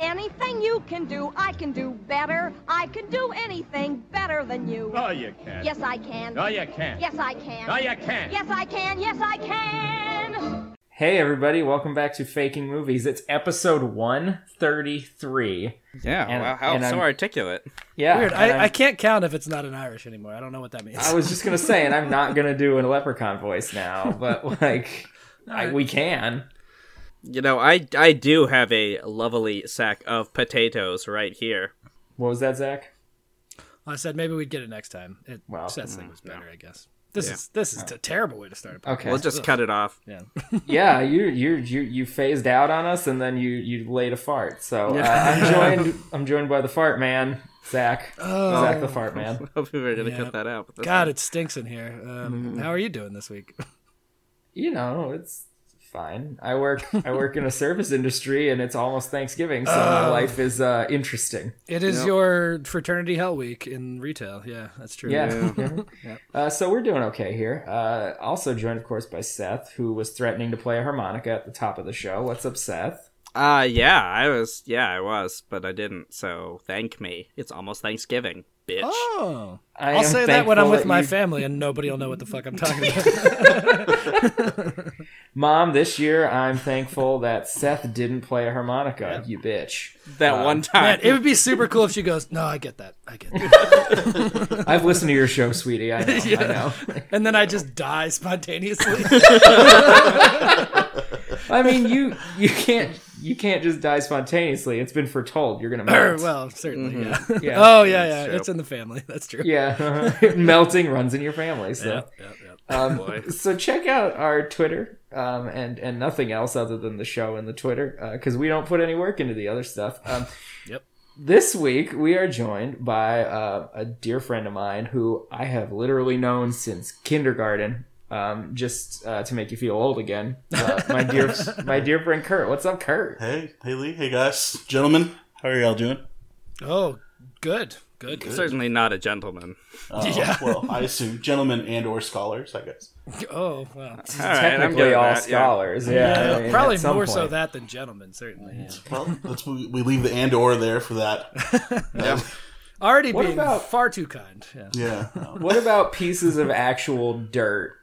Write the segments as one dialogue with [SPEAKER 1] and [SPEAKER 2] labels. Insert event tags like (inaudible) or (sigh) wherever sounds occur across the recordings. [SPEAKER 1] Anything you can do, I can do better. I can do anything better than you.
[SPEAKER 2] No, you can't.
[SPEAKER 1] Yes, I can.
[SPEAKER 2] No, you can't.
[SPEAKER 1] Yes, I can.
[SPEAKER 2] No, you can't.
[SPEAKER 1] Yes, I can. Yes, I can.
[SPEAKER 3] Hey, everybody, welcome back to Faking Movies. It's episode 133.
[SPEAKER 4] Yeah,
[SPEAKER 3] And-
[SPEAKER 4] wow, how
[SPEAKER 3] and
[SPEAKER 4] so
[SPEAKER 3] I'm-
[SPEAKER 4] articulate.
[SPEAKER 3] Yeah.
[SPEAKER 5] Weird.
[SPEAKER 3] and I'm-
[SPEAKER 5] I, I can't count if it's not an Irish anymore. I don't know what that means.
[SPEAKER 3] I was just gonna say, and I'm not gonna do a leprechaun voice now, but like, I, we can.
[SPEAKER 4] You know, I I do have a lovely sack of potatoes right here.
[SPEAKER 3] What was that, Zach?
[SPEAKER 5] I said maybe we'd get it next time. It,
[SPEAKER 3] Wow.
[SPEAKER 5] Seth's thing was better, I guess. This is this is a terrible way to start. A podcast.
[SPEAKER 3] Okay.
[SPEAKER 4] We'll just cut it off. (laughs)
[SPEAKER 3] yeah, you you you you phased out on us, and then you you laid a fart. So uh, I'm joined. I'm joined by the fart man, Zach.
[SPEAKER 5] Oh.
[SPEAKER 3] Zach the fart man.
[SPEAKER 4] Hope we were gonna
[SPEAKER 5] Yeah.
[SPEAKER 4] cut that out. But that's
[SPEAKER 5] God, it stinks in here.
[SPEAKER 3] Mm-hmm.
[SPEAKER 5] Um, How are you doing this week? (laughs)
[SPEAKER 3] You know, it's fine. I work I work in a service industry, and it's almost Thanksgiving, so my life is uh, interesting.
[SPEAKER 5] It is your fraternity hell week in retail. Yeah, that's true.
[SPEAKER 3] (laughs) Yeah. Uh, so we're doing okay here. Uh, also joined, of course, by Seth, who was threatening to play a harmonica at the top of the show. What's up, Seth?
[SPEAKER 4] Uh yeah, I was yeah, I was, but I didn't, so thank me. It's almost Thanksgiving, bitch.
[SPEAKER 5] (laughs) Oh,
[SPEAKER 3] I
[SPEAKER 5] I'll
[SPEAKER 3] am
[SPEAKER 5] say that when I'm
[SPEAKER 3] thankful
[SPEAKER 5] with
[SPEAKER 3] that
[SPEAKER 5] my
[SPEAKER 3] you-
[SPEAKER 5] family, and nobody will know what the fuck
[SPEAKER 3] (laughs)
[SPEAKER 5] I'm talking about.
[SPEAKER 3] Mom, this year I'm thankful (laughs) that Seth didn't play a harmonica, you bitch.
[SPEAKER 4] that one
[SPEAKER 5] Man,
[SPEAKER 4] time.
[SPEAKER 5] it would be super cool if she goes, "No, I get that. I get that,"
[SPEAKER 3] (laughs) I've listened to your show, sweetie.
[SPEAKER 5] (laughs)
[SPEAKER 3] I know. I know.
[SPEAKER 5] and then I just
[SPEAKER 3] (laughs)
[SPEAKER 5] die spontaneously. (laughs)
[SPEAKER 3] I mean, you you can't you can't just die spontaneously. It's been foretold. You're
[SPEAKER 5] (clears throat)
[SPEAKER 3] gonna melt.
[SPEAKER 5] well, certainly. Yeah.
[SPEAKER 3] Mm-hmm. Yeah.
[SPEAKER 5] (laughs) oh yeah, yeah.
[SPEAKER 4] true.
[SPEAKER 5] It's in the family. (laughs) That's true. (laughs)
[SPEAKER 3] yeah, (laughs) melting runs in your family. So.
[SPEAKER 5] Yep, yep. Oh,
[SPEAKER 3] Um, (laughs) so check out our Twitter um, and and nothing else other than the show and the Twitter because we don't put any work into the other stuff. Um,
[SPEAKER 5] (laughs) Yep.
[SPEAKER 3] This week we are joined by uh, a dear friend of mine who I have literally known since kindergarten. Um, just uh, to make you feel old again, uh,
[SPEAKER 5] (laughs)
[SPEAKER 3] my dear my dear friend Kurt. What's up, Kurt?
[SPEAKER 6] Hey, hey Lee, hey guys, gentlemen, how are
[SPEAKER 3] (laughs)
[SPEAKER 6] y'all doing?
[SPEAKER 5] Oh, good, good.
[SPEAKER 4] (laughs) Certainly not a gentleman.
[SPEAKER 6] Uh, Well, I assume gentlemen and or scholars, I guess.
[SPEAKER 5] Oh, wow.
[SPEAKER 4] All right, I'm
[SPEAKER 3] Technically,
[SPEAKER 4] good at
[SPEAKER 3] all
[SPEAKER 4] that, yeah.
[SPEAKER 3] scholars. Yeah, I mean,
[SPEAKER 5] Probably
[SPEAKER 3] at some
[SPEAKER 5] more so
[SPEAKER 3] point.
[SPEAKER 5] that than gentlemen, certainly. yeah.
[SPEAKER 6] Well, let's we we leave the and or there for that.
[SPEAKER 3] (laughs)
[SPEAKER 5] Already
[SPEAKER 3] What
[SPEAKER 5] being
[SPEAKER 3] about-
[SPEAKER 5] far too kind. Yeah.
[SPEAKER 6] Yeah, no.
[SPEAKER 3] What about pieces of actual dirt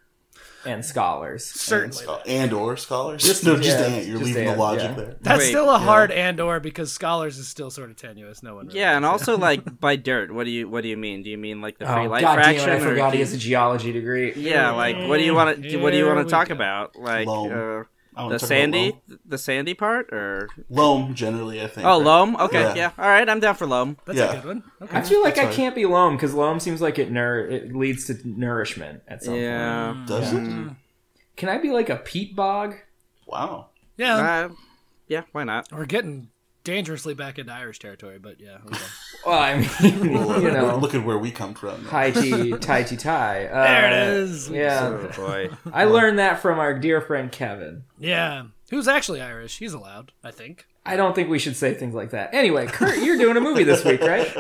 [SPEAKER 3] and scholars?
[SPEAKER 5] Certainly.
[SPEAKER 6] Scho- and or scholars. no, just
[SPEAKER 3] yeah,
[SPEAKER 6] and. You're
[SPEAKER 3] just
[SPEAKER 6] leaving
[SPEAKER 3] and,
[SPEAKER 6] the logic
[SPEAKER 3] yeah.
[SPEAKER 6] there.
[SPEAKER 5] That's
[SPEAKER 4] Wait,
[SPEAKER 5] still a hard and or because scholars is still sort of tenuous. No one. Really
[SPEAKER 4] Yeah, and also like by dirt, what do you what do you mean? Do you mean like the free light
[SPEAKER 3] Oh, God
[SPEAKER 4] fraction?
[SPEAKER 3] damn it, I
[SPEAKER 4] or
[SPEAKER 3] forgot
[SPEAKER 4] do
[SPEAKER 3] he has a geology degree.
[SPEAKER 4] you- yeah, like what do you want to what do you
[SPEAKER 5] Here
[SPEAKER 4] want to
[SPEAKER 5] we
[SPEAKER 4] talk
[SPEAKER 5] go.
[SPEAKER 4] about? Like
[SPEAKER 6] Loam.
[SPEAKER 4] uh,
[SPEAKER 6] I wanna
[SPEAKER 4] the
[SPEAKER 6] talk about
[SPEAKER 4] sandy, the sandy part, or
[SPEAKER 6] Loam. Loam, generally, I think.
[SPEAKER 4] Oh,
[SPEAKER 6] right?
[SPEAKER 4] loam. Okay, yeah.
[SPEAKER 6] Yeah.
[SPEAKER 4] All right, I'm down for loam.
[SPEAKER 5] That's
[SPEAKER 6] Yeah.
[SPEAKER 5] a good one. Okay.
[SPEAKER 3] I feel like I
[SPEAKER 6] fine.
[SPEAKER 3] can't be loam because loam seems like it nur- it leads to nourishment at some point.
[SPEAKER 4] Yeah.
[SPEAKER 6] Does it?
[SPEAKER 3] Can I be like a peat bog?
[SPEAKER 6] Wow.
[SPEAKER 5] Yeah,
[SPEAKER 4] Uh, yeah. Why not?
[SPEAKER 5] we're getting dangerously back into Irish territory, but yeah. okay.
[SPEAKER 3] Well, I mean, (laughs)
[SPEAKER 6] Well,
[SPEAKER 3] you know,
[SPEAKER 6] look at where we come from.
[SPEAKER 3] high tea, tie tea tie. Uh,
[SPEAKER 5] There it is.
[SPEAKER 3] Yeah,
[SPEAKER 4] Oh (laughs) boy.
[SPEAKER 3] I learned that from our dear friend Kevin.
[SPEAKER 5] Yeah. Who's actually Irish? He's allowed, I think.
[SPEAKER 3] I don't think we should say things like that. Anyway, Kurt, you're doing a movie this week, right?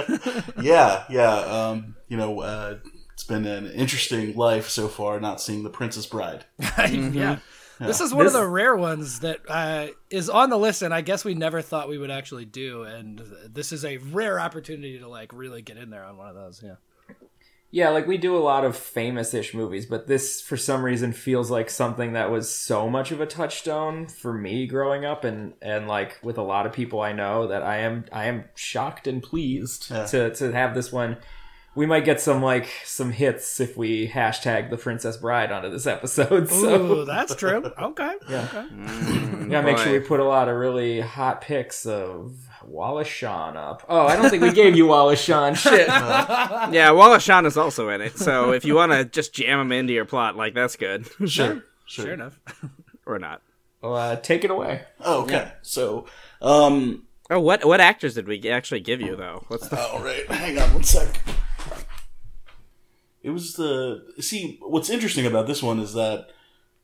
[SPEAKER 6] Yeah, yeah. Um, you know, uh, it's been an interesting life so far. Not seeing the Princess Bride. Mm-hmm.
[SPEAKER 5] yeah. This is one
[SPEAKER 3] This-
[SPEAKER 5] of the rare ones that uh, is on the list, and I guess we never thought we would actually do. And this is a rare opportunity to like really get in there on one of those. Yeah,
[SPEAKER 3] Yeah, like we do a lot of famous ish movies, but this for some reason feels like something that was so much of a touchstone for me growing up and, and like with a lot of people I know that I am I am shocked and pleased
[SPEAKER 6] Yeah.
[SPEAKER 3] to, to have this one. We might get some like some hits if we hashtag the Princess Bride onto this episode. (laughs) So
[SPEAKER 5] ooh, that's true.
[SPEAKER 6] (laughs)
[SPEAKER 5] Okay, okay.
[SPEAKER 3] we gotta make sure we
[SPEAKER 4] Oh, Boy.
[SPEAKER 3] put a lot of really hot pics of Wallace Shawn up. Oh, I don't think we gave you Wallace Shawn. Shit.
[SPEAKER 4] Yeah, Wallace Shawn is also in it, so if you want to just jam him into your plot, like that's good, (laughs)
[SPEAKER 6] Sure, sure.
[SPEAKER 5] Fair enough.
[SPEAKER 4] or not.
[SPEAKER 3] Well, uh, take it away.
[SPEAKER 6] Oh, okay. So, um,
[SPEAKER 4] Oh, what what actors did we actually give you though? What's the
[SPEAKER 6] all right. Hang on one sec. It was the see. What's interesting about this one is that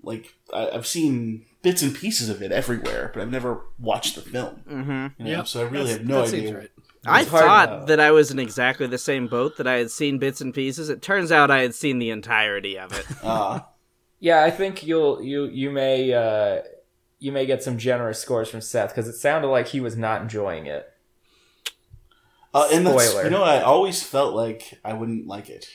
[SPEAKER 6] like I, I've seen bits and pieces of it everywhere, but I've never watched the film.
[SPEAKER 4] Mm-hmm.
[SPEAKER 6] You know?
[SPEAKER 5] Yep,
[SPEAKER 6] so I really
[SPEAKER 5] that's-
[SPEAKER 6] have no
[SPEAKER 5] that
[SPEAKER 6] idea.
[SPEAKER 5] seems right.
[SPEAKER 4] I
[SPEAKER 6] It's hard-
[SPEAKER 4] thought that I was in exactly the same boat that I had seen bits and pieces. It turns out I had seen the entirety of (laughs) it.
[SPEAKER 6] Uh,
[SPEAKER 3] Yeah, I think you'll you you may uh, you may get some generous scores from Seth because it sounded like he was not enjoying it.
[SPEAKER 6] uh, and that's,
[SPEAKER 3] Spoiler.
[SPEAKER 6] you know, I always felt like I wouldn't like it.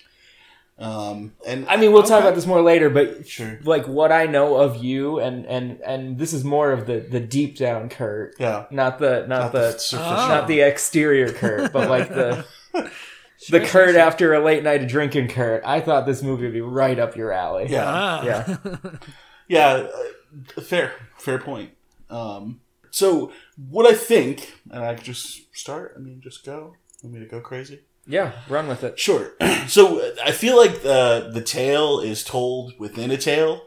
[SPEAKER 6] Um, and
[SPEAKER 3] I mean, we'll talk
[SPEAKER 6] Okay.
[SPEAKER 3] about this more later, but
[SPEAKER 6] Sure.
[SPEAKER 3] like what I know of you, and and and this is more of the the deep down Kurt,
[SPEAKER 6] yeah,
[SPEAKER 3] not the not, the,
[SPEAKER 6] superficial.
[SPEAKER 5] Oh.
[SPEAKER 3] not the exterior Kurt, but like the
[SPEAKER 5] Sure,
[SPEAKER 3] the
[SPEAKER 5] sure,
[SPEAKER 3] Kurt
[SPEAKER 5] sure.
[SPEAKER 3] after a late night of drinking Kurt. I thought this movie would be right up your alley.
[SPEAKER 6] yeah.
[SPEAKER 5] Ah.
[SPEAKER 3] Yeah.
[SPEAKER 6] Yeah, uh, fair, fair point. Um, so what I think, and I could just start. I mean, just go. Want me to go crazy?
[SPEAKER 3] yeah, run with it.
[SPEAKER 6] Sure. (clears throat) so uh, I feel like the the tale is told within a tale.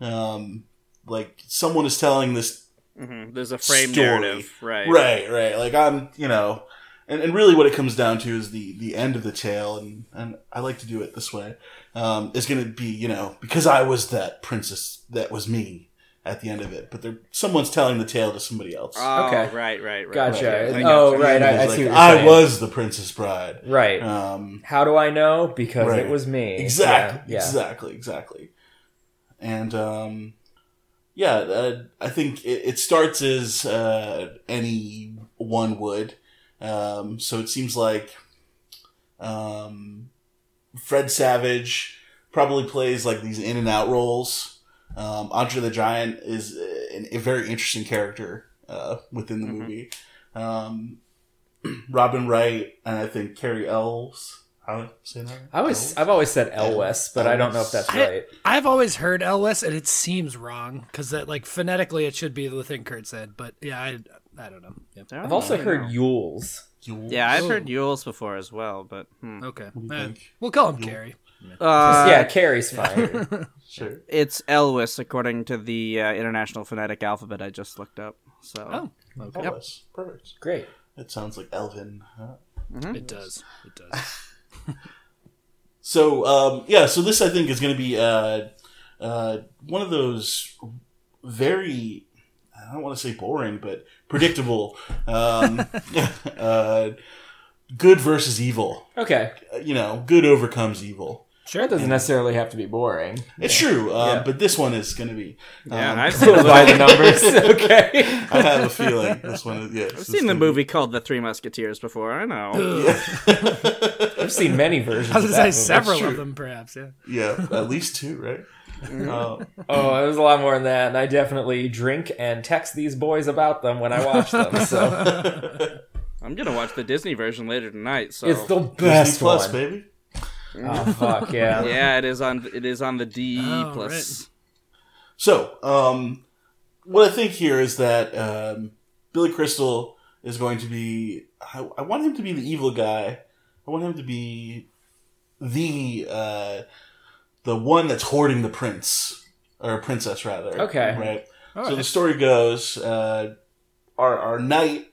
[SPEAKER 6] Um, like someone is telling this.
[SPEAKER 4] hmm There's a frame
[SPEAKER 6] Story.
[SPEAKER 4] narrative, right?
[SPEAKER 6] Right, right. Like I'm, you know, and, and really what it comes down to is the the end of the tale, and and I like to do it this way. Um, is going to be, you know, because I was that princess, that was me at the end of it. But they're someone's telling the tale to somebody else.
[SPEAKER 4] Oh,
[SPEAKER 3] Okay.
[SPEAKER 4] right, right, right.
[SPEAKER 3] Gotcha.
[SPEAKER 4] Right. I
[SPEAKER 3] Oh,
[SPEAKER 4] gotcha.
[SPEAKER 3] right, I-
[SPEAKER 6] It's
[SPEAKER 3] see what you're
[SPEAKER 6] I
[SPEAKER 3] saying."
[SPEAKER 6] was the Princess Bride.
[SPEAKER 3] Right.
[SPEAKER 6] Um,
[SPEAKER 3] How do I know? Because
[SPEAKER 6] Right.
[SPEAKER 3] it was me.
[SPEAKER 6] exactly,
[SPEAKER 3] Yeah. yeah.
[SPEAKER 6] exactly, exactly. And um, yeah, uh, I think it, it starts as uh, any one would. Um, so it seems like um, Fred Savage probably plays like these in and out roles. Um, Andre the Giant is uh, an, a very interesting character uh, within the
[SPEAKER 3] Mm-hmm.
[SPEAKER 4] Mhm.
[SPEAKER 6] movie. Um, (clears throat) Robin Wright and I think Carrie Elves. How do I say that?
[SPEAKER 3] I always,
[SPEAKER 6] Elves?
[SPEAKER 3] I've always said Elwes, but I don't know if that's
[SPEAKER 5] I-
[SPEAKER 3] right.
[SPEAKER 5] I've always heard Elwes, and it seems wrong because that, like, phonetically, it should be the thing Kurt said. But yeah, I, I don't know. Yep.
[SPEAKER 4] I don't
[SPEAKER 3] I've also
[SPEAKER 4] know.
[SPEAKER 3] heard Yules.
[SPEAKER 6] Yule.
[SPEAKER 4] Yeah, I've
[SPEAKER 5] Oh.
[SPEAKER 4] heard Yules before as well, but hmm.
[SPEAKER 5] Okay,
[SPEAKER 6] What do you
[SPEAKER 5] Uh,
[SPEAKER 6] think?
[SPEAKER 5] we'll call him
[SPEAKER 6] You'll-
[SPEAKER 5] Carrie.
[SPEAKER 4] Uh,
[SPEAKER 3] yeah, Carrie's
[SPEAKER 5] (laughs)
[SPEAKER 3] fine.
[SPEAKER 6] Sure.
[SPEAKER 4] It's Elwes according to the uh, International Phonetic Alphabet I just looked up. So
[SPEAKER 5] Oh, okay.
[SPEAKER 6] Elvis. Perfect.
[SPEAKER 3] Great.
[SPEAKER 6] It sounds like Elvin. huh?
[SPEAKER 5] It does. It
[SPEAKER 6] (laughs)
[SPEAKER 5] does.
[SPEAKER 6] So um, yeah, so this I think is going to be uh, uh, one of those very I don't want to say boring, but predictable.
[SPEAKER 4] (laughs)
[SPEAKER 6] Um, (laughs) uh, good versus evil.
[SPEAKER 3] Okay.
[SPEAKER 6] Uh, You know, good overcomes evil.
[SPEAKER 3] Sure, it doesn't necessarily have to be
[SPEAKER 6] (laughs)
[SPEAKER 3] boring.
[SPEAKER 6] It's true, uh,
[SPEAKER 3] Yeah.
[SPEAKER 6] but this one is going to be.
[SPEAKER 4] Yeah,
[SPEAKER 6] um,
[SPEAKER 4] I've seen, (laughs) a
[SPEAKER 3] By the
[SPEAKER 4] little-
[SPEAKER 3] numbers. (laughs) Okay.
[SPEAKER 6] I have a feeling this one. Is, yeah,
[SPEAKER 4] I've seen the movie called The Three Musketeers before. I know.
[SPEAKER 5] (gasps)
[SPEAKER 3] I've seen
[SPEAKER 5] (laughs)
[SPEAKER 3] many versions.
[SPEAKER 5] I was
[SPEAKER 3] of
[SPEAKER 5] gonna
[SPEAKER 3] that
[SPEAKER 5] say
[SPEAKER 3] movie.
[SPEAKER 5] several
[SPEAKER 6] true.
[SPEAKER 5] of them, perhaps. Yeah.
[SPEAKER 6] Yeah, at least two, right? Um,
[SPEAKER 3] Oh, it was a lot more than that, and I definitely drink and text these boys about them when I watch
[SPEAKER 5] (laughs)
[SPEAKER 3] them. So
[SPEAKER 6] (laughs)
[SPEAKER 4] I'm gonna watch the Disney version later tonight. So
[SPEAKER 3] it's the
[SPEAKER 6] Disney
[SPEAKER 3] best
[SPEAKER 6] Plus,
[SPEAKER 3] one.
[SPEAKER 6] baby.
[SPEAKER 3] Oh fuck
[SPEAKER 6] (laughs)
[SPEAKER 3] yeah.
[SPEAKER 4] yeah, it is on. It is on the D E
[SPEAKER 5] Oh,
[SPEAKER 4] plus.
[SPEAKER 6] So, um, what I think here is that um, Billy Crystal is going to be. I, I want him to be the evil guy. I want him to be the uh, the one that's hoarding the prince or princess, rather.
[SPEAKER 3] Okay.
[SPEAKER 6] Right.
[SPEAKER 5] All
[SPEAKER 6] So the
[SPEAKER 5] right.
[SPEAKER 6] story goes: uh, our our knight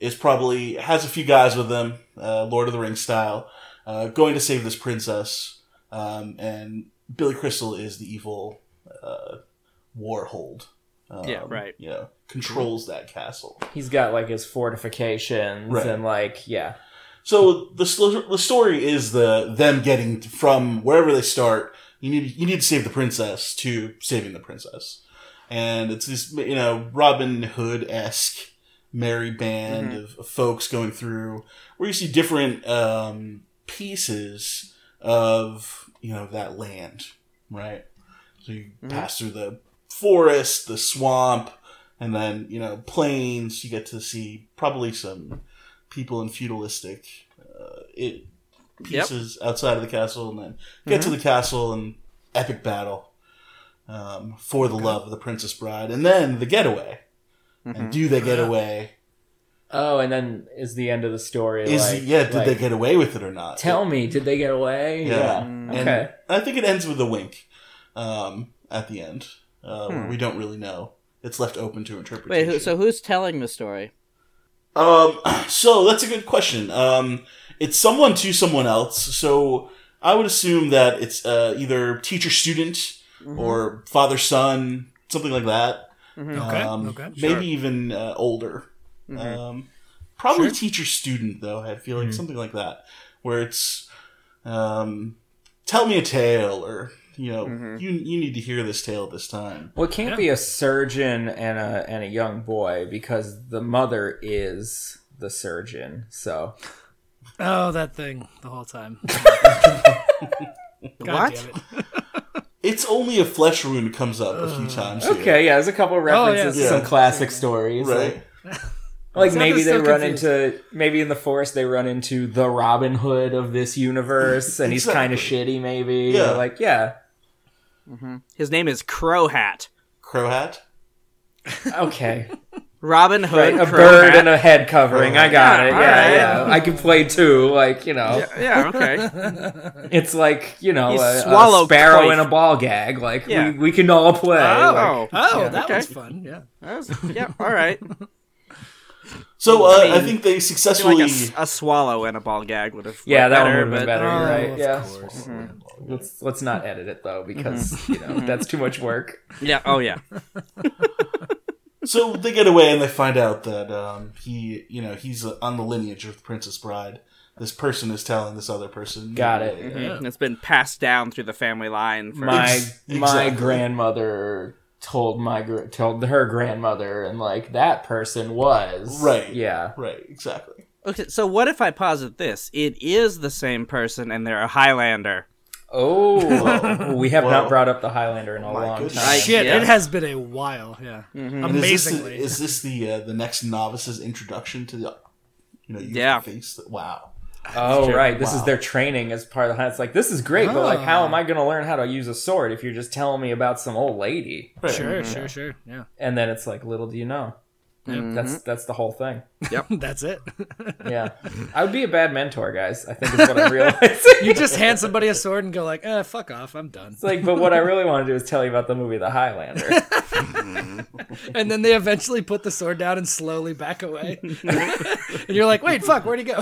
[SPEAKER 6] is probably has a few guys with him, uh, Lord of the Rings style, uh, going to save this princess, um, and Billy Crystal is the evil uh, warhold. Um,
[SPEAKER 4] Yeah, right.
[SPEAKER 6] You know, controls that castle.
[SPEAKER 3] He's got like his fortifications
[SPEAKER 6] Right.
[SPEAKER 3] and like yeah.
[SPEAKER 6] So the sl- the story is the them getting from wherever they start. You need you need to save the princess to saving the princess, and it's this you know Robin Hood esque merry band of, of folks going through where you see different um, pieces of you know that land, right? So you
[SPEAKER 4] Mhm.
[SPEAKER 6] pass through the forest, the swamp, and then you know plains. You get to see probably some people in feudalistic uh, it,
[SPEAKER 4] Yep.
[SPEAKER 6] pieces outside of the castle, and then get to the castle and epic battle um, for the love of the Princess Bride, and then the getaway. And do they get away?
[SPEAKER 3] Oh, and then is the end of the story.
[SPEAKER 6] Is
[SPEAKER 3] like,
[SPEAKER 6] yeah? Did
[SPEAKER 3] like,
[SPEAKER 6] they get away with it or not?
[SPEAKER 3] Tell me, did they get away?
[SPEAKER 6] Yeah.
[SPEAKER 4] Mm.
[SPEAKER 6] And
[SPEAKER 3] Okay.
[SPEAKER 6] I think it ends with a wink um, at the end. Uh, where We don't really know. It's left open to
[SPEAKER 4] Hmm. Wait,
[SPEAKER 6] interpretation.
[SPEAKER 4] who, so who's telling the story?
[SPEAKER 6] (clears throat) Um, so that's a good question. Um, it's someone to someone else. So I would assume that it's uh, either teacher student
[SPEAKER 4] Mm-hmm.
[SPEAKER 6] or father son, something like that.
[SPEAKER 5] Okay.
[SPEAKER 6] Um,
[SPEAKER 5] okay.
[SPEAKER 6] Maybe even uh, older.
[SPEAKER 3] Mm-hmm.
[SPEAKER 6] Um, probably teacher student though. I feel
[SPEAKER 5] Mm-hmm.
[SPEAKER 6] like something like that, where it's um, tell me a tale or you know
[SPEAKER 3] Mm-hmm.
[SPEAKER 6] you you need to hear this tale this time.
[SPEAKER 3] Well, it can't be a surgeon and a and a young boy because the mother is the surgeon. So
[SPEAKER 5] Oh, that thing the whole time. God
[SPEAKER 4] What?
[SPEAKER 5] damn it.
[SPEAKER 6] It's only a flesh wound comes up a
[SPEAKER 5] Uh,
[SPEAKER 6] few times. here,
[SPEAKER 3] okay, yeah, there's a
[SPEAKER 4] Oh,
[SPEAKER 3] couple references
[SPEAKER 5] yeah.
[SPEAKER 3] to some
[SPEAKER 6] Yeah.
[SPEAKER 3] classic stories,
[SPEAKER 6] Right.
[SPEAKER 3] Like, like
[SPEAKER 5] Sounds
[SPEAKER 3] maybe
[SPEAKER 5] so
[SPEAKER 3] they run
[SPEAKER 5] confused.
[SPEAKER 3] into maybe in the forest they run into the Robin Hood of this universe, and he's kind of shitty. Maybe
[SPEAKER 6] Yeah.
[SPEAKER 3] Or like yeah,
[SPEAKER 4] His name is Crow Hat.
[SPEAKER 6] Crow hat.
[SPEAKER 4] (laughs)
[SPEAKER 3] okay,
[SPEAKER 4] Robin Hood,
[SPEAKER 3] Right, a
[SPEAKER 4] Crow
[SPEAKER 3] bird
[SPEAKER 4] Hat.
[SPEAKER 3] and a head covering. I got
[SPEAKER 4] Yeah,
[SPEAKER 3] it.
[SPEAKER 4] all
[SPEAKER 3] Yeah,
[SPEAKER 4] right.
[SPEAKER 3] yeah. I can play two. Like you know,
[SPEAKER 4] yeah,
[SPEAKER 5] (laughs)
[SPEAKER 4] okay.
[SPEAKER 3] it's like you know,
[SPEAKER 4] You
[SPEAKER 3] a, a
[SPEAKER 4] swallow
[SPEAKER 3] sparrow
[SPEAKER 4] Cruyff.
[SPEAKER 3] in a ball gag. Like
[SPEAKER 4] Yeah.
[SPEAKER 3] we, we can all play. Like,
[SPEAKER 4] Oh,
[SPEAKER 5] Oh,
[SPEAKER 4] Yeah,
[SPEAKER 5] that
[SPEAKER 4] okay.
[SPEAKER 5] was fun. Yeah.
[SPEAKER 4] that was- yeah, all right.
[SPEAKER 6] So uh, I,
[SPEAKER 4] mean,
[SPEAKER 6] think they successfully.
[SPEAKER 4] Like a, s- a swallow and a ball gag would have.
[SPEAKER 3] yeah,
[SPEAKER 4] worked
[SPEAKER 3] that
[SPEAKER 4] better,
[SPEAKER 3] one would have been
[SPEAKER 4] but-
[SPEAKER 3] better.
[SPEAKER 5] Oh,
[SPEAKER 3] you're right?
[SPEAKER 5] of
[SPEAKER 3] Yeah.
[SPEAKER 4] Mm-hmm.
[SPEAKER 5] course.
[SPEAKER 3] Let's let's not edit it though because you know that's too much work.
[SPEAKER 4] (laughs) Yeah. Oh yeah.
[SPEAKER 6] (laughs) so they get away and they find out that um, he, you know, he's uh, on the lineage of the Princess Bride. This person is telling this other person.
[SPEAKER 3] Got it.
[SPEAKER 5] Yeah.
[SPEAKER 4] It's been passed down through the family line. For,
[SPEAKER 3] my
[SPEAKER 6] Ex-
[SPEAKER 3] my
[SPEAKER 6] exactly.
[SPEAKER 3] grandmother told my gr- told her grandmother and like that person was
[SPEAKER 6] Right.
[SPEAKER 3] yeah
[SPEAKER 6] Right. Exactly.
[SPEAKER 4] (laughs) Okay, so what if I posit this? It is the same person, and they're a Highlander.
[SPEAKER 3] oh we have
[SPEAKER 6] Whoa.
[SPEAKER 3] not brought up the highlander in a
[SPEAKER 6] My
[SPEAKER 3] long
[SPEAKER 6] goodness.
[SPEAKER 3] time
[SPEAKER 5] Shit,
[SPEAKER 4] Yeah. Mm-hmm.
[SPEAKER 5] it has been a while. Yeah.
[SPEAKER 6] And is this
[SPEAKER 5] Amazingly.
[SPEAKER 6] the, is this the uh, the next novice's introduction to the, you know, you
[SPEAKER 4] Yeah.
[SPEAKER 6] face? Wow.
[SPEAKER 3] oh right this is
[SPEAKER 6] Wow.
[SPEAKER 3] their training as part of the it's like this is great but like
[SPEAKER 5] Ah.
[SPEAKER 3] how am i going to learn how to use a sword if you're just telling me about some old lady
[SPEAKER 6] Right.
[SPEAKER 5] Sure, sure, sure. Yeah.
[SPEAKER 3] and then it's like little do you know that's that's the whole thing
[SPEAKER 5] (laughs) That's it.
[SPEAKER 3] yeah i would be a bad mentor guys i think is what (laughs) i'm realizing
[SPEAKER 5] you just hand somebody a sword and go like, eh, fuck off, I'm done.
[SPEAKER 3] It's like but what i really want to do is tell you about the movie the highlander
[SPEAKER 5] (laughs) And then they eventually put the sword down and slowly back away. (laughs) and you're like, wait, fuck, where'd he go?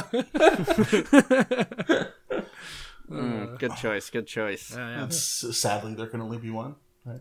[SPEAKER 4] Hmm, Good choice. Good choice.
[SPEAKER 6] S- uh, Sadly, there can only be one. Right.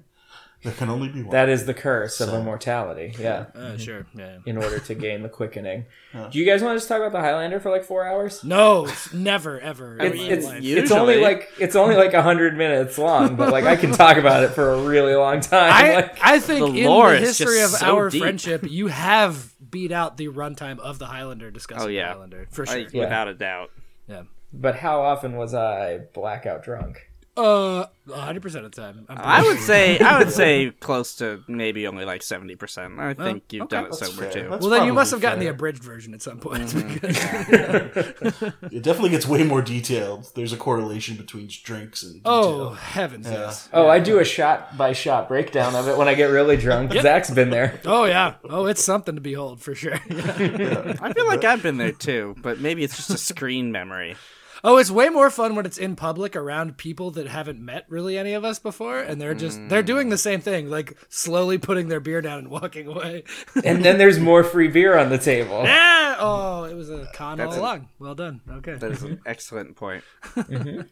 [SPEAKER 6] There can only be one.
[SPEAKER 3] That is the curse of immortality. Yeah.
[SPEAKER 5] Uh, sure. Yeah.
[SPEAKER 3] In order to gain the
[SPEAKER 5] (laughs)
[SPEAKER 3] quickening. Do you guys want to just talk about the Highlander for like four hours?
[SPEAKER 5] No, never, ever. in
[SPEAKER 3] It's,
[SPEAKER 5] my
[SPEAKER 3] it's,
[SPEAKER 5] life.
[SPEAKER 3] it's only
[SPEAKER 4] Usually.
[SPEAKER 3] like it's only like hundred minutes long, but like I can talk about it for a really long time.
[SPEAKER 5] I,
[SPEAKER 3] like,
[SPEAKER 5] I think
[SPEAKER 4] the
[SPEAKER 5] in
[SPEAKER 4] lore
[SPEAKER 5] the
[SPEAKER 4] is
[SPEAKER 5] history of
[SPEAKER 4] just so
[SPEAKER 5] our
[SPEAKER 4] deep.
[SPEAKER 5] friendship, you have beat out the runtime of the Highlander discussing
[SPEAKER 4] Oh, yeah.
[SPEAKER 5] the Highlander for sure.
[SPEAKER 4] I- Without a doubt.
[SPEAKER 5] yeah.
[SPEAKER 3] but how often was I blackout drunk?
[SPEAKER 5] Uh, 100 percent of the time.
[SPEAKER 4] (laughs)
[SPEAKER 5] I'm
[SPEAKER 4] I would say I would say close to maybe only like seventy percent. I think you've done it
[SPEAKER 6] That's
[SPEAKER 4] sober
[SPEAKER 6] fair.
[SPEAKER 4] too.
[SPEAKER 6] That's
[SPEAKER 5] well, then you
[SPEAKER 6] probably
[SPEAKER 5] must have gotten
[SPEAKER 6] fair.
[SPEAKER 5] the abridged version at some point.
[SPEAKER 4] Mm-hmm.
[SPEAKER 5] (laughs) because-
[SPEAKER 4] (laughs)
[SPEAKER 6] It definitely gets way more detailed. There's a correlation between drinks and
[SPEAKER 5] oh
[SPEAKER 6] detail.
[SPEAKER 5] heavens, yes.
[SPEAKER 3] Oh, I do a shot by shot breakdown of it when I get really drunk.
[SPEAKER 5] (laughs)
[SPEAKER 3] Zach's been there.
[SPEAKER 5] Oh yeah. Oh, it's something to behold for sure. (laughs)
[SPEAKER 4] I feel like I've been there too, but maybe it's just a screen memory.
[SPEAKER 5] Oh, it's way more fun when it's in public around people that haven't met really any of us before, and they're just they're doing the same thing, like slowly putting their beer down and
[SPEAKER 4] (laughs)
[SPEAKER 5] walking away. (laughs)
[SPEAKER 3] And then there's more free beer on the table.
[SPEAKER 5] ah! Oh, it was a con all
[SPEAKER 4] an-
[SPEAKER 5] along. Well done. Okay.
[SPEAKER 4] That is (laughs) an excellent point.
[SPEAKER 6] How do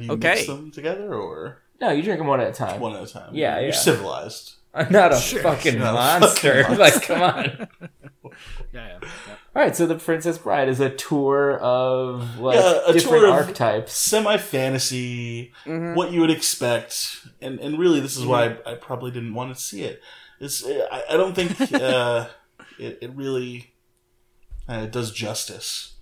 [SPEAKER 6] you
[SPEAKER 4] Okay.
[SPEAKER 6] mix them together or
[SPEAKER 3] No, you drink them one at a time.
[SPEAKER 6] one at a time?
[SPEAKER 3] Yeah,
[SPEAKER 6] You're
[SPEAKER 3] yeah.
[SPEAKER 6] civilized.
[SPEAKER 3] I'm not a fucking
[SPEAKER 6] No,
[SPEAKER 3] monster. (laughs)
[SPEAKER 6] fucking
[SPEAKER 3] like, come on.
[SPEAKER 5] Yeah, yeah.
[SPEAKER 3] All right, so the Princess Bride is a tour of like
[SPEAKER 6] Yeah, a
[SPEAKER 3] different
[SPEAKER 6] tour of-
[SPEAKER 3] archetypes.
[SPEAKER 6] semi fantasy,
[SPEAKER 3] Mm-hmm.
[SPEAKER 6] what you would expect, and and really this is why I, I probably didn't want to see it. It's I, I
[SPEAKER 3] (laughs)
[SPEAKER 6] don't think uh, it, it really uh, does justice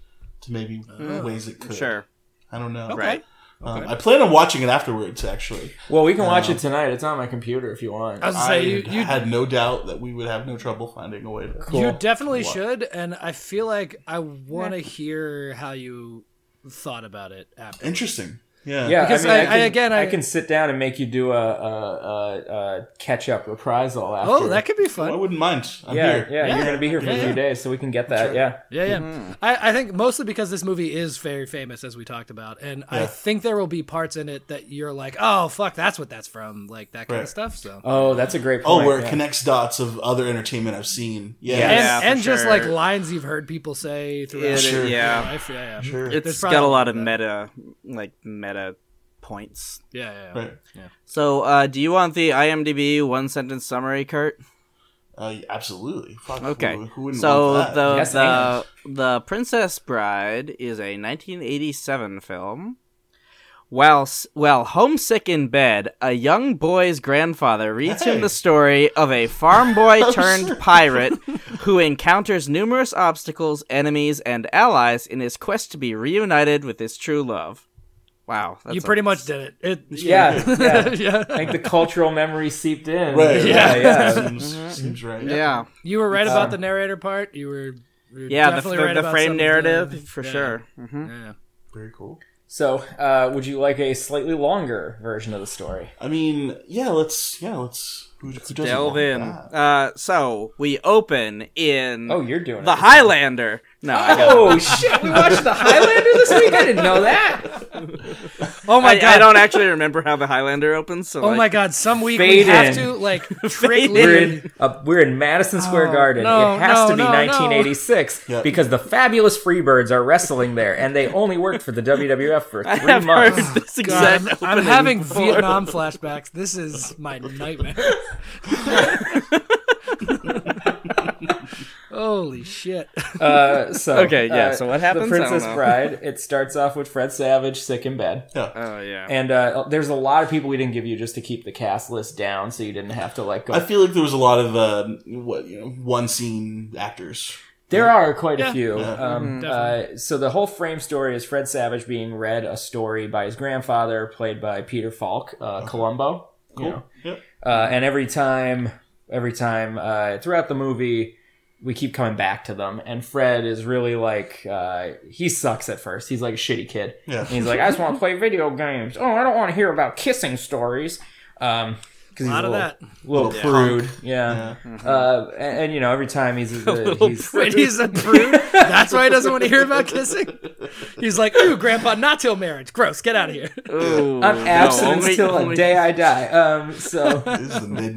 [SPEAKER 6] to maybe
[SPEAKER 3] Mm-hmm.
[SPEAKER 6] ways it could.
[SPEAKER 4] Sure.
[SPEAKER 6] I don't know.
[SPEAKER 5] Okay.
[SPEAKER 4] Right.
[SPEAKER 6] Um, I plan on watching it afterwards. Actually,
[SPEAKER 3] Well, we can watch it tonight. It's on my computer if you want.
[SPEAKER 5] I was gonna say you,
[SPEAKER 6] I
[SPEAKER 5] you
[SPEAKER 6] had no doubt that we would have no trouble finding a way to.
[SPEAKER 3] Cool.
[SPEAKER 5] You definitely should, and I feel like I want to hear how you thought about it after.
[SPEAKER 6] Interesting. Yeah.
[SPEAKER 3] yeah,
[SPEAKER 5] because
[SPEAKER 3] I, mean,
[SPEAKER 5] I-
[SPEAKER 3] I,
[SPEAKER 5] I-
[SPEAKER 3] can,
[SPEAKER 5] again, I-
[SPEAKER 3] I can sit down and make you do a, a, a, a catch up reprisal after.
[SPEAKER 5] Oh, that could be
[SPEAKER 6] I
[SPEAKER 5] fun.
[SPEAKER 6] wouldn't mind. I'm
[SPEAKER 3] yeah,
[SPEAKER 6] here.
[SPEAKER 3] yeah,
[SPEAKER 5] Yeah.
[SPEAKER 3] You're gonna be here for
[SPEAKER 5] Yeah,
[SPEAKER 3] a few
[SPEAKER 5] yeah.
[SPEAKER 3] days, so we can get that. Yeah,
[SPEAKER 5] Yeah, yeah. I, I think mostly because this movie is very famous, as we talked about, and I
[SPEAKER 6] Yeah.
[SPEAKER 5] think there will be parts in it that you're like, "Oh, fuck, that's what that's from," like that kind
[SPEAKER 6] Right.
[SPEAKER 5] of stuff. So,
[SPEAKER 3] Oh, that's a great
[SPEAKER 6] Oh,
[SPEAKER 3] point.
[SPEAKER 6] where it
[SPEAKER 3] yeah.
[SPEAKER 6] connects dots of other entertainment I've seen. Yeah.
[SPEAKER 5] and,
[SPEAKER 4] Yeah, for
[SPEAKER 5] and just like
[SPEAKER 4] sure.
[SPEAKER 5] lines you've heard people say throughout
[SPEAKER 4] It-
[SPEAKER 5] your
[SPEAKER 4] yeah.
[SPEAKER 5] life. Yeah, yeah.
[SPEAKER 6] Sure.
[SPEAKER 5] There's
[SPEAKER 4] It's
[SPEAKER 5] probably
[SPEAKER 4] got a lot
[SPEAKER 5] that.
[SPEAKER 4] of meta like meta points.
[SPEAKER 5] Yeah, yeah, yeah.
[SPEAKER 6] Right.
[SPEAKER 4] So, uh, do you want the IMDb one sentence summary, Kurt?
[SPEAKER 6] Uh, absolutely. Fuck,
[SPEAKER 4] Okay.
[SPEAKER 6] Who, who wouldn't
[SPEAKER 4] So
[SPEAKER 6] want that?
[SPEAKER 4] the
[SPEAKER 3] Yes,
[SPEAKER 4] the, the Princess Bride is a 1987 film. While s- while homesick in bed, a young boy's grandfather reads
[SPEAKER 6] Hey. Oh,
[SPEAKER 4] him the story of a farm
[SPEAKER 6] (laughs)
[SPEAKER 4] boy turned
[SPEAKER 6] sure. (laughs)
[SPEAKER 4] pirate who encounters numerous obstacles, enemies, and allies in his quest to be reunited with his true love. Wow, that's
[SPEAKER 5] You
[SPEAKER 4] a-
[SPEAKER 5] pretty much did it. it
[SPEAKER 3] Yeah, yeah. I
[SPEAKER 5] (laughs) yeah.
[SPEAKER 3] think the cultural memory seeped in.
[SPEAKER 6] Right.
[SPEAKER 3] Yeah, yeah. (laughs) Mm-hmm.
[SPEAKER 6] Seems, seems right.
[SPEAKER 4] yeah
[SPEAKER 5] You were right about the narrator part. You were, you were
[SPEAKER 4] Uh, yeah the,
[SPEAKER 5] definitely
[SPEAKER 4] the,
[SPEAKER 5] right
[SPEAKER 4] the
[SPEAKER 5] about some
[SPEAKER 4] frame
[SPEAKER 5] of the-
[SPEAKER 4] narrative for
[SPEAKER 5] yeah,
[SPEAKER 4] sure. Mhm.
[SPEAKER 5] yeah, yeah.
[SPEAKER 6] Very cool.
[SPEAKER 3] So, uh, would you like a slightly longer version of the story?
[SPEAKER 6] I mean, yeah. Let's yeah. Let's who, who doesn't
[SPEAKER 4] delve
[SPEAKER 6] want
[SPEAKER 4] in.
[SPEAKER 6] that?
[SPEAKER 4] Uh, so we open in
[SPEAKER 3] Oh, you're doing
[SPEAKER 4] the
[SPEAKER 3] it.
[SPEAKER 4] Highlander. No, I got-
[SPEAKER 3] (laughs) Oh shit! We watched the Highlander this week. I didn't know that.
[SPEAKER 5] Oh my
[SPEAKER 4] I,
[SPEAKER 5] god!
[SPEAKER 4] I don't actually remember how the Highlander opens. So
[SPEAKER 5] oh
[SPEAKER 4] like,
[SPEAKER 5] my god! Some week we
[SPEAKER 3] Fade
[SPEAKER 5] have
[SPEAKER 3] in.
[SPEAKER 4] (laughs)
[SPEAKER 5] to like trick
[SPEAKER 4] in.
[SPEAKER 3] We're
[SPEAKER 5] Lee.
[SPEAKER 3] in uh, we're in Madison Square Garden.
[SPEAKER 5] no,
[SPEAKER 3] it has
[SPEAKER 5] no,
[SPEAKER 3] to be
[SPEAKER 5] no, no.
[SPEAKER 3] 1986
[SPEAKER 6] Yeah.
[SPEAKER 3] because the fabulous Freebirds are wrestling there, and they only worked for the WWF for
[SPEAKER 4] (laughs) I
[SPEAKER 3] three
[SPEAKER 4] have
[SPEAKER 3] months.
[SPEAKER 4] heard this
[SPEAKER 5] God,
[SPEAKER 4] exact.
[SPEAKER 5] I'm- I'm,
[SPEAKER 4] opening
[SPEAKER 5] having
[SPEAKER 4] before.
[SPEAKER 5] Vietnam flashbacks. This is
[SPEAKER 4] (laughs)
[SPEAKER 5] my nightmare. Holy shit!
[SPEAKER 3] Uh, so
[SPEAKER 4] Okay, yeah,
[SPEAKER 3] uh,
[SPEAKER 4] so what happens? I
[SPEAKER 3] The
[SPEAKER 4] don't
[SPEAKER 3] Princess
[SPEAKER 4] know.
[SPEAKER 3] Bride. It starts off with Fred Savage sick in bed.
[SPEAKER 6] Yeah.
[SPEAKER 4] Oh yeah.
[SPEAKER 3] And uh, there's a lot of people we didn't give you just to keep the cast list down, so you didn't have to like go.
[SPEAKER 6] I feel like there was a lot of uh, what you know one scene actors.
[SPEAKER 3] there are quite a
[SPEAKER 5] Yeah. Mm-hmm.
[SPEAKER 3] few.
[SPEAKER 6] Yeah.
[SPEAKER 3] Um, uh, so the whole frame story is Fred Savage being read a story by his grandfather, played by Peter Falk, uh, Columbo. you
[SPEAKER 6] Uh-huh. Cool.
[SPEAKER 3] know.
[SPEAKER 6] Yep.
[SPEAKER 3] Uh, and every time, every time uh, throughout the movie, we keep coming back to them. And Fred is really like uh, he sucks at first. He's like a shitty kid.
[SPEAKER 6] Yeah.
[SPEAKER 3] And
[SPEAKER 4] (laughs)
[SPEAKER 3] he's like, I just want to play video games. Oh, I don't want to hear about kissing stories. Um, because
[SPEAKER 5] A
[SPEAKER 3] he's
[SPEAKER 5] lot
[SPEAKER 3] a
[SPEAKER 5] of
[SPEAKER 3] little,
[SPEAKER 5] that.
[SPEAKER 3] little
[SPEAKER 6] Little
[SPEAKER 3] prude.
[SPEAKER 6] punk.
[SPEAKER 3] Yeah. Uh, and, and, you know, every time
[SPEAKER 5] (laughs)
[SPEAKER 3] he's, he's, he's (laughs)
[SPEAKER 5] Wait, he's a prude. That's why he doesn't want to hear about
[SPEAKER 6] (laughs)
[SPEAKER 5] kissing. He's like, "Ooh, grandpa, not till marriage. Gross. Get out of here."
[SPEAKER 4] Ooh,
[SPEAKER 3] I'm
[SPEAKER 4] no,
[SPEAKER 3] abstinence
[SPEAKER 4] only-
[SPEAKER 3] till the
[SPEAKER 4] only-
[SPEAKER 3] day I
[SPEAKER 4] (laughs)
[SPEAKER 3] die. Um, so
[SPEAKER 6] This is the mid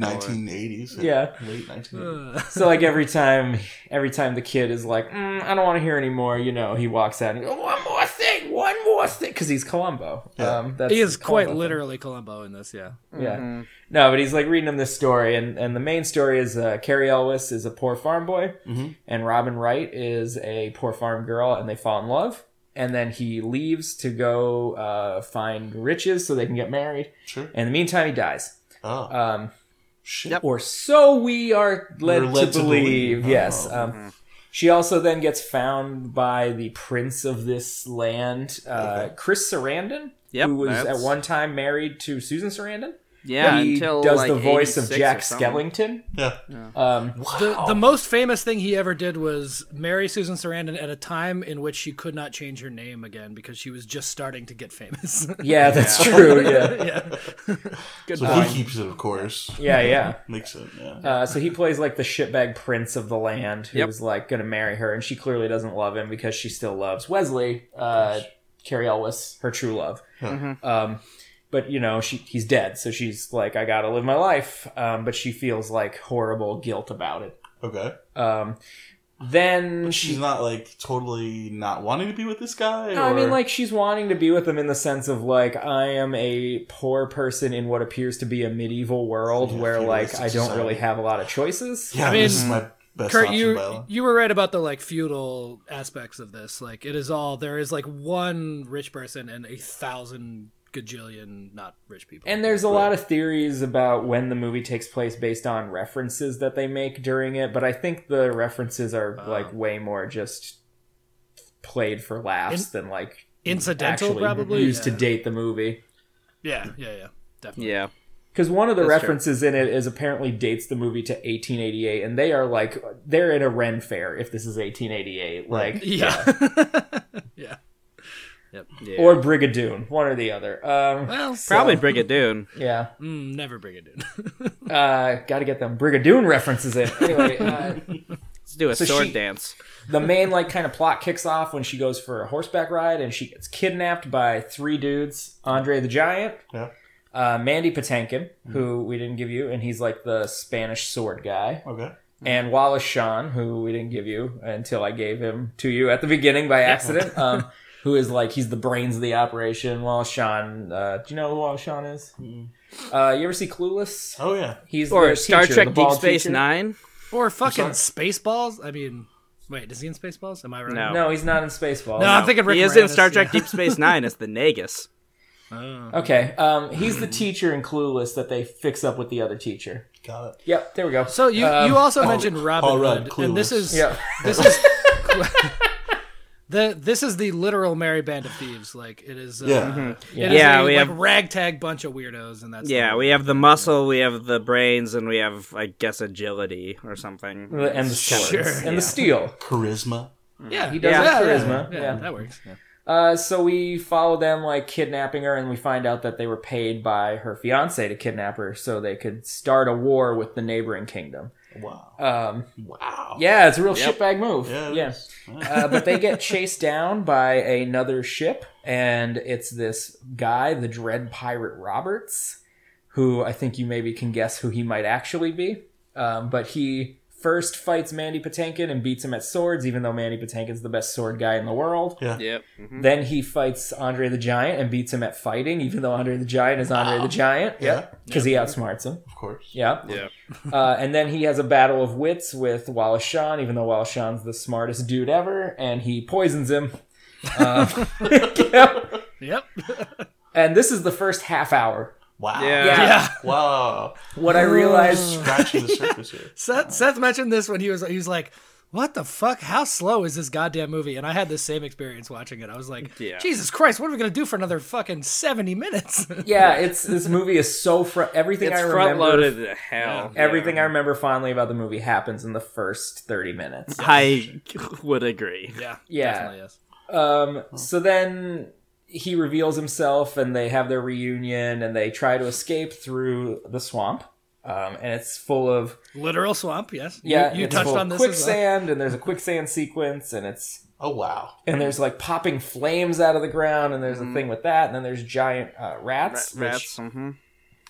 [SPEAKER 3] (laughs)
[SPEAKER 6] 1980s.
[SPEAKER 3] Yeah.
[SPEAKER 6] Late 1980s.
[SPEAKER 3] so like every time, every time the kid is like, mm, I don't want to hear anymore. You know, he walks out and goes, one more thing, one more thing, because he's Columbo. Um, that's
[SPEAKER 5] He is
[SPEAKER 3] the
[SPEAKER 5] quite
[SPEAKER 3] Columbo thing.
[SPEAKER 5] literally Columbo in this. Yeah.
[SPEAKER 3] Yeah.
[SPEAKER 4] Mm-hmm.
[SPEAKER 3] No, but he's like reading him this story, and, and the main story is uh, Carrie Elwes is a poor farm boy, and Robin Wright is a poor farm girl, and they fall in love. And then he leaves to go uh, find riches so they can get married.
[SPEAKER 6] Sure.
[SPEAKER 3] In the meantime, he dies.
[SPEAKER 6] Oh
[SPEAKER 3] Um,
[SPEAKER 6] shit.
[SPEAKER 3] or so we are led,
[SPEAKER 6] We're led
[SPEAKER 3] to,
[SPEAKER 6] to
[SPEAKER 3] believe.
[SPEAKER 6] believe.
[SPEAKER 3] Yes.
[SPEAKER 6] Oh.
[SPEAKER 3] Um, she also then gets found by the prince of this land, uh, Chris Sarandon,
[SPEAKER 4] Yep,
[SPEAKER 3] who was
[SPEAKER 4] that's-
[SPEAKER 3] at one time married to Susan Sarandon
[SPEAKER 4] Yeah,
[SPEAKER 3] he
[SPEAKER 4] until
[SPEAKER 3] does
[SPEAKER 4] like,
[SPEAKER 3] the voice of
[SPEAKER 4] 86 or
[SPEAKER 3] Jack
[SPEAKER 4] something.
[SPEAKER 3] Skellington.
[SPEAKER 6] Yeah.
[SPEAKER 3] Um,
[SPEAKER 5] The, the most famous thing he ever did was marry Susan Sarandon at a time in which she could not change her name again because she was just starting to get famous. (laughs)
[SPEAKER 3] yeah, that's true. Yeah,
[SPEAKER 5] yeah.
[SPEAKER 4] Good
[SPEAKER 6] So
[SPEAKER 4] point.
[SPEAKER 6] he keeps it, of course.
[SPEAKER 3] yeah, yeah.
[SPEAKER 6] Makes it. Yeah.
[SPEAKER 3] Uh, so he plays like the shitbag prince of the land who's
[SPEAKER 4] Yep.
[SPEAKER 3] like going to marry her, and she clearly doesn't love him because she still loves Wesley, uh, Carrie Elwes, her true love. Um, but you know, she he's dead, so she's like, I gotta live my life. Um, but she feels like horrible guilt about it.
[SPEAKER 6] okay.
[SPEAKER 3] Um, then
[SPEAKER 6] She's not like totally not wanting to be with this guy.
[SPEAKER 3] No, I mean,
[SPEAKER 6] or-
[SPEAKER 3] like she's wanting to be with him in the sense of like I am a poor person in what appears to be a medieval world
[SPEAKER 6] Yeah,
[SPEAKER 3] where like
[SPEAKER 6] feudalistic
[SPEAKER 3] I don't
[SPEAKER 6] society.
[SPEAKER 3] really have a lot of choices.
[SPEAKER 6] Yeah,
[SPEAKER 5] I mean,
[SPEAKER 6] this is my best
[SPEAKER 5] Kurt,
[SPEAKER 6] option
[SPEAKER 5] you
[SPEAKER 6] by a lot.
[SPEAKER 5] you were right about the like feudal aspects of this. Like it is all there is like one rich person and a thousand gajillion not rich people.
[SPEAKER 3] And there's a lot of theories about when the movie takes place based on references that they make during it, but I think the references are
[SPEAKER 5] Uh,
[SPEAKER 3] like way more just played for laughs than like
[SPEAKER 5] incidental
[SPEAKER 3] actually
[SPEAKER 5] probably
[SPEAKER 3] used
[SPEAKER 5] yeah.
[SPEAKER 3] to date the movie.
[SPEAKER 5] Yeah, yeah, yeah. Definitely.
[SPEAKER 4] Yeah,
[SPEAKER 3] Because one of the
[SPEAKER 4] That's true.
[SPEAKER 3] references in it is apparently dates the movie to 1888, and they are like they're in a Ren fair if this is 1888, like
[SPEAKER 5] Yeah. (laughs)
[SPEAKER 4] yeah.
[SPEAKER 3] or Brigadoon, one or the other. Um,
[SPEAKER 5] well,
[SPEAKER 4] probably Brigadoon.
[SPEAKER 3] yeah,
[SPEAKER 5] so- mm, never bring it in. (laughs)
[SPEAKER 3] uh, got to get them Brigadoon references in. Anyway, uh,
[SPEAKER 4] Let's do a
[SPEAKER 3] So
[SPEAKER 4] sword
[SPEAKER 3] she-
[SPEAKER 4] dance.
[SPEAKER 3] the main like kind of plot kicks off when she goes for a horseback ride and she gets kidnapped by three dudes: Andre the Giant,
[SPEAKER 6] Yeah.
[SPEAKER 3] uh, Mandy Patinkin, who we didn't give you, and he's like the Spanish sword guy.
[SPEAKER 6] Okay.
[SPEAKER 3] and Wallace Shawn, who we didn't give you until I gave him to you at the beginning by accident, um, who is like he's the brains of the operation. Well, Sean, uh, do you know who Wallace Shawn is? Uh, you ever see Clueless?
[SPEAKER 6] Oh yeah.
[SPEAKER 3] He's
[SPEAKER 4] Or
[SPEAKER 3] the
[SPEAKER 4] Star
[SPEAKER 3] teacher, the
[SPEAKER 4] Trek Deep
[SPEAKER 3] bald
[SPEAKER 4] Space
[SPEAKER 3] teacher.
[SPEAKER 4] Nine.
[SPEAKER 5] Or fucking Spaceballs. I mean, wait, is he in Spaceballs? Am I right?
[SPEAKER 4] No.
[SPEAKER 3] No, he's not in Spaceballs.
[SPEAKER 5] No, I'm thinking Rick
[SPEAKER 4] he is in
[SPEAKER 5] Moranis,
[SPEAKER 4] Star Trek
[SPEAKER 5] yeah. Oh.
[SPEAKER 4] Deep
[SPEAKER 5] (laughs)
[SPEAKER 4] Space Nine as the Negus.
[SPEAKER 3] Okay, um, he's the teacher in Clueless that they fix up with the other teacher.
[SPEAKER 6] Got it.
[SPEAKER 3] Yep, there we go.
[SPEAKER 5] So you you also mentioned Robin
[SPEAKER 6] Um, Paul Rudd,
[SPEAKER 5] Hood, and this
[SPEAKER 6] Clueless.
[SPEAKER 5] is
[SPEAKER 3] yeah,
[SPEAKER 5] this is (laughs) the this is the literal Merry Band of Thieves. Like it is. Uh,
[SPEAKER 6] Yeah.
[SPEAKER 5] it is
[SPEAKER 4] Mm-hmm. Yeah,
[SPEAKER 5] a,
[SPEAKER 4] we
[SPEAKER 5] like,
[SPEAKER 4] have-
[SPEAKER 5] ragtag bunch of weirdos, and that's
[SPEAKER 4] Yeah,
[SPEAKER 5] the-
[SPEAKER 4] we have the muscle, we have the brains, and we have, I guess, agility or something.
[SPEAKER 3] and the swords
[SPEAKER 5] Sure.
[SPEAKER 3] and the steel.
[SPEAKER 6] Charisma.
[SPEAKER 5] yeah,
[SPEAKER 3] He does
[SPEAKER 5] yeah,
[SPEAKER 3] have
[SPEAKER 5] yeah,
[SPEAKER 3] charisma.
[SPEAKER 5] Yeah,
[SPEAKER 3] Yeah.
[SPEAKER 5] that works.
[SPEAKER 3] Uh, so we follow them like kidnapping her, and we find out that they were paid by her fiance to kidnap her, so they could start a war with the neighboring kingdom.
[SPEAKER 6] Wow.
[SPEAKER 3] Um,
[SPEAKER 6] wow.
[SPEAKER 3] yeah, it's a real shitbag move.
[SPEAKER 6] Yeah,
[SPEAKER 3] Yeah,
[SPEAKER 6] it is.
[SPEAKER 3] uh, but they get chased down by another ship, and it's this guy, the Dread Pirate Roberts, who I think you maybe can guess who he might actually be. Um, but he first fights Mandy Patinkin and beats him at swords, even though Mandy Patinkin's the best sword guy in the world.
[SPEAKER 6] Yeah.
[SPEAKER 4] Yep.
[SPEAKER 6] Mm-hmm.
[SPEAKER 3] Then he fights Andre the Giant and beats him at fighting, even though Andre the Giant is Andre the Giant.
[SPEAKER 6] Ah. Yeah.
[SPEAKER 3] Because he outsmarts him.
[SPEAKER 6] Of course.
[SPEAKER 3] Yeah.
[SPEAKER 4] Yeah.
[SPEAKER 3] (laughs) uh, and then he has a battle of wits with Wallace Shawn, even though Wallace Shawn's the smartest dude ever, and he poisons him. Uh, (laughs) yeah.
[SPEAKER 5] Yep.
[SPEAKER 3] And this is the first half hour.
[SPEAKER 6] Wow.
[SPEAKER 4] Yeah.
[SPEAKER 5] (laughs) Yeah.
[SPEAKER 6] Wow.
[SPEAKER 3] What I realized.
[SPEAKER 6] Scratching the surface here.
[SPEAKER 5] Seth, Seth mentioned this when he was he was like, "What the fuck? How slow is this goddamn movie?" And I had the same experience watching it. I was like,
[SPEAKER 4] Yeah.
[SPEAKER 5] "Jesus Christ, what are we gonna do for another fucking seventy minutes?" (laughs)
[SPEAKER 3] Yeah, it's this movie is so front. Everything
[SPEAKER 4] It's
[SPEAKER 3] I
[SPEAKER 4] front
[SPEAKER 3] remember,
[SPEAKER 4] loaded to hell.
[SPEAKER 3] everything I remember fondly about the movie happens in the first thirty minutes.
[SPEAKER 4] I (laughs) would agree.
[SPEAKER 5] yeah,
[SPEAKER 3] Yeah.
[SPEAKER 5] definitely is.
[SPEAKER 3] Um, so then he reveals himself and they have their reunion and they try to escape through the swamp. Um, and it's full of
[SPEAKER 5] Literal swamp. Yes. You-
[SPEAKER 3] yeah,
[SPEAKER 5] You,
[SPEAKER 3] it's
[SPEAKER 5] touched
[SPEAKER 3] full of
[SPEAKER 5] on this. as well.
[SPEAKER 3] quicksand and there's a quicksand sequence and it's
[SPEAKER 6] Oh wow.
[SPEAKER 3] and there's like popping flames out of the ground and there's a thing with that and then there's giant uh, rats,
[SPEAKER 4] Mm. Rats.
[SPEAKER 3] which
[SPEAKER 4] hmm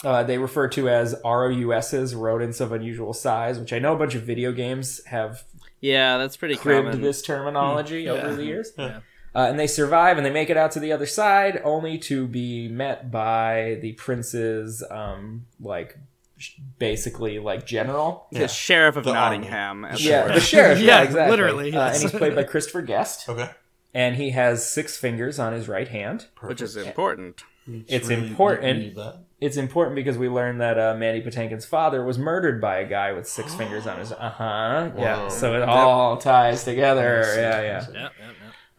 [SPEAKER 3] uh, they refer to as ROUSs, rodents of unusual size, which I know a bunch of video games have
[SPEAKER 4] Yeah, that's pretty
[SPEAKER 3] cribbed
[SPEAKER 4] common.
[SPEAKER 3] this terminology over
[SPEAKER 5] Mm. Yeah.
[SPEAKER 3] the years.
[SPEAKER 5] Yeah.
[SPEAKER 3] Uh, and they survive and they make it out to the other side, only to be met by the prince's, um, like, sh- basically, like, general.
[SPEAKER 4] The sheriff of
[SPEAKER 6] The army.
[SPEAKER 4] Nottingham. as it
[SPEAKER 3] Yeah,
[SPEAKER 4] were.
[SPEAKER 3] the
[SPEAKER 5] (laughs)
[SPEAKER 3] sheriff. yeah,
[SPEAKER 5] Yeah,
[SPEAKER 3] exactly.
[SPEAKER 5] literally,
[SPEAKER 3] Uh,
[SPEAKER 5] yes.
[SPEAKER 3] and he's played
[SPEAKER 5] (laughs)
[SPEAKER 3] by Christopher Guest,
[SPEAKER 6] Okay.
[SPEAKER 3] and he has six fingers on his right hand.
[SPEAKER 4] which is important.
[SPEAKER 3] It's
[SPEAKER 6] really-
[SPEAKER 3] important.
[SPEAKER 6] you need that.
[SPEAKER 3] It's important because we learned that uh, Mandy Patinkin's father was murdered by a guy with six fingers on his. Uh huh. Yeah.
[SPEAKER 6] Whoa.
[SPEAKER 3] So it all ties together. Yeah, yeah.
[SPEAKER 5] Yeah, yeah, yeah.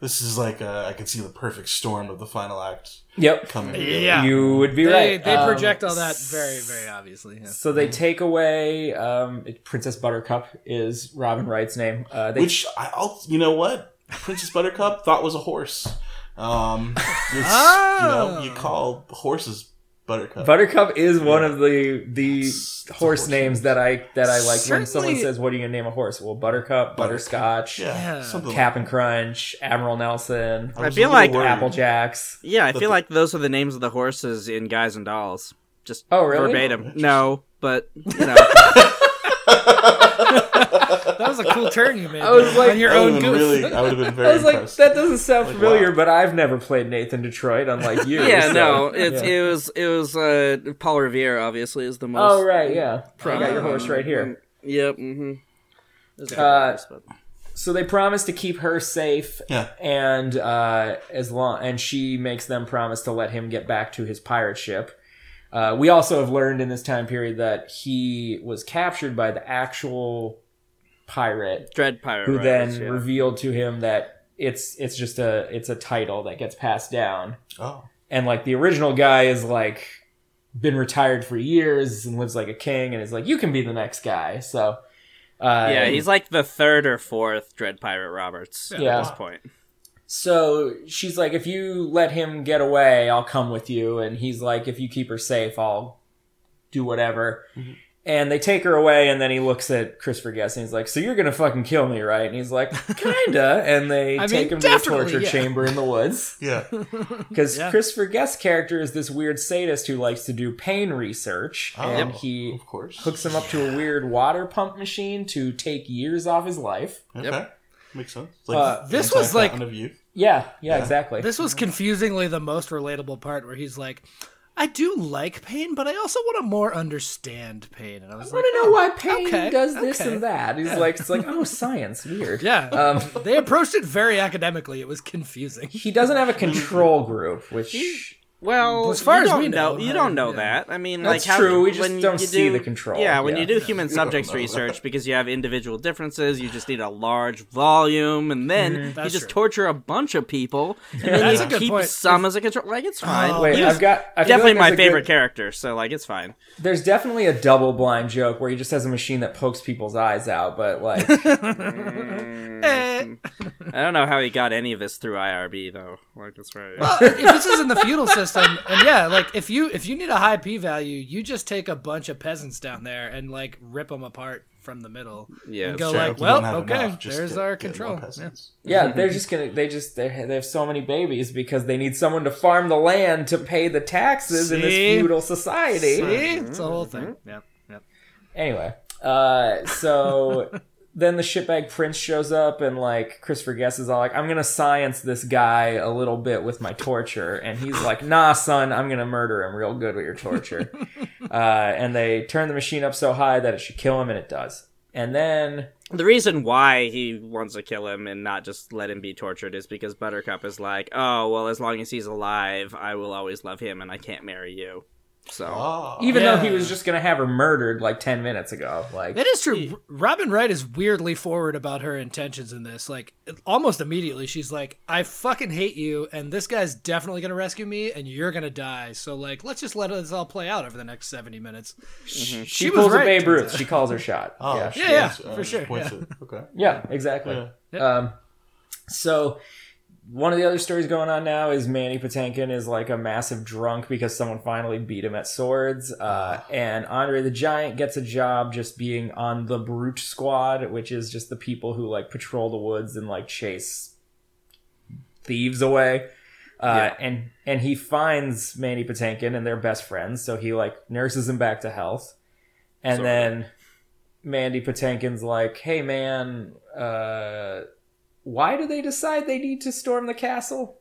[SPEAKER 6] This is like uh, I can see the perfect storm of the final act
[SPEAKER 3] Yep.
[SPEAKER 6] coming.
[SPEAKER 5] Yeah.
[SPEAKER 3] You would be
[SPEAKER 5] They,
[SPEAKER 3] right.
[SPEAKER 5] they
[SPEAKER 3] Um,
[SPEAKER 5] project all that very, very obviously. Yeah.
[SPEAKER 3] So they take away um, it- Princess Buttercup is Robin Wright's name. Uh, they,
[SPEAKER 6] Which I, I'll, you know what, Princess Buttercup thought was a horse. Um, it's,
[SPEAKER 5] Oh.
[SPEAKER 6] you know, you call horses Buttercup.
[SPEAKER 3] Buttercup is one of the the
[SPEAKER 6] It's- it's a
[SPEAKER 3] horse
[SPEAKER 6] horse
[SPEAKER 3] names that I that I like. When someone
[SPEAKER 5] Certainly-
[SPEAKER 3] says, "What do you name a horse?" Well, Buttercup, Butterscotch,
[SPEAKER 6] yeah,
[SPEAKER 5] Yeah.
[SPEAKER 6] something.
[SPEAKER 3] Cap and Crunch, Admiral Nelson,
[SPEAKER 6] was
[SPEAKER 4] feel
[SPEAKER 6] a little
[SPEAKER 4] like
[SPEAKER 6] worried.
[SPEAKER 3] Apple Jacks.
[SPEAKER 4] (laughs) Yeah, I
[SPEAKER 6] But
[SPEAKER 4] feel
[SPEAKER 6] the-
[SPEAKER 4] like those are the names of the horses in Guys and Dolls. Just
[SPEAKER 3] Oh, really?
[SPEAKER 4] verbatim.
[SPEAKER 6] Interesting.
[SPEAKER 4] No, but
[SPEAKER 3] (laughs)
[SPEAKER 4] you know,
[SPEAKER 5] That was a
[SPEAKER 3] (laughs)
[SPEAKER 5] cool turn you made.
[SPEAKER 3] I was
[SPEAKER 5] there,
[SPEAKER 3] like-
[SPEAKER 5] on your
[SPEAKER 6] I would
[SPEAKER 5] own
[SPEAKER 6] have
[SPEAKER 5] goof.
[SPEAKER 6] been really, I would have
[SPEAKER 5] (laughs)
[SPEAKER 6] been very
[SPEAKER 3] I was like,
[SPEAKER 6] impressed.
[SPEAKER 3] that doesn't sound
[SPEAKER 6] wow.
[SPEAKER 3] familiar, but I've never played Nathan Detroit, unlike you.
[SPEAKER 4] (laughs) yeah,
[SPEAKER 3] so-
[SPEAKER 4] no, it's
[SPEAKER 3] yeah.
[SPEAKER 4] it was it was uh, Paul Revere obviously is the most.
[SPEAKER 3] Oh right, yeah. I got your horse right here.
[SPEAKER 4] Yep. Mm-hmm.
[SPEAKER 3] Uh, so they promise to keep her safe
[SPEAKER 6] Yeah.
[SPEAKER 3] and uh, as long and she makes them promise to let him get back to his pirate ship uh, we also have learned in this time period that he was captured by the actual pirate
[SPEAKER 4] Dread Pirate.
[SPEAKER 3] who
[SPEAKER 4] Roberts,
[SPEAKER 3] then
[SPEAKER 4] yeah.
[SPEAKER 3] revealed to him that it's it's just a it's a title that gets passed down
[SPEAKER 6] oh,
[SPEAKER 3] and like the original guy is like been retired for years and lives like a king and is like you can be the next guy so uh,
[SPEAKER 4] yeah, he's like the third or fourth Dread Pirate Roberts
[SPEAKER 3] Yeah.
[SPEAKER 4] at this point.
[SPEAKER 3] So she's like, if you let him get away, I'll come with you. And he's like, if you keep her safe, I'll do whatever.
[SPEAKER 4] Mm-hmm.
[SPEAKER 3] And they take her away, and then he looks at Christopher Guest and he's like, So you're gonna fucking kill me, right? And he's
[SPEAKER 4] (laughs)
[SPEAKER 3] like, Kinda. and they
[SPEAKER 5] I
[SPEAKER 3] take
[SPEAKER 5] mean,
[SPEAKER 3] him to a
[SPEAKER 5] definitely,
[SPEAKER 3] torture
[SPEAKER 5] yeah.
[SPEAKER 3] chamber in the woods.
[SPEAKER 5] (laughs)
[SPEAKER 6] yeah,
[SPEAKER 3] Because
[SPEAKER 5] Yeah.
[SPEAKER 3] Christopher Guest's character is this weird sadist who likes to do pain research.
[SPEAKER 6] Oh,
[SPEAKER 3] and he
[SPEAKER 6] of course.
[SPEAKER 3] hooks him up to a weird water pump machine to take years off his life.
[SPEAKER 6] Okay, makes sense.
[SPEAKER 3] Uh,
[SPEAKER 5] this was like-
[SPEAKER 6] anti-fountain of youth.
[SPEAKER 3] Yeah, yeah, exactly.
[SPEAKER 5] This was confusingly the most relatable part where he's like, I do like pain, but I also want to more understand pain. And I was
[SPEAKER 3] I
[SPEAKER 5] like,
[SPEAKER 3] want to know
[SPEAKER 5] "Oh,
[SPEAKER 3] why pain
[SPEAKER 5] okay,
[SPEAKER 3] does this
[SPEAKER 5] okay."
[SPEAKER 3] and that. He's like, it's like, oh, science, weird.
[SPEAKER 5] Yeah.
[SPEAKER 3] Um,
[SPEAKER 5] (laughs) they approached it very academically. It was confusing.
[SPEAKER 3] he doesn't have a control group, which
[SPEAKER 4] Well,
[SPEAKER 5] as far
[SPEAKER 4] you
[SPEAKER 5] as
[SPEAKER 4] don't
[SPEAKER 5] we know,
[SPEAKER 4] you
[SPEAKER 5] I-
[SPEAKER 4] don't know
[SPEAKER 5] yeah.
[SPEAKER 4] that. I mean,
[SPEAKER 3] That's
[SPEAKER 4] like how,
[SPEAKER 3] true, we just
[SPEAKER 4] when
[SPEAKER 3] don't
[SPEAKER 4] you
[SPEAKER 3] see
[SPEAKER 4] do-
[SPEAKER 3] the control,
[SPEAKER 4] Yeah, when
[SPEAKER 3] yeah.
[SPEAKER 4] you
[SPEAKER 3] (laughs)
[SPEAKER 4] do human subjects research, because you have individual differences, you just need a large volume, and then
[SPEAKER 3] Mm-hmm.
[SPEAKER 4] you
[SPEAKER 5] That's
[SPEAKER 4] just
[SPEAKER 5] true.
[SPEAKER 4] torture a bunch of people, and then
[SPEAKER 5] That's a
[SPEAKER 4] you
[SPEAKER 5] good
[SPEAKER 4] keep
[SPEAKER 5] point.
[SPEAKER 4] some as a control. Like it's fine.
[SPEAKER 5] Oh,
[SPEAKER 3] wait,
[SPEAKER 4] He was
[SPEAKER 3] I've got I feel
[SPEAKER 4] definitely
[SPEAKER 3] like
[SPEAKER 4] my
[SPEAKER 3] there's a
[SPEAKER 4] favorite
[SPEAKER 3] good-
[SPEAKER 4] character, so like it's fine.
[SPEAKER 3] There's definitely a double blind joke where he just has a machine that pokes people's eyes out, but like
[SPEAKER 5] Eh.
[SPEAKER 4] I don't know how he got any of this through IRB though. Like it's right.
[SPEAKER 5] (laughs) Well, uh, if this is in the feudal system, and yeah, like if you if you need a high p value, you just take a bunch of peasants down there and like rip them apart from the middle.
[SPEAKER 4] Yeah,
[SPEAKER 5] and go
[SPEAKER 4] that's true.
[SPEAKER 5] like,
[SPEAKER 6] You
[SPEAKER 5] well,
[SPEAKER 6] don't have
[SPEAKER 5] okay,
[SPEAKER 6] enough, just
[SPEAKER 5] there's
[SPEAKER 6] get-
[SPEAKER 5] our
[SPEAKER 6] get more
[SPEAKER 5] control. Yeah.
[SPEAKER 6] peasants.
[SPEAKER 5] (laughs)
[SPEAKER 3] Yeah, they're just gonna. They just they they have so many babies because they need someone to farm the land to pay the taxes in this
[SPEAKER 5] See?
[SPEAKER 3] feudal society.
[SPEAKER 5] See, it's a whole thing. Yep, yep.
[SPEAKER 3] Anyway, uh,
[SPEAKER 5] (laughs)
[SPEAKER 3] so then the shitbag prince shows up and like Christopher Guest is all like, "I'm gonna science this guy a little bit with my torture," and he's like, "Nah, son, I'm gonna murder him real good with your
[SPEAKER 5] (laughs)
[SPEAKER 3] torture." uh, and they turn the machine up so high that it should kill him, and it does. And then
[SPEAKER 4] The reason why he wants to kill him and not just let him be tortured is because Buttercup is like, oh, well, as long as he's alive, I will always love him and I can't marry you. So,
[SPEAKER 6] Ah.
[SPEAKER 3] even though
[SPEAKER 5] Yeah.
[SPEAKER 3] he was just gonna have her murdered like ten minutes ago, like
[SPEAKER 5] That is true. Robin Wright is weirdly forward about her intentions in this. Like, almost immediately, she's like, I fucking hate you, and this guy's definitely going to rescue me, and you're going to die. So, like, let's just let this all play out over the next 70 minutes. She,
[SPEAKER 3] Mm-hmm. she, pulls a Babe
[SPEAKER 5] turns
[SPEAKER 3] Ruth.
[SPEAKER 5] out.
[SPEAKER 3] She calls her shot.
[SPEAKER 6] (laughs) Oh,
[SPEAKER 3] yeah,
[SPEAKER 6] she
[SPEAKER 5] Yeah, yeah,
[SPEAKER 6] is, uh,
[SPEAKER 5] for sure,
[SPEAKER 6] points
[SPEAKER 5] yeah.
[SPEAKER 6] it. Okay.
[SPEAKER 3] yeah, exactly.
[SPEAKER 6] Yeah.
[SPEAKER 3] Um, so one of the other stories going on now is Manny Patinkin is like a massive drunk because someone finally beat him at swords,
[SPEAKER 6] (sighs)
[SPEAKER 3] uh, and Andre the Giant gets a job just being on the Brute Squad, which is just the people who like patrol the woods and like chase thieves away. Uh, and and he finds Manny Patinkin and they're best friends, so he like nurses him back to health, and
[SPEAKER 4] Sorry.
[SPEAKER 3] then Mandy Patinkin's like, "Hey man, uh, why do they decide they need to storm the castle?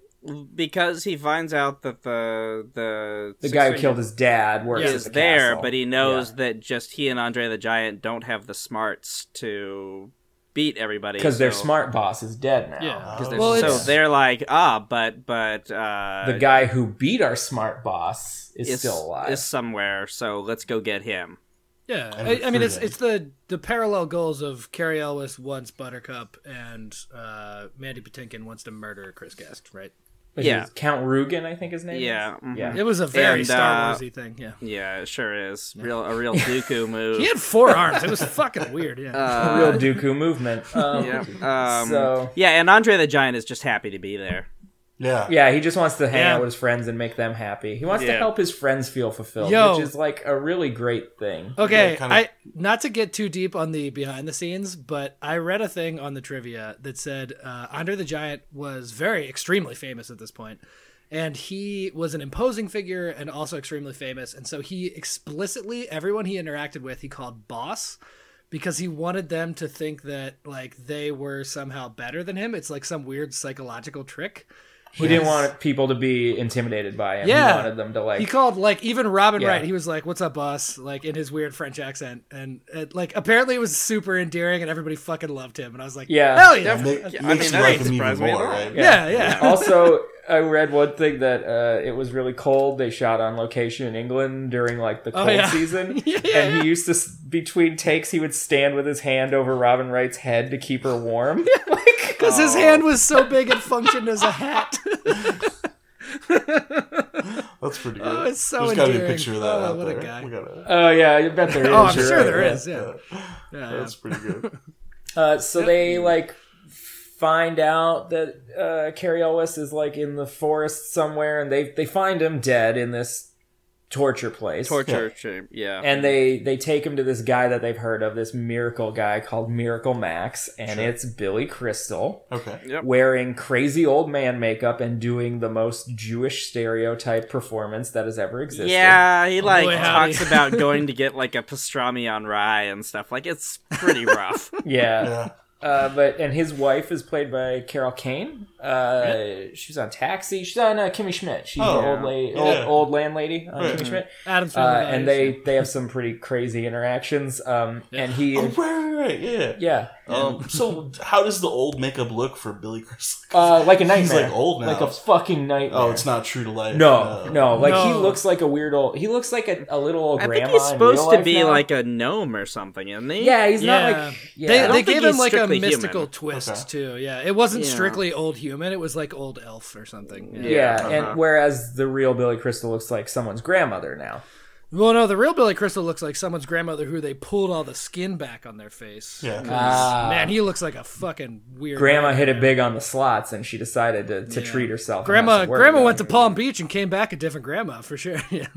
[SPEAKER 4] because he finds out that the the
[SPEAKER 3] The guy who
[SPEAKER 4] six-fingered
[SPEAKER 3] killed his dad works
[SPEAKER 5] Yeah.
[SPEAKER 3] at
[SPEAKER 4] is
[SPEAKER 3] the
[SPEAKER 4] there,
[SPEAKER 3] castle.
[SPEAKER 4] but he knows that just he and Andre the Giant don't have the smarts to beat everybody
[SPEAKER 3] because their
[SPEAKER 4] so-
[SPEAKER 3] smart boss is dead now.
[SPEAKER 5] Yeah.
[SPEAKER 6] Uh,
[SPEAKER 4] Because they're,
[SPEAKER 5] Well,
[SPEAKER 4] so
[SPEAKER 5] it's-
[SPEAKER 4] they're like, ah, but but uh,
[SPEAKER 3] The guy who beat our smart boss is, still alive.
[SPEAKER 4] is somewhere, so let's go get him.
[SPEAKER 5] Yeah,
[SPEAKER 6] And
[SPEAKER 5] I, I mean,
[SPEAKER 6] recruit
[SPEAKER 5] it's
[SPEAKER 6] him.
[SPEAKER 5] it's the the parallel goals of Carrie Elwes wants Buttercup, and uh, Mandy Patinkin wants to murder Chris Guest. Right?
[SPEAKER 3] Which
[SPEAKER 4] yeah.
[SPEAKER 3] is Count Rugen, I think his name.
[SPEAKER 4] Yeah,
[SPEAKER 3] is?
[SPEAKER 4] mhm.
[SPEAKER 5] It
[SPEAKER 3] yeah.
[SPEAKER 5] was a very
[SPEAKER 4] And,
[SPEAKER 5] Star
[SPEAKER 4] uh,
[SPEAKER 5] Warsy thing. Yeah,
[SPEAKER 4] Yeah, it sure is. Real a
[SPEAKER 3] (laughs)
[SPEAKER 4] real Dooku move.
[SPEAKER 5] he had four arms. It was fucking weird. Yeah.
[SPEAKER 4] Uh,
[SPEAKER 3] Real Dooku
[SPEAKER 4] (laughs)
[SPEAKER 3] movement. Um,
[SPEAKER 4] yeah. Um,
[SPEAKER 3] So-
[SPEAKER 4] yeah, and Andre the Giant is just happy to be there.
[SPEAKER 6] Yeah.
[SPEAKER 3] Yeah, he just wants to hang
[SPEAKER 5] Yeah.
[SPEAKER 3] out with his friends and make them happy. He wants to
[SPEAKER 4] Yeah.
[SPEAKER 3] help his friends feel fulfilled,
[SPEAKER 5] Yo.
[SPEAKER 3] which is like a really great thing.
[SPEAKER 5] Okay,
[SPEAKER 6] Yeah, kind of-
[SPEAKER 5] I not to get too deep on the behind the scenes, but I read a thing on the trivia that said uh, Andre the Giant was very extremely famous at this point, and he was an imposing figure and also extremely famous, and so he explicitly everyone he interacted with he called boss because he wanted them to think that like they were somehow better than him. It's like some weird psychological trick.
[SPEAKER 3] He didn't want people to be intimidated by him.
[SPEAKER 5] Yeah.
[SPEAKER 3] He wanted them to like
[SPEAKER 5] He called like even Robin
[SPEAKER 3] Yeah.
[SPEAKER 5] Wright. He was like, "What's up, boss?" Like in his weird French accent, and uh, like apparently it was super endearing, and everybody fucking loved him. And I was like,
[SPEAKER 3] Yeah.
[SPEAKER 5] hell yeah,
[SPEAKER 6] Ma-
[SPEAKER 5] yeah,
[SPEAKER 4] I
[SPEAKER 6] makes
[SPEAKER 4] mean,
[SPEAKER 6] you
[SPEAKER 4] that
[SPEAKER 6] like
[SPEAKER 4] ain't
[SPEAKER 6] him even
[SPEAKER 4] surprised me at
[SPEAKER 6] more,
[SPEAKER 4] all.
[SPEAKER 6] right?
[SPEAKER 5] yeah." (laughs)
[SPEAKER 3] also, I read one thing that uh, it was really cold. They shot on location in England during like the
[SPEAKER 5] Oh,
[SPEAKER 3] cold
[SPEAKER 5] yeah.
[SPEAKER 3] season,
[SPEAKER 5] (laughs) Yeah,
[SPEAKER 3] and
[SPEAKER 5] yeah.
[SPEAKER 3] he used to s- between takes he would stand with his hand over Robin Wright's head to keep her
[SPEAKER 5] (laughs)
[SPEAKER 3] warm. like,
[SPEAKER 5] Because his hand was so big it functioned as a hat. (laughs)
[SPEAKER 6] That's pretty good.
[SPEAKER 5] Oh, it's so
[SPEAKER 6] There's gotta be a
[SPEAKER 5] endearing.
[SPEAKER 6] picture of that
[SPEAKER 5] Oh,
[SPEAKER 6] out
[SPEAKER 5] what a
[SPEAKER 6] there.
[SPEAKER 5] guy.
[SPEAKER 6] We gotta,
[SPEAKER 3] oh yeah, you bet there is.
[SPEAKER 5] (laughs) oh, I'm
[SPEAKER 3] you're
[SPEAKER 5] sure
[SPEAKER 3] right,
[SPEAKER 5] there
[SPEAKER 3] yeah.
[SPEAKER 5] is. Yeah, yeah.
[SPEAKER 6] That's
[SPEAKER 5] (laughs)
[SPEAKER 6] pretty good.
[SPEAKER 3] Uh, so they like find out that uh, Carrie Elwes is like in the forest somewhere, and they they find him dead in this torture place.
[SPEAKER 4] Torture chamber. Yeah.
[SPEAKER 3] and they they take him to this guy that they've heard of this miracle guy called miracle max and it's billy crystal
[SPEAKER 6] Okay.
[SPEAKER 4] Yep.
[SPEAKER 3] wearing crazy old man makeup and doing the most jewish stereotype performance that has ever existed
[SPEAKER 4] yeah, he like
[SPEAKER 5] Oh, boy, howdy.
[SPEAKER 4] talks
[SPEAKER 5] (laughs)
[SPEAKER 4] about going to get like a pastrami on rye and stuff.
[SPEAKER 3] (laughs)
[SPEAKER 4] Like it's pretty rough.
[SPEAKER 3] (laughs) yeah,
[SPEAKER 6] Yeah.
[SPEAKER 3] Uh, but and his wife is played by carol kane Uh, she was on Taxi. She's on uh, Kimmy Schmidt. She's
[SPEAKER 6] Oh,
[SPEAKER 3] the old, lady,
[SPEAKER 6] yeah.
[SPEAKER 3] old,
[SPEAKER 6] Yeah.
[SPEAKER 3] old landlady on
[SPEAKER 6] Right.
[SPEAKER 3] Kimmy Schmidt.
[SPEAKER 5] Adam's from the
[SPEAKER 3] Uh,
[SPEAKER 5] Values.
[SPEAKER 3] and they they have some pretty crazy interactions. Um, and he,
[SPEAKER 6] Oh, right, right, right, yeah.
[SPEAKER 3] yeah,
[SPEAKER 6] Um, so how does the old makeup look for Billy Crystal?
[SPEAKER 3] (laughs) uh, like a nightmare.
[SPEAKER 6] He's like old now.
[SPEAKER 3] like a fucking nightmare.
[SPEAKER 6] oh, it's not true to life.
[SPEAKER 4] (laughs)
[SPEAKER 3] No, no, like he
[SPEAKER 5] No.
[SPEAKER 3] looks like a weird old. He looks like a, a little old
[SPEAKER 4] I
[SPEAKER 3] grandma.
[SPEAKER 4] think he's
[SPEAKER 3] in
[SPEAKER 4] supposed
[SPEAKER 3] real
[SPEAKER 4] to
[SPEAKER 3] life
[SPEAKER 4] be
[SPEAKER 3] now.
[SPEAKER 4] like a gnome or something, isn't he?
[SPEAKER 3] Yeah, he's not
[SPEAKER 5] yeah.
[SPEAKER 3] like. Yeah,
[SPEAKER 5] they,
[SPEAKER 3] I don't
[SPEAKER 5] they
[SPEAKER 4] think
[SPEAKER 5] gave
[SPEAKER 4] he's
[SPEAKER 5] him like a
[SPEAKER 4] strictly
[SPEAKER 5] mystical
[SPEAKER 4] human.
[SPEAKER 5] twist
[SPEAKER 6] Okay.
[SPEAKER 5] too. Yeah, it wasn't
[SPEAKER 4] Yeah.
[SPEAKER 5] strictly old human. It was like old elf or something. Yeah.
[SPEAKER 3] Yeah,
[SPEAKER 4] Yeah, uh-huh.
[SPEAKER 3] and whereas the real Billy Crystal looks like someone's grandmother now.
[SPEAKER 5] Well, no, the real Billy Crystal looks like someone's grandmother who they pulled all the skin back on their face.
[SPEAKER 6] Yeah.
[SPEAKER 3] Uh,
[SPEAKER 5] Man, he looks like a fucking weird
[SPEAKER 3] grandma
[SPEAKER 5] guy.
[SPEAKER 3] hit it big on the slots, and she decided to, to
[SPEAKER 5] Yeah.
[SPEAKER 3] treat herself. and
[SPEAKER 5] Grandma,
[SPEAKER 3] that's what we're
[SPEAKER 5] grandma
[SPEAKER 3] doing.
[SPEAKER 5] went to Palm Beach and came back a different grandma for sure. (laughs) Yeah.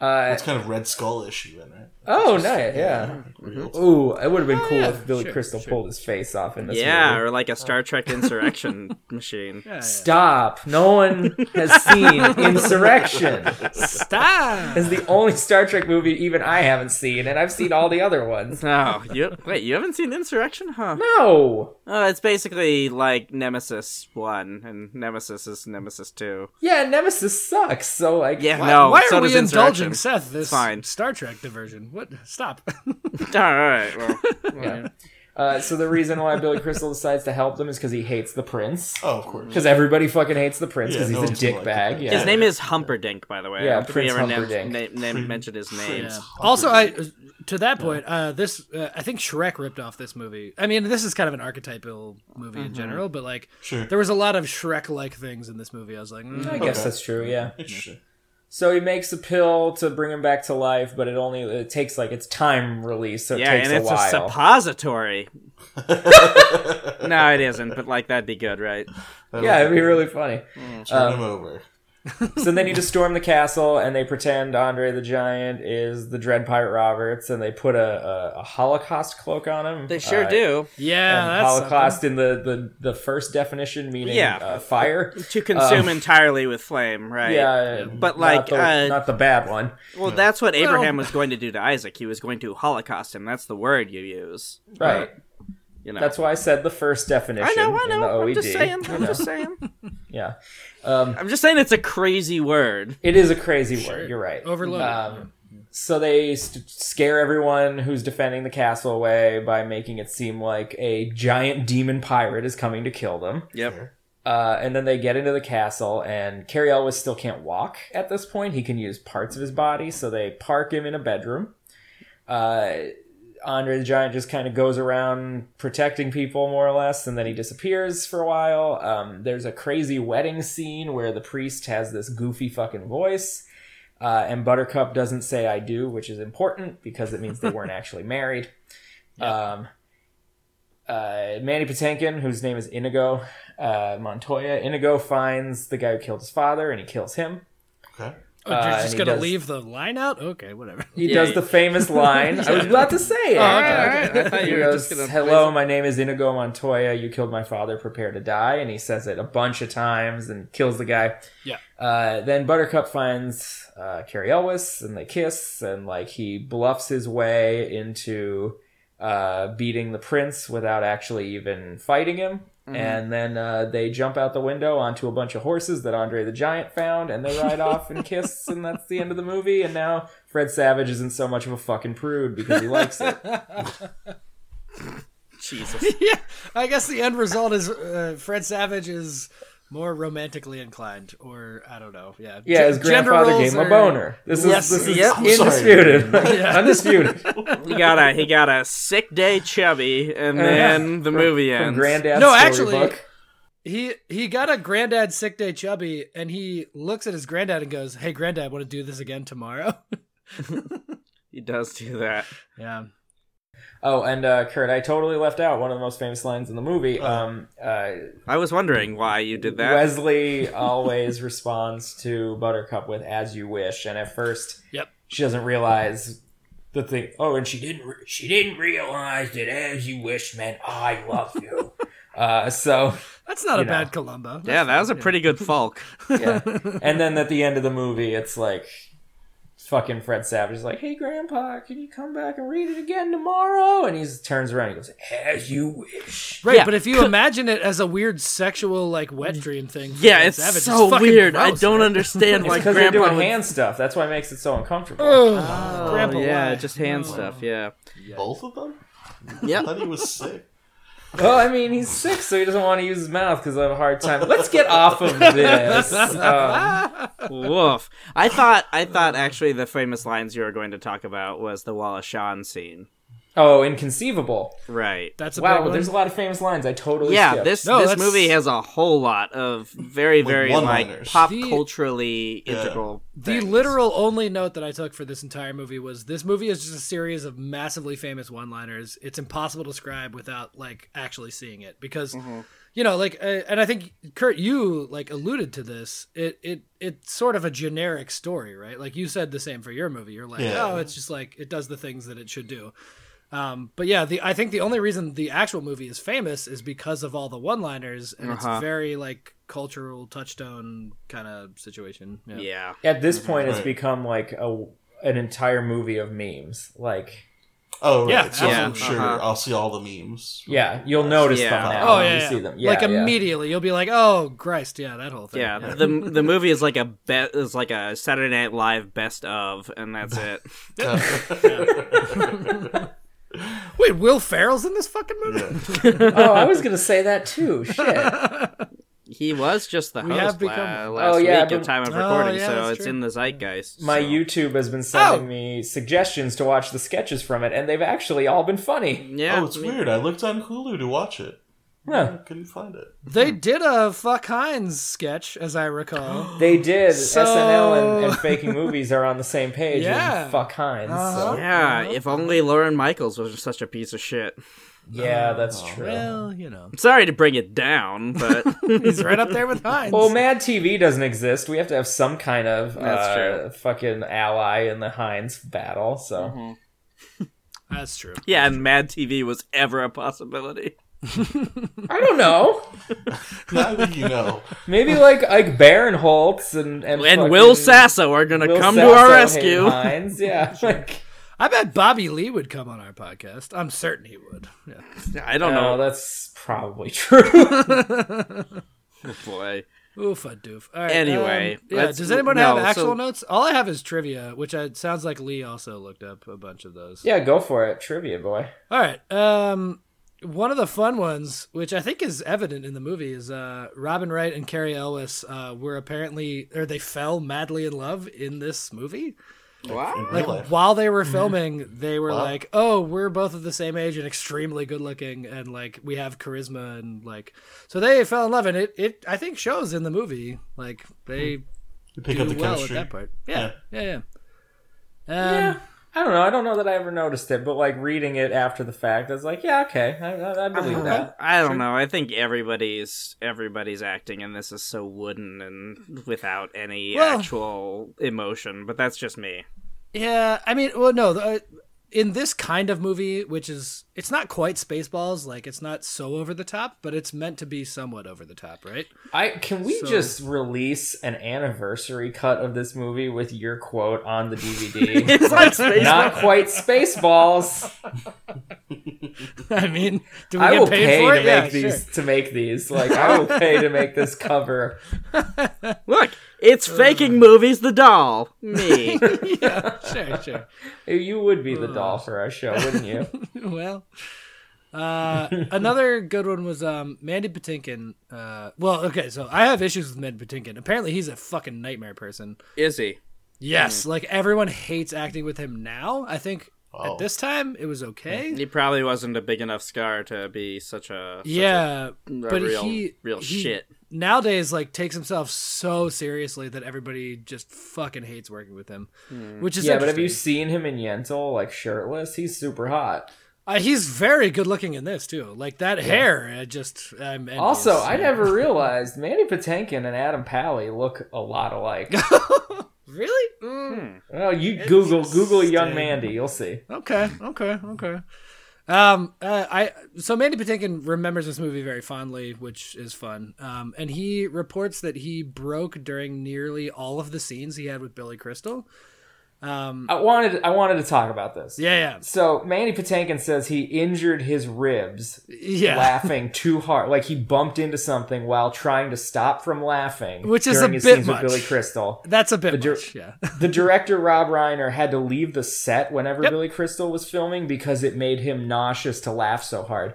[SPEAKER 3] Uh,
[SPEAKER 6] That's kind of Red Skull issue, in right?
[SPEAKER 3] oh, nice, yeah. Mm-hmm. Ooh, it would have been cool
[SPEAKER 5] Oh, yeah,
[SPEAKER 3] if Billy
[SPEAKER 5] sure,
[SPEAKER 3] Crystal
[SPEAKER 5] sure.
[SPEAKER 3] pulled his face off in this.
[SPEAKER 4] Yeah,
[SPEAKER 3] movie.
[SPEAKER 4] or like a Star Trek
[SPEAKER 3] (laughs)
[SPEAKER 4] insurrection machine.
[SPEAKER 5] Yeah, yeah.
[SPEAKER 3] Stop! No one has seen
[SPEAKER 5] (laughs)
[SPEAKER 3] Insurrection.
[SPEAKER 4] (laughs)
[SPEAKER 5] Stop.
[SPEAKER 3] It's the only Star Trek movie even I haven't seen, and I've seen all the other ones.
[SPEAKER 4] Oh, you wait, you haven't seen Insurrection, huh?
[SPEAKER 3] No.
[SPEAKER 4] Oh, it's basically like Nemesis One, and Nemesis is Nemesis Two.
[SPEAKER 3] Yeah, Nemesis sucks. So like,
[SPEAKER 4] Yeah,
[SPEAKER 3] why-
[SPEAKER 4] no.
[SPEAKER 5] Why
[SPEAKER 4] so
[SPEAKER 5] are
[SPEAKER 4] does
[SPEAKER 5] we indulging
[SPEAKER 4] Insurrection.
[SPEAKER 5] Seth this
[SPEAKER 4] fine.
[SPEAKER 5] Star Trek diversion? What? Stop.
[SPEAKER 4] (laughs)
[SPEAKER 5] (laughs)
[SPEAKER 4] All right. Well,
[SPEAKER 3] Yeah. Uh, so the reason why Billy Crystal decides to help them is because he hates the prince.
[SPEAKER 6] Oh, of course.
[SPEAKER 3] Because everybody fucking hates the prince
[SPEAKER 6] Yeah,
[SPEAKER 3] because
[SPEAKER 6] no
[SPEAKER 3] he's a
[SPEAKER 6] one's gonna like the
[SPEAKER 3] dickbag. (laughs)
[SPEAKER 6] prince.
[SPEAKER 3] yeah.
[SPEAKER 4] his name is Humperdinck, by the way.
[SPEAKER 3] Yeah,
[SPEAKER 4] I don't think we
[SPEAKER 3] Prince
[SPEAKER 4] ever na-
[SPEAKER 3] Humperdinck. (laughs)
[SPEAKER 4] na- na- mentioned his name.
[SPEAKER 5] Yeah. Also, I to that point, uh, this uh, I think Shrek ripped off this movie. I mean, this is kind of an archetypal movie
[SPEAKER 3] Mm-hmm.
[SPEAKER 5] in general, but like
[SPEAKER 6] Sure.
[SPEAKER 5] there was a lot of Shrek-like things in this movie. I was like, mm.
[SPEAKER 3] I guess
[SPEAKER 6] Okay.
[SPEAKER 3] that's true. Yeah.
[SPEAKER 6] Interesting.
[SPEAKER 3] So he makes a pill to bring him back to life, but it only it takes like it's time release, so it
[SPEAKER 4] yeah,
[SPEAKER 3] takes
[SPEAKER 4] and
[SPEAKER 3] a
[SPEAKER 4] it's a,
[SPEAKER 3] while.
[SPEAKER 4] suppository.
[SPEAKER 3] (laughs)
[SPEAKER 4] no, it isn't. But like that'd be good, right?
[SPEAKER 3] yeah, it'd be really uh, funny.
[SPEAKER 6] Turn him over.
[SPEAKER 3] so they need to storm the castle, and they pretend Andre the Giant is the Dread Pirate Roberts, and they put a, a, a Holocaust cloak on him.
[SPEAKER 4] They sure
[SPEAKER 3] Uh,
[SPEAKER 4] do.
[SPEAKER 5] yeah,
[SPEAKER 3] and
[SPEAKER 5] that's
[SPEAKER 3] Holocaust in the, the, the first definition meaning
[SPEAKER 4] Yeah.
[SPEAKER 3] uh, fire.
[SPEAKER 4] To consume entirely with flame, (laughs)
[SPEAKER 3] Uh,
[SPEAKER 4] right?
[SPEAKER 3] Yeah,
[SPEAKER 4] But,
[SPEAKER 3] not
[SPEAKER 4] like,
[SPEAKER 3] the-
[SPEAKER 4] uh,
[SPEAKER 3] not the bad one.
[SPEAKER 4] Well, that's what Abraham was going to do to Isaac. He was going to holocaust him. That's the word you use.
[SPEAKER 3] Right.
[SPEAKER 4] You know.
[SPEAKER 3] That's why I said the first definition.
[SPEAKER 4] I know. I
[SPEAKER 3] In the
[SPEAKER 4] know.
[SPEAKER 3] OED.
[SPEAKER 4] I'm just saying.
[SPEAKER 3] You
[SPEAKER 4] I'm
[SPEAKER 3] know,
[SPEAKER 4] just saying.
[SPEAKER 3] yeah.
[SPEAKER 4] I'm just saying it's a crazy word.
[SPEAKER 3] It is a crazy word. You're right.
[SPEAKER 5] Overloaded.
[SPEAKER 3] Um, so they st- scare everyone who's defending the castle away by making it seem like a giant demon pirate is coming to kill them.
[SPEAKER 4] Yep.
[SPEAKER 3] Uh, and then they get into the castle, and Carrie Elwes still can't walk at this point. He can use parts of his body, so they park him in a bedroom. Uh, Andre the Giant just kind of goes around protecting people, more or less, and then he disappears for a while. Um, there's a crazy wedding scene where the priest has this goofy fucking voice, uh, and Buttercup doesn't say I do, which is important because it means they weren't actually married. Um, uh, Manny Patinkin, whose name is Inigo uh, Montoya, Inigo finds the guy who killed his father, and he kills him.
[SPEAKER 6] Okay.
[SPEAKER 5] something.
[SPEAKER 3] uh,
[SPEAKER 5] Oh, you're
[SPEAKER 3] and
[SPEAKER 5] just
[SPEAKER 3] he
[SPEAKER 5] gonna
[SPEAKER 3] does-
[SPEAKER 5] leave the line out? Okay, whatever. (laughs)
[SPEAKER 3] He
[SPEAKER 4] Yeah,
[SPEAKER 3] does
[SPEAKER 4] he- Oh,
[SPEAKER 3] the (laughs) famous line. I was about to say it.
[SPEAKER 4] I
[SPEAKER 3] (laughs)
[SPEAKER 4] thought
[SPEAKER 3] He
[SPEAKER 4] you were
[SPEAKER 3] goes,
[SPEAKER 4] just gonna.
[SPEAKER 3] "Hello, my name is Inigo Montoya. You killed my father. Prepare to die." And he says it a bunch of times and kills the guy.
[SPEAKER 5] Yeah.
[SPEAKER 3] Uh, then Buttercup finds uh, Carrie Elwes and they kiss and like he bluffs his way into uh, beating the prince without actually even fighting him. And then uh, they jump out the window onto a bunch of horses that Andre the Giant found, and they ride off and kiss, and that's the end of the movie. And now Fred Savage isn't so much of a fucking prude because he likes it.
[SPEAKER 4] Jesus.
[SPEAKER 5] yeah, I guess the end result is uh, Fred Savage is more romantically inclined, or I don't know. Yeah,
[SPEAKER 3] Yeah,
[SPEAKER 5] Gen-
[SPEAKER 3] his
[SPEAKER 5] gender
[SPEAKER 3] grandfather
[SPEAKER 5] roles
[SPEAKER 3] gave him a
[SPEAKER 5] are-
[SPEAKER 3] boner. This is
[SPEAKER 4] Yes,
[SPEAKER 3] this is
[SPEAKER 4] yep.
[SPEAKER 6] I'm sorry.
[SPEAKER 3] indisputed, (laughs) undisputed.
[SPEAKER 4] He got a he got a sick day chubby, and
[SPEAKER 5] Uh,
[SPEAKER 4] then the movie
[SPEAKER 3] From
[SPEAKER 4] ends.
[SPEAKER 3] granddad's
[SPEAKER 5] No, actually-
[SPEAKER 3] storybook.
[SPEAKER 5] He he got a granddad sick day chubby, and he looks at his granddad and goes, "Hey, granddad, want to do this again tomorrow?" (laughs)
[SPEAKER 4] he does do that.
[SPEAKER 5] yeah.
[SPEAKER 3] Oh, and uh, Kurt, I totally left out one of the most famous lines in the movie. Um, uh,
[SPEAKER 4] I was wondering why you did that.
[SPEAKER 3] Wesley always (laughs) responds to Buttercup with "as you wish," and at first,
[SPEAKER 5] Yep.
[SPEAKER 3] she doesn't realize the thing. Oh, and she didn't. Re- she didn't realize that "as you wish" meant "I love
[SPEAKER 4] (laughs)
[SPEAKER 3] you." uh, so
[SPEAKER 5] That's not
[SPEAKER 3] You
[SPEAKER 5] a
[SPEAKER 3] know.
[SPEAKER 5] bad Columbo.
[SPEAKER 4] (laughs)
[SPEAKER 5] (laughs)
[SPEAKER 4] yeah, that was a pretty good folk.
[SPEAKER 3] yeah. and then at the end of the movie, it's like fucking Fred Savage is like, "Hey, Grandpa, can you come back and read it again tomorrow?" And he turns around and goes, "As you wish."
[SPEAKER 5] Right,
[SPEAKER 4] Yeah.
[SPEAKER 5] but if
[SPEAKER 4] (laughs)
[SPEAKER 5] you imagine it as a weird sexual like wet dream thing, for
[SPEAKER 4] Yeah,
[SPEAKER 5] Fred
[SPEAKER 4] it's
[SPEAKER 5] Savage,
[SPEAKER 4] so
[SPEAKER 5] fucking
[SPEAKER 4] weird. I
[SPEAKER 5] gross,
[SPEAKER 4] don't
[SPEAKER 5] right? (laughs)
[SPEAKER 4] understand why
[SPEAKER 3] Because they're
[SPEAKER 4] Grandpa
[SPEAKER 3] doing
[SPEAKER 4] would.
[SPEAKER 3] hand stuff. That's why it makes it so uncomfortable.
[SPEAKER 5] Ugh.
[SPEAKER 4] Oh,
[SPEAKER 5] Grandpa,
[SPEAKER 4] yeah,
[SPEAKER 5] why?
[SPEAKER 4] just hand stuff. Yeah.
[SPEAKER 6] Both of them? I
[SPEAKER 4] Yep.
[SPEAKER 6] thought he was sick.
[SPEAKER 3] Well, I mean, he's sick, so he doesn't want to use his mouth because I have a hard time. Let's get off of this. Um,
[SPEAKER 4] Woof. I thought. I thought actually the famous lines you were going to talk about was the Wallace Shawn scene.
[SPEAKER 3] oh, inconceivable!
[SPEAKER 4] Right.
[SPEAKER 5] That's a
[SPEAKER 3] Wow,
[SPEAKER 5] big
[SPEAKER 3] but
[SPEAKER 5] one.
[SPEAKER 3] there's a lot of famous lines. I totally
[SPEAKER 4] yeah,
[SPEAKER 3] skipped.
[SPEAKER 4] this
[SPEAKER 5] No,
[SPEAKER 4] this
[SPEAKER 5] that's-
[SPEAKER 4] movie has a whole lot of very very like
[SPEAKER 6] one-liners.
[SPEAKER 4] pop
[SPEAKER 5] The-
[SPEAKER 4] culturally integral.
[SPEAKER 5] The
[SPEAKER 4] things.
[SPEAKER 5] literal only note that I took for this entire movie was this movie is just a series of massively famous one-liners. It's impossible to describe without like actually seeing it because you know like uh, and I think Kurt you like alluded to this. It it it's sort of a generic story, right? Like you said the same for your movie. You're like,
[SPEAKER 6] Yeah.
[SPEAKER 5] "Oh, it's just like it does the things that it should do." Um, but yeah, the I think the only reason the actual movie is famous is because of all the one-liners and
[SPEAKER 4] Uh-huh.
[SPEAKER 5] it's very like cultural touchstone kind of situation.
[SPEAKER 4] Yeah.
[SPEAKER 3] At this point, it's
[SPEAKER 6] Right.
[SPEAKER 3] become like a an entire movie of memes. Like,
[SPEAKER 6] Oh, right.
[SPEAKER 5] Yeah,
[SPEAKER 6] so I'm
[SPEAKER 5] yeah,
[SPEAKER 6] sure
[SPEAKER 4] uh-huh.
[SPEAKER 6] I'll see all the memes.
[SPEAKER 3] yeah, you'll notice
[SPEAKER 4] Yeah.
[SPEAKER 3] them now.
[SPEAKER 5] Oh
[SPEAKER 3] when
[SPEAKER 5] yeah,
[SPEAKER 3] you
[SPEAKER 5] yeah.
[SPEAKER 3] see them. Yeah,
[SPEAKER 5] like
[SPEAKER 3] yeah.
[SPEAKER 5] immediately you'll be like, "Oh Christ, yeah, that whole thing."
[SPEAKER 4] Yeah, the the movie is like a be- is like a Saturday Night Live best of, and that's it.
[SPEAKER 5] (laughs)
[SPEAKER 6] (laughs)
[SPEAKER 5] Wait, Will Ferrell's in this fucking movie?
[SPEAKER 3] oh, I was gonna say that too. Shit.
[SPEAKER 4] He was just the
[SPEAKER 5] We
[SPEAKER 4] host
[SPEAKER 5] have become-
[SPEAKER 4] la- last
[SPEAKER 3] Oh, yeah,
[SPEAKER 4] week at
[SPEAKER 3] but-
[SPEAKER 4] time of
[SPEAKER 5] Oh,
[SPEAKER 4] recording,
[SPEAKER 5] yeah,
[SPEAKER 4] so
[SPEAKER 5] that's
[SPEAKER 4] it's
[SPEAKER 5] true.
[SPEAKER 4] in the zeitgeist.
[SPEAKER 3] My
[SPEAKER 4] so.
[SPEAKER 3] YouTube has been
[SPEAKER 5] Oh.
[SPEAKER 3] sending me suggestions to watch the sketches from it, and they've actually all been funny.
[SPEAKER 4] yeah,
[SPEAKER 6] Oh, it's weird. I looked on Hulu to watch it. I
[SPEAKER 3] Huh.
[SPEAKER 6] couldn't find it.
[SPEAKER 5] They did a fuck Hines sketch, as I
[SPEAKER 3] (gasps)
[SPEAKER 5] recall.
[SPEAKER 3] They did.
[SPEAKER 5] So-
[SPEAKER 3] SNL and, and faking movies are on the same page.
[SPEAKER 5] Yeah. Uh-huh.
[SPEAKER 3] And fuck Heinz. So.
[SPEAKER 4] Yeah, if only Lauren Michaels was just such a piece of shit.
[SPEAKER 3] Yeah, that's true.
[SPEAKER 5] well, you know,
[SPEAKER 4] Sorry to bring it down, but (laughs)
[SPEAKER 5] he's right up there with Hines.
[SPEAKER 3] Well, Mad TV doesn't exist. We have to have some kind of
[SPEAKER 4] That's
[SPEAKER 3] uh,
[SPEAKER 4] true.
[SPEAKER 3] fucking ally in the Heinz battle. So
[SPEAKER 4] Mm-hmm.
[SPEAKER 5] That's true.
[SPEAKER 4] yeah, and Mad TV was ever a possibility.
[SPEAKER 3] I don't know.
[SPEAKER 6] Now that you know.
[SPEAKER 3] Maybe like Ike Barinholtz and and,
[SPEAKER 4] And
[SPEAKER 3] fucking
[SPEAKER 4] Will Sasso are gonna
[SPEAKER 3] Will
[SPEAKER 4] come
[SPEAKER 3] Sasso
[SPEAKER 4] to our
[SPEAKER 3] hate
[SPEAKER 4] rescue.
[SPEAKER 3] Heinz. Yeah, like
[SPEAKER 5] I bet Bobby Lee would come on our podcast. I'm certain he would. Yeah.
[SPEAKER 4] (laughs) I don't
[SPEAKER 3] no,
[SPEAKER 4] know,
[SPEAKER 3] that's probably (laughs) true.
[SPEAKER 4] boy.
[SPEAKER 5] Oof a doof. All right,
[SPEAKER 4] Anyway,
[SPEAKER 5] um, yeah.
[SPEAKER 4] let's-
[SPEAKER 5] Does anyone
[SPEAKER 4] no,
[SPEAKER 5] have actual
[SPEAKER 4] so-
[SPEAKER 5] notes? All I have is trivia, which I, sounds like Lee also looked up a bunch of those.
[SPEAKER 3] yeah, go for it, trivia boy.
[SPEAKER 5] All right. Um, one of the fun ones, which I think is evident in the movie, is uh, Robin Wright and Carrie Elwes uh, were apparently, or they fell madly in love in this movie.
[SPEAKER 6] In
[SPEAKER 5] Like
[SPEAKER 6] real life.
[SPEAKER 5] while they were filming, they were
[SPEAKER 6] Wow.
[SPEAKER 5] like, "Oh, we're both of the same age and extremely good looking, and like we have charisma, and like so they fell in love, and it it I think shows in the movie. Like they
[SPEAKER 6] You pick
[SPEAKER 5] do
[SPEAKER 6] up the
[SPEAKER 5] well
[SPEAKER 6] chemistry.
[SPEAKER 5] at that part. Yeah, yeah, yeah. Um,
[SPEAKER 3] Yeah. I don't know. I don't know that I ever noticed it, but like reading it after the fact, I was like, yeah, okay, I, I, I believe that.
[SPEAKER 4] I don't know. I think everybody's everybody's acting, and this is so wooden and without any
[SPEAKER 5] Well-
[SPEAKER 4] actual emotion. But that's just
[SPEAKER 5] (laughs)
[SPEAKER 4] me.
[SPEAKER 5] Yeah, I mean, well, no, the, uh, in this kind of movie, which is it's not quite Spaceballs, like it's not so over the top, but it's meant to be somewhat over the top, right?
[SPEAKER 3] I can we
[SPEAKER 5] So-
[SPEAKER 3] just release an anniversary cut of this movie with your quote on the
[SPEAKER 4] (laughs)
[SPEAKER 3] DVD?
[SPEAKER 4] It's like space.
[SPEAKER 5] (laughs)
[SPEAKER 3] Not quite Spaceballs.
[SPEAKER 5] I mean, do we
[SPEAKER 3] I
[SPEAKER 5] get
[SPEAKER 3] will
[SPEAKER 5] paid
[SPEAKER 3] pay
[SPEAKER 5] for
[SPEAKER 3] to make
[SPEAKER 5] it? Yeah, sure.
[SPEAKER 3] these to make these. Like I will pay to make
[SPEAKER 5] (laughs)
[SPEAKER 3] this cover.
[SPEAKER 4] Look, it's
[SPEAKER 5] uh,
[SPEAKER 4] faking movies. The doll,
[SPEAKER 5] (laughs)
[SPEAKER 4] me.
[SPEAKER 5] yeah, sure, sure.
[SPEAKER 3] You would be the doll for our show, wouldn't
[SPEAKER 5] (laughs)
[SPEAKER 3] you?
[SPEAKER 5] well, uh, another good one was um, Mandy Patinkin. Uh, well, okay, so I have issues with Mandy Patinkin. Apparently, he's a fucking nightmare person.
[SPEAKER 4] Is he?
[SPEAKER 5] Yes, like everyone hates acting with him now. I think
[SPEAKER 6] Oh.
[SPEAKER 5] at this time it was okay.
[SPEAKER 4] He probably wasn't a big enough scar to be such a such
[SPEAKER 5] yeah,
[SPEAKER 4] a
[SPEAKER 5] but
[SPEAKER 4] real-
[SPEAKER 5] he
[SPEAKER 4] real
[SPEAKER 5] he
[SPEAKER 4] shit.
[SPEAKER 5] nowadays like takes himself so seriously that everybody just fucking hates working with him,
[SPEAKER 4] Mm.
[SPEAKER 5] which is
[SPEAKER 3] yeah, but have you
[SPEAKER 5] interesting.
[SPEAKER 3] seen him in Yentl, like shirtless? He's super hot.
[SPEAKER 5] Uh, he's very good looking in this too. Like that hair, I just I'm envious.
[SPEAKER 3] Also, I never realized Mandy Patinkin and Adam Pally look a lot
[SPEAKER 5] (laughs)
[SPEAKER 3] alike.
[SPEAKER 5] really.
[SPEAKER 4] Hmm.
[SPEAKER 5] Mm.
[SPEAKER 3] Well, you Google Google young Mandy, you'll see.
[SPEAKER 5] Okay, okay, okay. Um, uh, I so Mandy Patinkin remembers this movie very fondly, which is fun. Um, and he reports that he broke during nearly all of the scenes he had with Billy Crystal, Um,
[SPEAKER 3] I wanted I wanted to talk about this.
[SPEAKER 5] yeah,
[SPEAKER 3] So Manny Patinkin says he injured his ribs
[SPEAKER 5] yeah, yeah.
[SPEAKER 3] laughing too hard, like he bumped into something while trying to stop from laughing,
[SPEAKER 5] Which is
[SPEAKER 3] during
[SPEAKER 5] a
[SPEAKER 3] his
[SPEAKER 5] bit
[SPEAKER 3] scenes
[SPEAKER 5] much.
[SPEAKER 3] with Billy Crystal.
[SPEAKER 5] That's a bit
[SPEAKER 3] dir-
[SPEAKER 5] much. Yeah, (laughs)
[SPEAKER 3] The director Rob Reiner had to leave the set whenever
[SPEAKER 5] Yep.
[SPEAKER 3] Billy Crystal was filming because it made him nauseous to laugh so hard.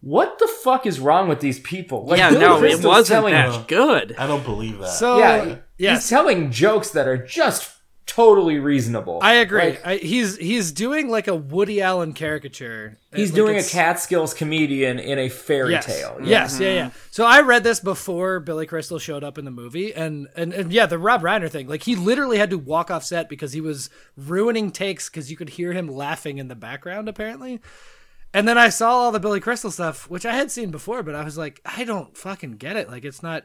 [SPEAKER 3] What the fuck is wrong with these people? Like,
[SPEAKER 4] yeah,
[SPEAKER 3] Billy
[SPEAKER 4] no, it
[SPEAKER 3] Crystal's
[SPEAKER 4] wasn't
[SPEAKER 3] telling-
[SPEAKER 4] that good.
[SPEAKER 6] I don't believe that.
[SPEAKER 5] so
[SPEAKER 3] Yeah, he's
[SPEAKER 5] yes,
[SPEAKER 3] telling jokes that are just totally reasonable.
[SPEAKER 5] I agree.
[SPEAKER 3] Like,
[SPEAKER 5] I, he's he's doing like a Woody Allen caricature. Uh,
[SPEAKER 3] he's
[SPEAKER 5] Like,
[SPEAKER 3] doing a
[SPEAKER 5] it's-
[SPEAKER 3] Catskills comedian in a fairy tale. you know?
[SPEAKER 5] Yes, Mm-hmm. yeah, yeah. So I read this before Billy Crystal showed up in the movie, and and, and yeah, the Rob Reiner thing. Like he literally had to walk off set because he was ruining takes because you could hear him laughing in the background, apparently. And then I saw all the Billy Crystal stuff, which I had seen before, but I was like, I don't fucking get it. Like it's not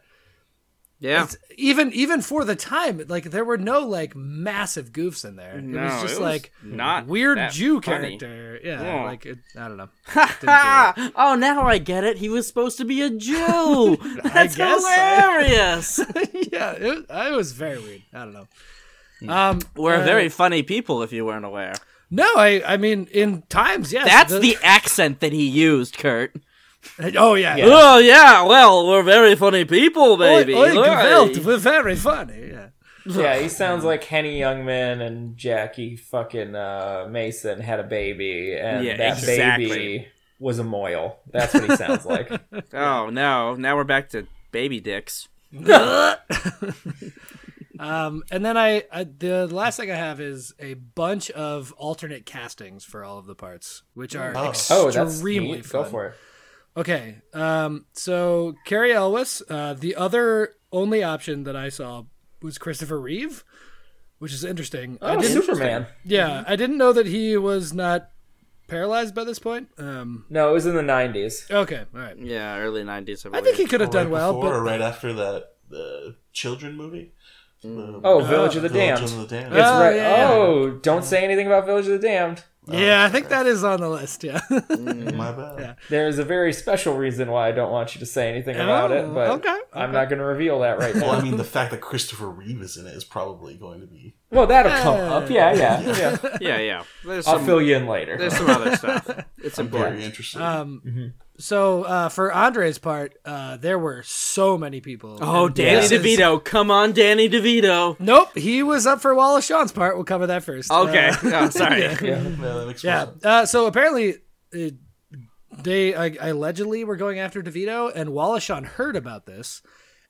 [SPEAKER 4] Yeah,
[SPEAKER 5] it's, even even for the time. Like there were no like massive goofs in there. it
[SPEAKER 4] No,
[SPEAKER 5] was just
[SPEAKER 4] it was
[SPEAKER 5] like
[SPEAKER 4] not
[SPEAKER 5] weird
[SPEAKER 4] that
[SPEAKER 5] Jew
[SPEAKER 4] funny.
[SPEAKER 5] character. Yeah,
[SPEAKER 4] Yeah.
[SPEAKER 5] like it,
[SPEAKER 4] (laughs)
[SPEAKER 5] I don't know. (laughs)
[SPEAKER 4] Ha! (laughs) Oh, now I get it. He was supposed to be a
[SPEAKER 5] (laughs)
[SPEAKER 4] Jew. (laughs) That's
[SPEAKER 5] guess I- (laughs)
[SPEAKER 4] hilarious.
[SPEAKER 5] yeah, it, it was very weird. I don't know. Um,
[SPEAKER 4] We're
[SPEAKER 5] uh,
[SPEAKER 4] very funny people, if you weren't aware.
[SPEAKER 5] no. I I mean, in times, yes.
[SPEAKER 4] That's the accent that he used, Kurt.
[SPEAKER 5] (laughs) oh yeah.
[SPEAKER 3] Yeah.
[SPEAKER 4] Oh yeah, well, we're very funny people,
[SPEAKER 5] Oi,
[SPEAKER 4] baby.
[SPEAKER 5] oi,
[SPEAKER 4] Oi.
[SPEAKER 5] geweld, we're very funny. Yeah.
[SPEAKER 3] Yeah, he sounds like Henny Youngman and Jackie fucking uh, Mason had a baby, and
[SPEAKER 4] Yeah,
[SPEAKER 3] that
[SPEAKER 4] exactly.
[SPEAKER 3] baby was a moil. That's what he sounds like.
[SPEAKER 4] Oh no, now we're back to baby dicks.
[SPEAKER 5] Um, and then I, I the last thing I have is a bunch of alternate castings for all of the parts, which are
[SPEAKER 6] Oh.
[SPEAKER 3] Oh, that's
[SPEAKER 5] extremely
[SPEAKER 3] neat.
[SPEAKER 5] fun.
[SPEAKER 3] Go for it.
[SPEAKER 5] Okay. Um, so Carrie Elwes, uh, the other only option that I saw was Christopher Reeve, which is interesting. I
[SPEAKER 3] Oh,
[SPEAKER 5] didn't-
[SPEAKER 3] Superman.
[SPEAKER 5] yeah, I didn't know that he was not paralyzed by this point. Um,
[SPEAKER 3] No, it was in the '90s.
[SPEAKER 5] okay, all right.
[SPEAKER 4] Yeah, early nineties.
[SPEAKER 5] I think he could have
[SPEAKER 6] Or right
[SPEAKER 5] done well,
[SPEAKER 6] before or
[SPEAKER 5] but
[SPEAKER 6] right after that the children movie.
[SPEAKER 5] Mm.
[SPEAKER 6] The
[SPEAKER 3] Oh, Village of the
[SPEAKER 6] Village
[SPEAKER 3] Damned.
[SPEAKER 6] of the Damned.
[SPEAKER 5] It's-
[SPEAKER 3] oh,
[SPEAKER 5] Oh, yeah.
[SPEAKER 3] oh, don't say anything about Village of the Damned.
[SPEAKER 5] uh, yeah, I think that is on the list. Yeah. (laughs)
[SPEAKER 6] Oh, My bad.
[SPEAKER 3] There is a very special reason why I don't want you to say anything about it,
[SPEAKER 5] Oh,
[SPEAKER 3] but
[SPEAKER 5] okay,
[SPEAKER 3] I'm not going to reveal that right
[SPEAKER 6] Well, I
[SPEAKER 3] now.
[SPEAKER 6] mean, the fact that Christopher Reeve is in it is probably going to be.
[SPEAKER 3] well, that'll come up. Yeah, yeah,
[SPEAKER 4] (laughs)
[SPEAKER 3] yeah.
[SPEAKER 4] Yeah, yeah. There's
[SPEAKER 3] I'll
[SPEAKER 4] some,
[SPEAKER 3] fill you in later.
[SPEAKER 4] there's some other stuff.
[SPEAKER 5] (laughs)
[SPEAKER 4] It's important.
[SPEAKER 6] Very interesting.
[SPEAKER 5] um, so uh, for Andre's part, uh, there were so many people.
[SPEAKER 4] Oh,
[SPEAKER 5] And
[SPEAKER 4] Danny
[SPEAKER 5] this is-
[SPEAKER 4] DeVito! Come on, Danny DeVito.
[SPEAKER 5] Nope, he was up for Wallace Shawn's part. We'll cover that first.
[SPEAKER 4] Okay,
[SPEAKER 5] Uh,
[SPEAKER 4] oh,
[SPEAKER 5] (laughs)
[SPEAKER 4] sorry.
[SPEAKER 6] No, that makes more
[SPEAKER 5] Yeah.
[SPEAKER 6] sense.
[SPEAKER 5] Uh, so apparently, uh, they I, I allegedly were going after DeVito, and Wallaceon heard about this,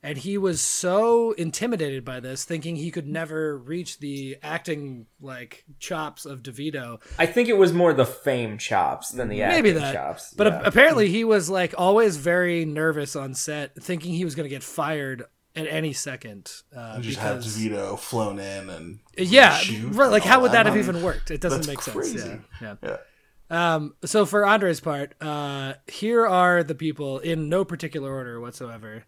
[SPEAKER 5] and he was so intimidated by this, thinking he could never reach the acting like chops of DeVito.
[SPEAKER 3] I think it was more the fame chops than the acting
[SPEAKER 5] Maybe that.
[SPEAKER 3] chops.
[SPEAKER 5] But
[SPEAKER 3] yeah.
[SPEAKER 5] a- apparently, he was like always very nervous on set, thinking he was going to get fired at any second. Uh,
[SPEAKER 6] I just had
[SPEAKER 5] because Uh,
[SPEAKER 6] DeVito flown in and
[SPEAKER 5] yeah,
[SPEAKER 6] shoot
[SPEAKER 5] right.
[SPEAKER 6] and
[SPEAKER 5] Like,
[SPEAKER 6] all
[SPEAKER 5] how would that
[SPEAKER 6] that.
[SPEAKER 5] have
[SPEAKER 6] Um,
[SPEAKER 5] even worked? It doesn't
[SPEAKER 6] that's
[SPEAKER 5] make
[SPEAKER 6] crazy.
[SPEAKER 5] sense. Yeah. yeah. Um, so for Andre's part, uh, here are the people in no particular order whatsoever.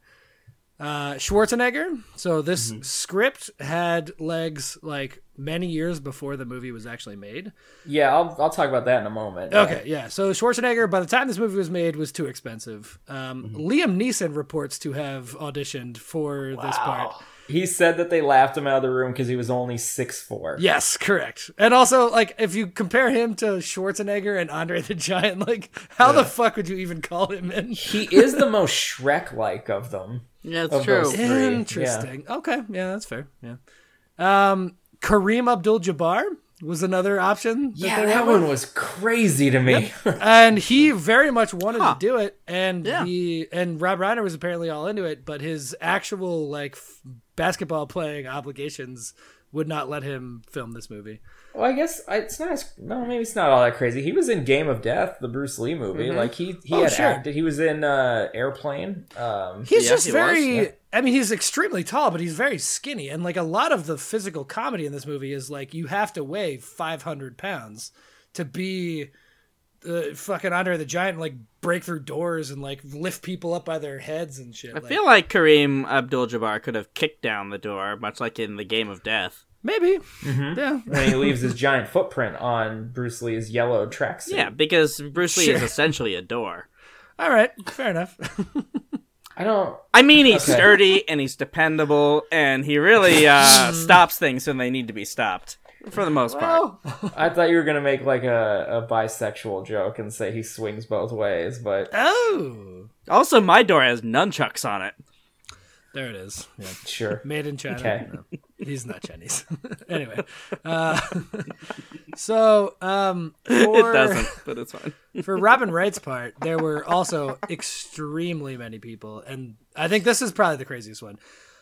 [SPEAKER 5] Uh, Schwarzenegger. So this script had legs like many years before the movie was actually made.
[SPEAKER 3] yeah, I'll, I'll talk about that in a moment.
[SPEAKER 5] Okay, yeah. So Schwarzenegger, by the time this movie was made, was too expensive. Um, Liam Neeson reports to have auditioned for this part.
[SPEAKER 3] He said that they laughed him out of the room because he was only six four.
[SPEAKER 5] Yes, correct. And also, like, if you compare him to Schwarzenegger and Andre the Giant, (laughs) like, how the fuck would you even call him in?
[SPEAKER 3] He is the most Shrek like of them.
[SPEAKER 4] (laughs) Yeah,
[SPEAKER 3] Of
[SPEAKER 4] it's true.
[SPEAKER 3] those- Three,
[SPEAKER 5] Interesting. Okay, yeah, that's fair. Yeah. Um, Kareem Abdul-Jabbar was another option. that
[SPEAKER 3] Yeah,
[SPEAKER 5] they
[SPEAKER 3] that
[SPEAKER 5] went with.
[SPEAKER 3] one was crazy to me.
[SPEAKER 5] and he very much wanted
[SPEAKER 4] Huh.
[SPEAKER 5] to do it, and
[SPEAKER 4] Yeah.
[SPEAKER 5] he and Rob Reiner was apparently all into it, but his actual like f- basketball playing obligations would not let him film this movie.
[SPEAKER 3] (laughs) well, I guess I- it's not. As, no, maybe it's not all that crazy. He was in Game of Death, the Bruce Lee movie. Like he he
[SPEAKER 5] Oh,
[SPEAKER 3] had
[SPEAKER 5] sure.
[SPEAKER 3] acted. He was in uh, Airplane. Um,
[SPEAKER 5] He's
[SPEAKER 4] Yeah,
[SPEAKER 5] just
[SPEAKER 4] he was,
[SPEAKER 5] very.
[SPEAKER 3] yeah.
[SPEAKER 5] I mean, he's extremely tall, but he's very skinny, and like a lot of the physical comedy in this movie is like you have to weigh five hundred pounds to be. Uh, fucking Andre the Giant, and, like break through doors and like lift people up by their heads and shit.
[SPEAKER 4] I feel like Kareem Abdul-Jabbar could have kicked down the door, much like in the Game of Death.
[SPEAKER 5] maybe,
[SPEAKER 4] Mm-hmm.
[SPEAKER 5] yeah. (laughs)
[SPEAKER 3] and he leaves his giant footprint on Bruce Lee's yellow tracksuit.
[SPEAKER 4] Yeah, because Bruce Lee
[SPEAKER 5] Sure.
[SPEAKER 4] is essentially a door. (laughs)
[SPEAKER 5] All right, fair enough.
[SPEAKER 3] I don't.
[SPEAKER 4] I mean, he's
[SPEAKER 3] Okay.
[SPEAKER 4] sturdy and he's dependable, and he really
[SPEAKER 5] (laughs)
[SPEAKER 4] uh, stops things when they need to be stopped, for the most part.
[SPEAKER 3] I thought you were gonna make like a, a bisexual joke and say he swings both ways, but
[SPEAKER 5] Oh,
[SPEAKER 4] Also, my door has nunchucks on it.
[SPEAKER 5] there it is. Yeah.
[SPEAKER 3] sure.
[SPEAKER 4] (laughs)
[SPEAKER 5] Made in China.
[SPEAKER 3] Okay.
[SPEAKER 5] No, he's not Chinese. (laughs) anyway, uh, (laughs) so um,
[SPEAKER 4] (laughs)
[SPEAKER 5] for,
[SPEAKER 4] It doesn't, but it's fine.
[SPEAKER 5] for Robin Wright's part, there were also extremely many people, and I think this is probably the craziest one.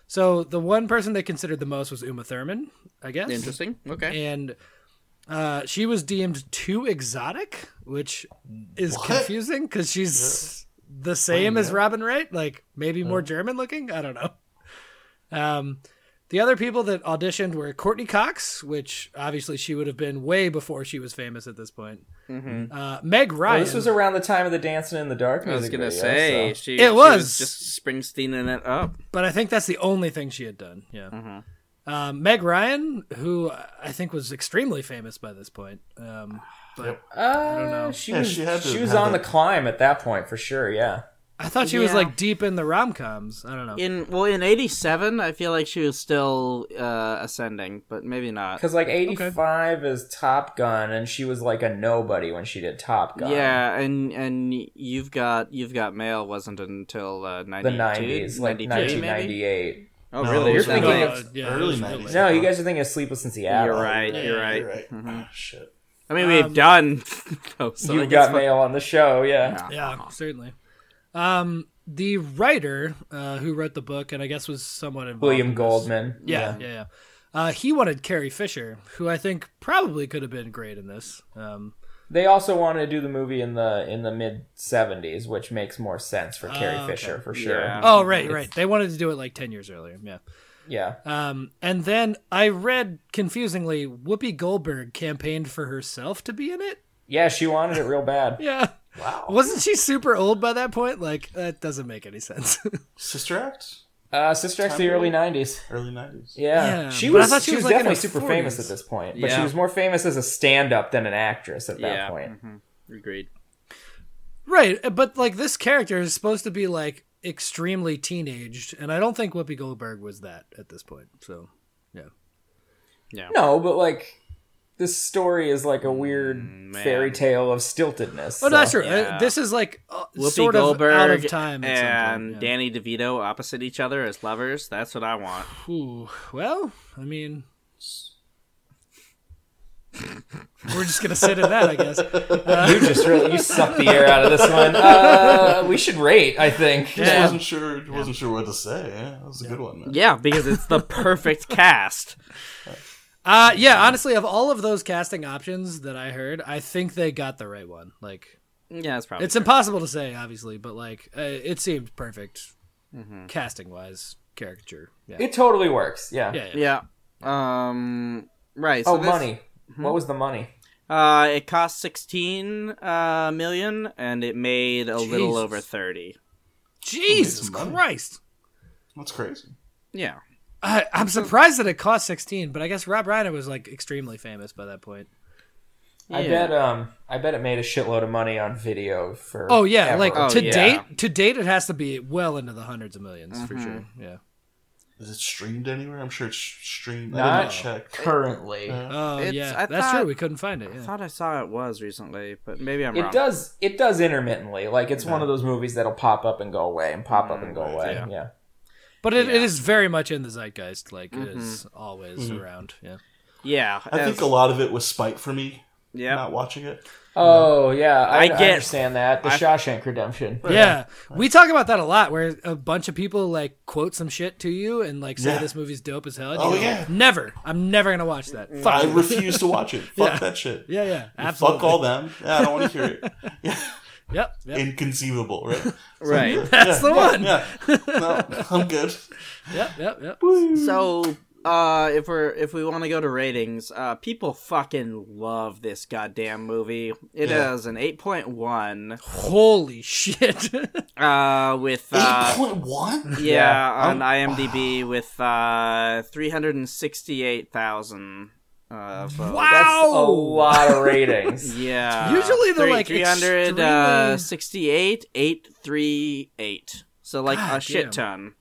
[SPEAKER 5] So the one person they considered the most was Uma Thurman, I
[SPEAKER 4] (laughs)
[SPEAKER 5] guess.
[SPEAKER 4] Interesting. Okay.
[SPEAKER 5] and uh, she was deemed too exotic, which is
[SPEAKER 6] What?
[SPEAKER 5] confusing because she's the same as Robin Wright, like maybe
[SPEAKER 3] Oh.
[SPEAKER 5] more German looking. I don't know. Um, the other people that auditioned were Courtney Cox, which obviously she would have been way before she was famous at this point. Uh, Meg Ryan.
[SPEAKER 3] Mm-hmm. Well, Oh, this was around the time of the Dancing in the Dark.
[SPEAKER 4] I was
[SPEAKER 3] music
[SPEAKER 4] gonna
[SPEAKER 3] video,
[SPEAKER 4] say
[SPEAKER 3] so-
[SPEAKER 4] she, she
[SPEAKER 5] It was.
[SPEAKER 4] just Springsteening it up.
[SPEAKER 5] but I think that's the only thing she had done. Yeah.
[SPEAKER 3] Mm-hmm.
[SPEAKER 5] Um, Meg Ryan, who I think was extremely famous by this point. Um, but
[SPEAKER 3] Uh,
[SPEAKER 5] don't know.
[SPEAKER 3] She
[SPEAKER 6] Yeah,
[SPEAKER 3] was,
[SPEAKER 6] she
[SPEAKER 3] she
[SPEAKER 6] had to
[SPEAKER 3] was
[SPEAKER 6] have
[SPEAKER 3] on
[SPEAKER 6] that.
[SPEAKER 3] the climb at that point for sure. Yeah.
[SPEAKER 5] I thought she was
[SPEAKER 4] Yeah.
[SPEAKER 5] like deep in the rom coms. I don't know.
[SPEAKER 4] In well, in '87, I feel like she was still uh, ascending, but maybe not.
[SPEAKER 3] Because like '85 is Top Gun, and she was like a nobody when she did Top Gun.
[SPEAKER 4] Yeah, and and you've got you've got mail wasn't until uh,
[SPEAKER 3] the
[SPEAKER 4] 92,
[SPEAKER 3] '90s, like
[SPEAKER 4] 92 maybe.
[SPEAKER 3] 1998.
[SPEAKER 4] Oh,
[SPEAKER 6] No,
[SPEAKER 4] really?
[SPEAKER 6] it
[SPEAKER 4] You're
[SPEAKER 6] was
[SPEAKER 4] thinking
[SPEAKER 6] early-
[SPEAKER 4] of
[SPEAKER 5] of- Yeah, it
[SPEAKER 6] early
[SPEAKER 5] was really-
[SPEAKER 6] nineties. Oh,
[SPEAKER 3] No, you guys are thinking of Sleepless in Seattle.
[SPEAKER 4] You're right. You're
[SPEAKER 6] Yeah,
[SPEAKER 4] right. Mm-hmm.
[SPEAKER 6] You're right. Ah, shit.
[SPEAKER 4] I mean, we've
[SPEAKER 5] Um,
[SPEAKER 4] done. (laughs) oh, so I
[SPEAKER 3] You've
[SPEAKER 4] guess
[SPEAKER 3] got
[SPEAKER 4] we're-
[SPEAKER 3] mail on the show. Yeah.
[SPEAKER 5] Yeah, certainly. Um, the writer uh, who wrote the book and I guess was somewhat involved.
[SPEAKER 3] William
[SPEAKER 5] in this-
[SPEAKER 3] Goldman.
[SPEAKER 5] Yeah, yeah, yeah. Uh, he wanted Carrie Fisher, who I think probably could have been great in this. Um,
[SPEAKER 3] They also wanted to do the movie in the in the mid '70s, which makes more sense for Carrie
[SPEAKER 5] okay.
[SPEAKER 3] Fisher for sure.
[SPEAKER 4] Yeah.
[SPEAKER 5] oh, right, right. They wanted to do it like ten years earlier. Yeah.
[SPEAKER 3] Yeah.
[SPEAKER 5] Um, and then I read confusingly, Whoopi Goldberg campaigned for herself to be in it.
[SPEAKER 3] Yeah, she wanted it real
[SPEAKER 5] (laughs)
[SPEAKER 3] bad.
[SPEAKER 5] Yeah.
[SPEAKER 6] Wow.
[SPEAKER 5] Wasn't she super old by that point? Like that doesn't make any sense. (laughs)
[SPEAKER 6] Sister Act?
[SPEAKER 3] Uh, Sister Act's the early '90s.
[SPEAKER 6] Early nineties.
[SPEAKER 3] Yeah,
[SPEAKER 5] Yeah,
[SPEAKER 3] she
[SPEAKER 5] but I
[SPEAKER 3] was.
[SPEAKER 5] thought
[SPEAKER 3] she,
[SPEAKER 5] she was,
[SPEAKER 3] was,
[SPEAKER 5] like, in
[SPEAKER 3] definitely
[SPEAKER 5] her
[SPEAKER 3] super
[SPEAKER 5] 40s.
[SPEAKER 3] famous at this point, but she
[SPEAKER 4] Yeah.
[SPEAKER 3] was more famous as a stand-up than an actress at that
[SPEAKER 4] Yeah.
[SPEAKER 3] point.
[SPEAKER 5] Mm-hmm.
[SPEAKER 4] Agreed.
[SPEAKER 5] Right, uh, but like this character is supposed to be like extremely teenaged, and I don't think Whoopi Goldberg was that at this point. So
[SPEAKER 3] No, but like this story is like a weird
[SPEAKER 5] Mm,
[SPEAKER 3] fairy tale of stiltedness. so-
[SPEAKER 5] well, not sure.
[SPEAKER 4] yeah.
[SPEAKER 5] This is like uh,
[SPEAKER 4] Whoopi
[SPEAKER 5] sort
[SPEAKER 4] Goldberg
[SPEAKER 5] of out of time. At
[SPEAKER 4] and
[SPEAKER 5] some point.
[SPEAKER 4] Danny DeVito opposite each other as lovers. That's what I want.
[SPEAKER 5] Yeah. Ooh, well, I mean, we're just gonna sit in that,
[SPEAKER 4] (laughs)
[SPEAKER 5] I guess.
[SPEAKER 3] You just really you suck the air out of this
[SPEAKER 5] (laughs)
[SPEAKER 3] one. Uh, we should rate. I think.
[SPEAKER 6] I
[SPEAKER 5] Yeah.
[SPEAKER 6] wasn't sure. Wasn't sure what to say. Yeah, that was a good one. Man.
[SPEAKER 4] Yeah, because it's the (laughs) perfect cast.
[SPEAKER 5] Uh, yeah, honestly, of all of those casting options that I heard, I think they got the right one. Like,
[SPEAKER 4] Yeah, it's probably
[SPEAKER 5] it's impossible to say, obviously, but like, uh, it seemed perfect
[SPEAKER 4] Mm-hmm.
[SPEAKER 5] casting wise, caricature. Yeah.
[SPEAKER 3] It totally works. Yeah.
[SPEAKER 5] yeah, yeah.
[SPEAKER 4] yeah. Um, right. So
[SPEAKER 3] oh,
[SPEAKER 4] this-
[SPEAKER 3] money.
[SPEAKER 5] Mm-hmm.
[SPEAKER 3] What was the money?
[SPEAKER 4] Uh, it cost sixteen uh, million, and it made a little
[SPEAKER 5] Jesus.
[SPEAKER 4] over thirty.
[SPEAKER 5] Jesus
[SPEAKER 6] It's money.
[SPEAKER 5] Christ.
[SPEAKER 6] That's crazy.
[SPEAKER 4] Yeah.
[SPEAKER 5] I, I'm surprised that it cost 16, but I guess Rob Reiner was like extremely famous by that point.
[SPEAKER 3] I
[SPEAKER 4] Yeah.
[SPEAKER 3] bet. Um, I bet it made a shitload of money on video for.
[SPEAKER 5] Oh yeah,
[SPEAKER 3] ever.
[SPEAKER 5] like
[SPEAKER 4] Oh,
[SPEAKER 5] to
[SPEAKER 4] yeah.
[SPEAKER 5] date, to date it has to be well into the hundreds of 1000000s for sure.
[SPEAKER 6] Mm-hmm.
[SPEAKER 5] Yeah.
[SPEAKER 6] Is it streamed anywhere? I'm sure it's streamed. I
[SPEAKER 3] not
[SPEAKER 6] didn't check.
[SPEAKER 3] currently.
[SPEAKER 5] Oh
[SPEAKER 4] It's-
[SPEAKER 5] yeah,
[SPEAKER 4] I
[SPEAKER 5] that's
[SPEAKER 4] thought-
[SPEAKER 5] true. We couldn't find it.
[SPEAKER 4] I
[SPEAKER 5] Yeah.
[SPEAKER 4] thought I saw it was recently, but maybe I'm
[SPEAKER 3] It
[SPEAKER 4] wrong.
[SPEAKER 3] does. It does intermittently. Like it's one of those movies that'll pop up and go away, and pop up and go
[SPEAKER 4] Mm,
[SPEAKER 3] away. Yeah.
[SPEAKER 5] But it,
[SPEAKER 4] Yeah.
[SPEAKER 5] it is very much in the zeitgeist. Like
[SPEAKER 6] Mm-hmm.
[SPEAKER 5] it is always around. Yeah.
[SPEAKER 4] Yeah,
[SPEAKER 6] I think a lot of it was spite for me
[SPEAKER 4] yeah.
[SPEAKER 6] not watching it.
[SPEAKER 3] Oh yeah, I,
[SPEAKER 4] I
[SPEAKER 3] I
[SPEAKER 4] get-
[SPEAKER 3] understand that. The
[SPEAKER 4] I-
[SPEAKER 3] Shawshank Redemption.
[SPEAKER 5] Yeah. We talk about that a lot where a bunch of people like quote some shit to you and like say
[SPEAKER 6] Yeah.
[SPEAKER 5] this movie's dope as hell. and
[SPEAKER 6] Oh,
[SPEAKER 5] you go,
[SPEAKER 6] yeah. Mm-hmm.
[SPEAKER 5] Never. I'm never going to watch that. Fuck.
[SPEAKER 6] I refuse to watch it.
[SPEAKER 5] (laughs)
[SPEAKER 6] Fuck
[SPEAKER 5] Yeah.
[SPEAKER 6] that shit.
[SPEAKER 5] Yeah, yeah. Absolutely.
[SPEAKER 6] Fuck all them. Yeah, I don't want to hear
[SPEAKER 5] (laughs)
[SPEAKER 6] it.
[SPEAKER 5] Yep. yep.
[SPEAKER 6] (laughs) Inconceivable, right?
[SPEAKER 3] (laughs)
[SPEAKER 4] Right.
[SPEAKER 5] That's the one.
[SPEAKER 6] Yeah. No, I'm good.
[SPEAKER 5] Yep, yep, yep.
[SPEAKER 4] So, uh, if we're if we want to go to ratings, uh, people fucking love this goddamn movie. It is
[SPEAKER 6] Yeah.
[SPEAKER 4] an eight point one.
[SPEAKER 5] Holy shit. (laughs)
[SPEAKER 4] Uh, with
[SPEAKER 6] Eight
[SPEAKER 4] uh,
[SPEAKER 6] point one.
[SPEAKER 4] yeah,
[SPEAKER 3] Yeah.
[SPEAKER 4] on IMDb with uh three hundred and sixty eight thousand. Uh, votes.
[SPEAKER 3] That's a
[SPEAKER 5] Ow.
[SPEAKER 3] lot of
[SPEAKER 4] (laughs)
[SPEAKER 3] ratings.
[SPEAKER 4] Yeah.
[SPEAKER 5] Usually they're,
[SPEAKER 4] uh,
[SPEAKER 5] like,
[SPEAKER 4] three hundred sixty-eight, eight three eight. So like
[SPEAKER 5] God
[SPEAKER 4] a shit
[SPEAKER 5] damn.
[SPEAKER 4] ton.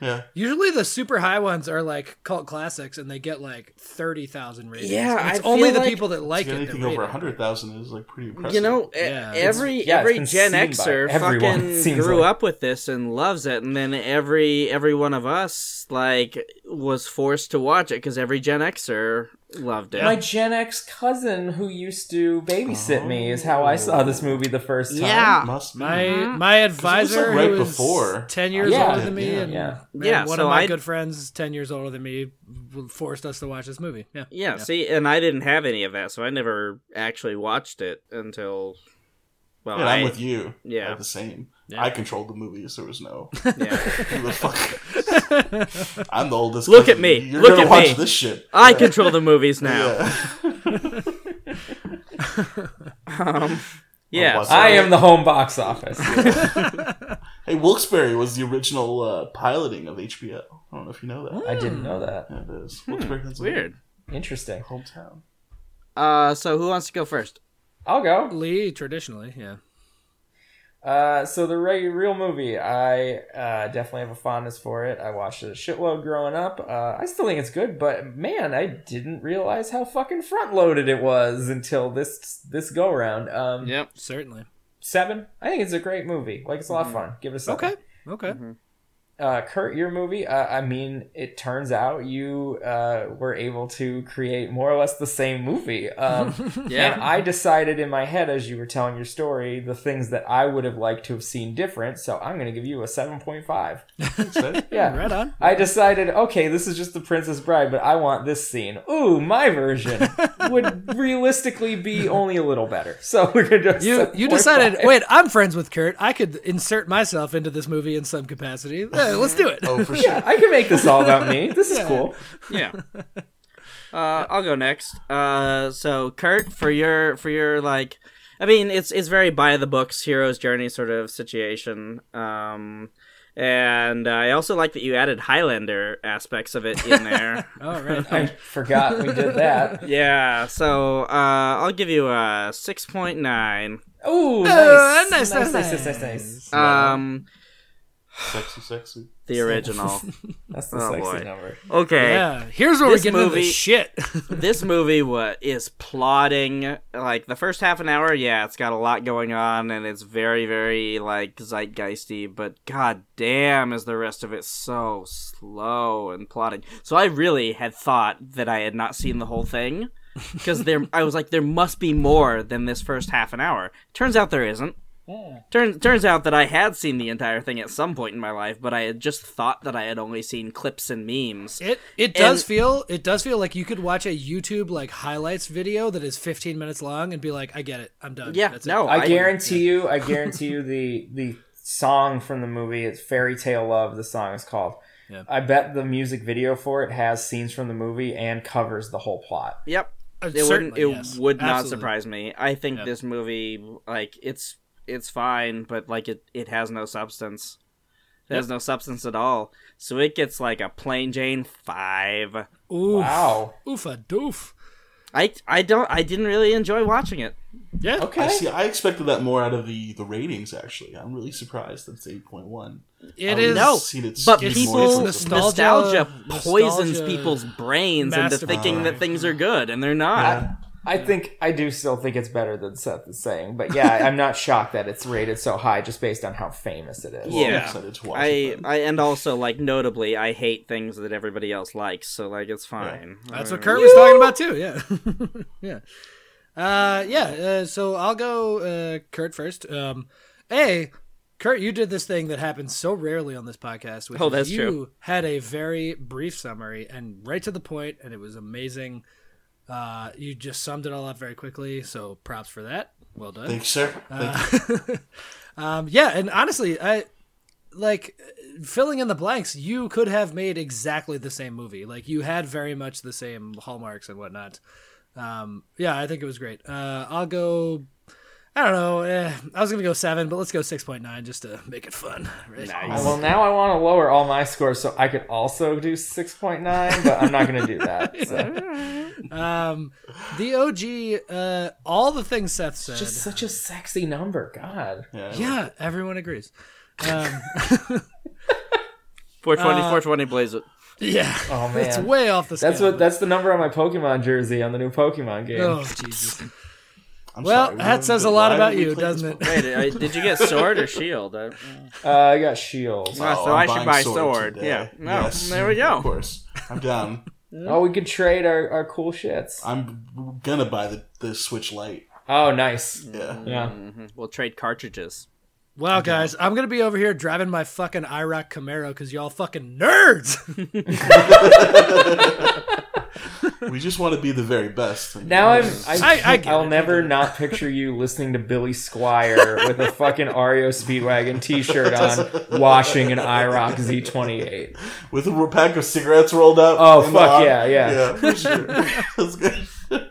[SPEAKER 6] Yeah.
[SPEAKER 5] Usually the super high ones are like cult classics, and they get like thirty thousand ratings.
[SPEAKER 4] Yeah,
[SPEAKER 5] And it's
[SPEAKER 4] I
[SPEAKER 5] only
[SPEAKER 4] feel
[SPEAKER 5] the
[SPEAKER 4] like-
[SPEAKER 5] people that like it. that
[SPEAKER 6] Anything
[SPEAKER 5] rate
[SPEAKER 6] over
[SPEAKER 5] it.
[SPEAKER 6] a hundred thousand is like pretty impressive.
[SPEAKER 4] You know, e-
[SPEAKER 5] Yeah.
[SPEAKER 4] every
[SPEAKER 3] yeah, it's
[SPEAKER 4] every
[SPEAKER 3] been
[SPEAKER 4] Gen
[SPEAKER 3] seen by
[SPEAKER 4] Xer
[SPEAKER 3] everyone, it
[SPEAKER 4] fucking
[SPEAKER 3] seems
[SPEAKER 4] grew
[SPEAKER 3] like.
[SPEAKER 4] up with this and loves it, and then every every one of us like was forced to watch it because every Gen Xer loved it.
[SPEAKER 3] My Gen X cousin who used to babysit me is how I saw this movie the first time.
[SPEAKER 4] Oh. yeah,
[SPEAKER 6] must be.
[SPEAKER 5] My
[SPEAKER 4] Mm-hmm.
[SPEAKER 5] my advisor,
[SPEAKER 6] right
[SPEAKER 5] who was
[SPEAKER 6] before.
[SPEAKER 5] ten years
[SPEAKER 3] Yeah,
[SPEAKER 5] older than me,
[SPEAKER 6] yeah.
[SPEAKER 5] and,
[SPEAKER 3] Yeah.
[SPEAKER 5] and
[SPEAKER 4] Yeah,
[SPEAKER 5] one
[SPEAKER 4] so
[SPEAKER 5] of my
[SPEAKER 4] I-
[SPEAKER 5] good friends, ten years older than me, w- forced us to watch this movie. Yeah,
[SPEAKER 4] yeah. See, and I didn't have any of that, so I never actually watched it until. Well,
[SPEAKER 6] Yeah,
[SPEAKER 4] I,
[SPEAKER 6] I'm with you.
[SPEAKER 4] Yeah.
[SPEAKER 6] I'm the same.
[SPEAKER 5] Yeah.
[SPEAKER 6] I controlled the movies. There
[SPEAKER 4] (laughs)
[SPEAKER 6] was no.
[SPEAKER 3] (laughs)
[SPEAKER 4] yeah.
[SPEAKER 6] Who
[SPEAKER 4] (laughs)
[SPEAKER 6] the fuck? I'm the oldest.
[SPEAKER 4] Look at
[SPEAKER 6] cousin.
[SPEAKER 4] me.
[SPEAKER 6] You're
[SPEAKER 4] Look
[SPEAKER 6] gonna
[SPEAKER 4] at
[SPEAKER 6] watch
[SPEAKER 4] me.
[SPEAKER 6] this shit.
[SPEAKER 4] I control the movies now. (laughs) Um, yeah.
[SPEAKER 6] Well,
[SPEAKER 3] I am the home box
[SPEAKER 4] (laughs)
[SPEAKER 3] office.
[SPEAKER 6] Hey, Wilkes-Barre was the original uh, piloting of HBO. I don't know if you know that.
[SPEAKER 3] I didn't know that.
[SPEAKER 6] Yeah, it is. Wilkes-Barre,
[SPEAKER 4] Hmm.
[SPEAKER 6] Pennsylvania.
[SPEAKER 4] Weird.
[SPEAKER 3] Interesting.
[SPEAKER 6] Hometown.
[SPEAKER 4] Uh, so who wants to go first?
[SPEAKER 3] I'll go.
[SPEAKER 5] Lee traditionally, yeah.
[SPEAKER 3] Uh, so the re- real movie, I uh, definitely have a fondness for it. I watched it a shitload growing up. Uh, I still think it's good, but man, I didn't realize how fucking front loaded it was until this this go round. Um,
[SPEAKER 4] Yep.
[SPEAKER 5] Certainly.
[SPEAKER 3] Seven. I think it's a great movie. Like it's a lot of fun. Give it a seven.
[SPEAKER 5] Okay. Okay.
[SPEAKER 4] mm-hmm.
[SPEAKER 3] uh, Kurt, your movie. Uh, I mean, it turns out you uh, were able to create more or less the same movie. Um,
[SPEAKER 4] Yeah.
[SPEAKER 3] And I decided in my head as you were telling your story the things that I would have liked to have seen different. So I'm going to give you a seven point five.
[SPEAKER 5] (laughs)
[SPEAKER 3] Yeah.
[SPEAKER 5] Right on.
[SPEAKER 3] I decided, okay, this is just the Princess Bride, but I want this scene. Ooh, my
[SPEAKER 5] (laughs)
[SPEAKER 3] version would realistically be only a little better. So we're gonna do a
[SPEAKER 5] You you
[SPEAKER 3] 7.5.
[SPEAKER 5] decided. Wait, I'm friends with Kurt. I could insert myself into this movie in some capacity. Hey, let's do it.
[SPEAKER 4] (laughs)
[SPEAKER 6] Oh, for sure.
[SPEAKER 3] I can make this all about me. This is cool.
[SPEAKER 4] yeah. (laughs) Uh, I'll go next. Uh, so Kurt, for your for your like, I mean, it's it's very by the books hero's journey sort of situation. Um, and I also like that you added Highlander aspects of it in there.
[SPEAKER 5] All right.
[SPEAKER 3] I forgot we did that.
[SPEAKER 4] yeah. So uh, I'll give you a six point nine.
[SPEAKER 3] Ooh,
[SPEAKER 5] Oh,
[SPEAKER 3] nice. nice,
[SPEAKER 5] nice, nice,
[SPEAKER 3] nice, nice,
[SPEAKER 5] nice.
[SPEAKER 3] nice, nice.
[SPEAKER 4] Um,
[SPEAKER 6] Sexy, sexy.
[SPEAKER 4] the original.
[SPEAKER 3] That's the
[SPEAKER 4] oh,
[SPEAKER 3] sexy
[SPEAKER 4] boy.
[SPEAKER 3] number.
[SPEAKER 4] Okay.
[SPEAKER 5] Yeah. Here's where we
[SPEAKER 4] This
[SPEAKER 5] get into the
[SPEAKER 4] movie-
[SPEAKER 5] shit.
[SPEAKER 4] (laughs) this movie what is plotting like the first half an hour yeah it's got a lot going on and it's very very like zeitgeisty but god damn is the rest of it so slow and plotting so i really had thought that i had not seen the whole thing because there i was like there must be more than this first half an hour turns out there isn't Turns turns out that I had seen the entire thing at some point in my life, but I had just thought that I had only seen clips and memes.
[SPEAKER 5] It it does
[SPEAKER 4] And-
[SPEAKER 5] feel it does feel like you could watch a YouTube like highlights video that is 15 minutes long and be like, I get it, I'm done.
[SPEAKER 4] Yeah,
[SPEAKER 5] That's
[SPEAKER 4] no,
[SPEAKER 5] it.
[SPEAKER 3] I guarantee you, I guarantee you the the song from the movie, it's Fairy Tale Love, the song is called.
[SPEAKER 5] Yeah.
[SPEAKER 3] I bet the music video for it has scenes from the movie and covers the whole plot.
[SPEAKER 4] Yep,
[SPEAKER 5] Uh,
[SPEAKER 4] it wouldn't
[SPEAKER 5] certainly,
[SPEAKER 4] it
[SPEAKER 5] yes.
[SPEAKER 4] would not
[SPEAKER 5] Absolutely.
[SPEAKER 4] surprise me i think
[SPEAKER 5] Yeah.
[SPEAKER 4] this movie like it's it's fine but like it it has no substance it has no substance at all so it gets like a plain jane 5
[SPEAKER 5] Oof,
[SPEAKER 3] Wow.
[SPEAKER 5] Oofa doof.
[SPEAKER 4] i i don't i didn't really enjoy watching it
[SPEAKER 5] Yeah.
[SPEAKER 3] Okay.
[SPEAKER 6] I see. I expected that more out of the the ratings. Actually, I'm really surprised that's eight point one.
[SPEAKER 3] Oh,
[SPEAKER 5] It
[SPEAKER 6] I
[SPEAKER 5] is
[SPEAKER 6] would've
[SPEAKER 4] No,
[SPEAKER 6] seen it
[SPEAKER 4] but
[SPEAKER 6] skewed
[SPEAKER 4] people
[SPEAKER 6] more towards the
[SPEAKER 5] nostalgia-
[SPEAKER 4] nostalgia, poisons
[SPEAKER 5] nostalgia
[SPEAKER 4] people's brains into
[SPEAKER 5] mastermind.
[SPEAKER 4] thinking that things are good and they're not
[SPEAKER 3] I think I do still think it's better than Seth is saying, but yeah, I'm not shocked that it's rated so high just based on how famous it is.
[SPEAKER 6] Well, I'm
[SPEAKER 4] yeah.
[SPEAKER 6] excited to watch
[SPEAKER 4] I,
[SPEAKER 6] it,
[SPEAKER 4] I and also like notably I hate things that everybody else likes so like it's fine.
[SPEAKER 5] That's what Kurt was talking about too. Yeah, (laughs) yeah, uh, yeah. Uh, so I'll go uh, Kurt first. Um, a Kurt, you did this thing that happens so rarely on this podcast. Which
[SPEAKER 4] Oh,
[SPEAKER 5] is
[SPEAKER 4] that's
[SPEAKER 5] you
[SPEAKER 4] true.
[SPEAKER 5] Had a very brief summary and right to the point, and it was amazing. Uh, you just summed it all up very quickly, so props for that. Well done.
[SPEAKER 6] Thanks, sir.
[SPEAKER 5] Uh,
[SPEAKER 6] Thank you.
[SPEAKER 5] Um, yeah, and honestly, I like filling in the blanks. You could have made exactly the same movie. Like you had very much the same hallmarks and whatnot. Um, yeah, I think it was great. Uh, I'll go. I don't know. Eh, I was gonna go seven, but let's go six point nine just to make it fun. Right?
[SPEAKER 4] Nice.
[SPEAKER 3] Well, now I want to lower all my scores so I could also do 6.9, but I'm not going to do (laughs) that. So.
[SPEAKER 5] Um, the OG. Uh, all the things Seth said.
[SPEAKER 3] Just such a sexy number. God.
[SPEAKER 6] Yeah.
[SPEAKER 5] yeah, everyone agrees. Um, (laughs)
[SPEAKER 4] 420,
[SPEAKER 5] Uh,
[SPEAKER 4] 420, blaze it.
[SPEAKER 5] yeah,
[SPEAKER 3] Oh man,
[SPEAKER 5] it's way off the scale.
[SPEAKER 3] that's what that's the number on my Pokemon jersey on the new Pokemon game. (laughs)
[SPEAKER 5] Oh Jesus!
[SPEAKER 6] I'm
[SPEAKER 5] Well,
[SPEAKER 6] sorry, we
[SPEAKER 5] that
[SPEAKER 6] haven't
[SPEAKER 5] says
[SPEAKER 6] been-
[SPEAKER 5] a lot
[SPEAKER 6] why
[SPEAKER 5] about
[SPEAKER 6] did we
[SPEAKER 5] you,
[SPEAKER 6] play this
[SPEAKER 5] doesn't
[SPEAKER 6] one?
[SPEAKER 5] it?
[SPEAKER 6] (laughs)
[SPEAKER 4] Wait, I, did you get sword or shield? mm, I,
[SPEAKER 3] Uh, I got Shield.
[SPEAKER 4] Wow. so
[SPEAKER 6] Oh, I'm
[SPEAKER 4] I should
[SPEAKER 6] buying
[SPEAKER 4] buy sword.
[SPEAKER 6] today.
[SPEAKER 4] Yeah. No, there we go.
[SPEAKER 6] Of course, I'm down.
[SPEAKER 4] Mm.
[SPEAKER 3] Oh, we could trade our, our cool shits.
[SPEAKER 6] I'm gonna buy the, the Switch Lite.
[SPEAKER 3] Oh, nice.
[SPEAKER 6] Yeah.
[SPEAKER 3] Yeah.
[SPEAKER 4] Mhm. We'll trade cartridges.
[SPEAKER 5] Wow, guys, I'm gonna be over here driving my fucking IROC Camaro because y'all fucking nerds.
[SPEAKER 6] (laughs)
[SPEAKER 4] Mm.
[SPEAKER 6] We just want to be the very best. And
[SPEAKER 3] Now I'm. I,
[SPEAKER 5] I- I get
[SPEAKER 3] will
[SPEAKER 5] it.
[SPEAKER 3] never not picture
[SPEAKER 4] (laughs)
[SPEAKER 3] you listening to Billy Squire with a fucking Ario Speedwagon T-shirt
[SPEAKER 4] (laughs)
[SPEAKER 3] on, washing an IROC Z28.
[SPEAKER 6] with a pack of cigarettes rolled up.
[SPEAKER 3] Oh,
[SPEAKER 6] in the
[SPEAKER 3] fuck
[SPEAKER 6] op-
[SPEAKER 3] yeah, yeah.
[SPEAKER 5] (laughs)
[SPEAKER 6] yeah. For sure. (laughs) That's good.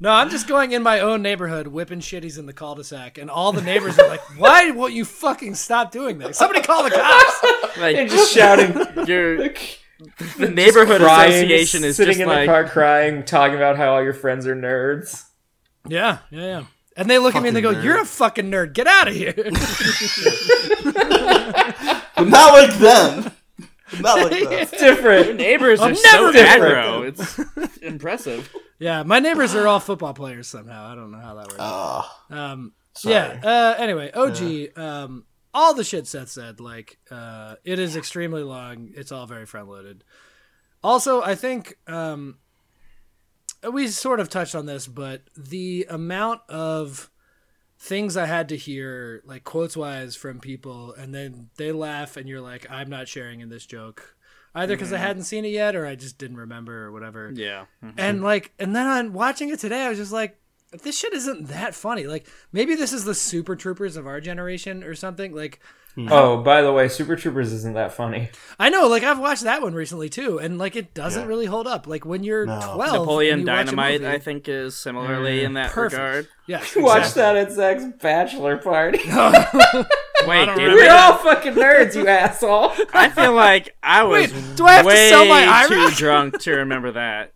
[SPEAKER 5] no, I'm just going in my own neighborhood, whipping shitties in the cul-de-sac, and all the neighbors are like, (laughs) "Why won't you fucking stop doing that? Somebody call the cops!"
[SPEAKER 6] (laughs)
[SPEAKER 3] And
[SPEAKER 4] Like,
[SPEAKER 3] just shouting.
[SPEAKER 4] your, the neighborhood
[SPEAKER 3] crying,
[SPEAKER 4] association is
[SPEAKER 3] sitting
[SPEAKER 4] just
[SPEAKER 3] in
[SPEAKER 4] like,
[SPEAKER 3] the car crying, talking about how all your friends are nerds.
[SPEAKER 5] yeah, yeah, yeah. And they look at me and they go,
[SPEAKER 6] Fucking nerd.
[SPEAKER 5] "You're a fucking nerd. Get out of here." (laughs)
[SPEAKER 6] But not like them.
[SPEAKER 5] (laughs)
[SPEAKER 6] Not like them.
[SPEAKER 4] your
[SPEAKER 3] Different.
[SPEAKER 4] neighbors
[SPEAKER 5] I'm
[SPEAKER 4] are so
[SPEAKER 5] never different.
[SPEAKER 4] aggro. It's impressive.
[SPEAKER 5] yeah, my neighbors are all football players somehow. I don't know how that works.
[SPEAKER 6] Ah,
[SPEAKER 5] Um,
[SPEAKER 6] sorry.
[SPEAKER 5] Yeah. Uh, anyway, OG. Um, all the shit Seth said, like, uh, it is extremely long. It's all very front loaded. Also, I think um, we sort of touched on this, but the amount of things I had to hear, like quotes wise, from people, and then they laugh, and you're like, I'm not sharing in this joke. Either because I hadn't seen it yet, or I just didn't remember, or whatever
[SPEAKER 4] Yeah.
[SPEAKER 5] and like and then on watching it today i was just like this shit isn't that funny like maybe this is the super troopers of our generation or something like
[SPEAKER 3] Oh, by the way, Super Troopers isn't that funny.
[SPEAKER 5] i know like i've watched that one recently too and like it doesn't
[SPEAKER 6] Yeah.
[SPEAKER 5] really hold up like when you're
[SPEAKER 6] No.
[SPEAKER 5] 12
[SPEAKER 4] Napoleon
[SPEAKER 5] and you watch a
[SPEAKER 4] Dynamite,
[SPEAKER 5] movie-
[SPEAKER 4] I think, is similarly in that
[SPEAKER 5] perfect.
[SPEAKER 4] regard.
[SPEAKER 5] yeah
[SPEAKER 3] Watch
[SPEAKER 5] exactly.
[SPEAKER 3] that at Zach's bachelor (laughs) party.
[SPEAKER 4] Wait,
[SPEAKER 5] don't
[SPEAKER 4] did
[SPEAKER 5] remember
[SPEAKER 4] we?
[SPEAKER 3] We're all fucking nerds, you asshole.
[SPEAKER 4] I feel like I was
[SPEAKER 5] Wait, do I have to
[SPEAKER 4] way
[SPEAKER 5] sell my
[SPEAKER 4] too (laughs)
[SPEAKER 5] IROC?
[SPEAKER 4] drunk to remember
[SPEAKER 5] (laughs)
[SPEAKER 4] that.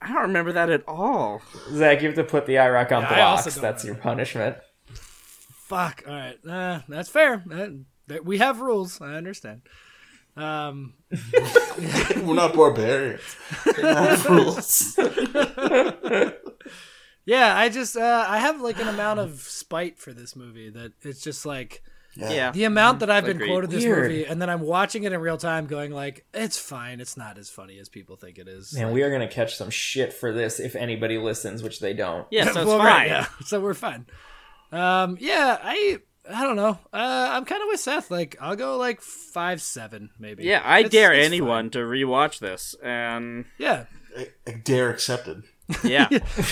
[SPEAKER 4] I don't remember that at all.
[SPEAKER 3] (laughs) Zach, you have to put the IROC on
[SPEAKER 5] I also
[SPEAKER 3] blocks.
[SPEAKER 5] don't
[SPEAKER 3] That's your punishment.
[SPEAKER 5] fuck all right uh, that's fair That- that- we have rules i understand um
[SPEAKER 6] (laughs) We're not barbarians. We have rules.
[SPEAKER 5] yeah i just uh i have like an amount of spite for this movie that it's just like
[SPEAKER 4] Yeah.
[SPEAKER 5] the amount that I've been
[SPEAKER 4] Agreed.
[SPEAKER 5] quoted this
[SPEAKER 3] Weird.
[SPEAKER 5] movie, and then I'm watching it in real time, going like, "It's fine. It's not as funny as people think it is."
[SPEAKER 3] Man, we are gonna catch some shit for this if anybody listens, which they don't.
[SPEAKER 4] Yeah,
[SPEAKER 5] (laughs)
[SPEAKER 4] so it's
[SPEAKER 5] Well,
[SPEAKER 4] fine.
[SPEAKER 5] right,
[SPEAKER 4] (laughs)
[SPEAKER 5] yeah. So we're fine. Um, yeah, I I don't know. Uh, I'm kind of with Seth. Like, I'll go like five seven maybe.
[SPEAKER 4] Yeah, I
[SPEAKER 5] It's-
[SPEAKER 4] dare
[SPEAKER 5] it's
[SPEAKER 4] anyone to rewatch this.
[SPEAKER 5] (laughs)
[SPEAKER 4] And
[SPEAKER 5] fine. Yeah.
[SPEAKER 6] I, I dare accepted.
[SPEAKER 4] yeah,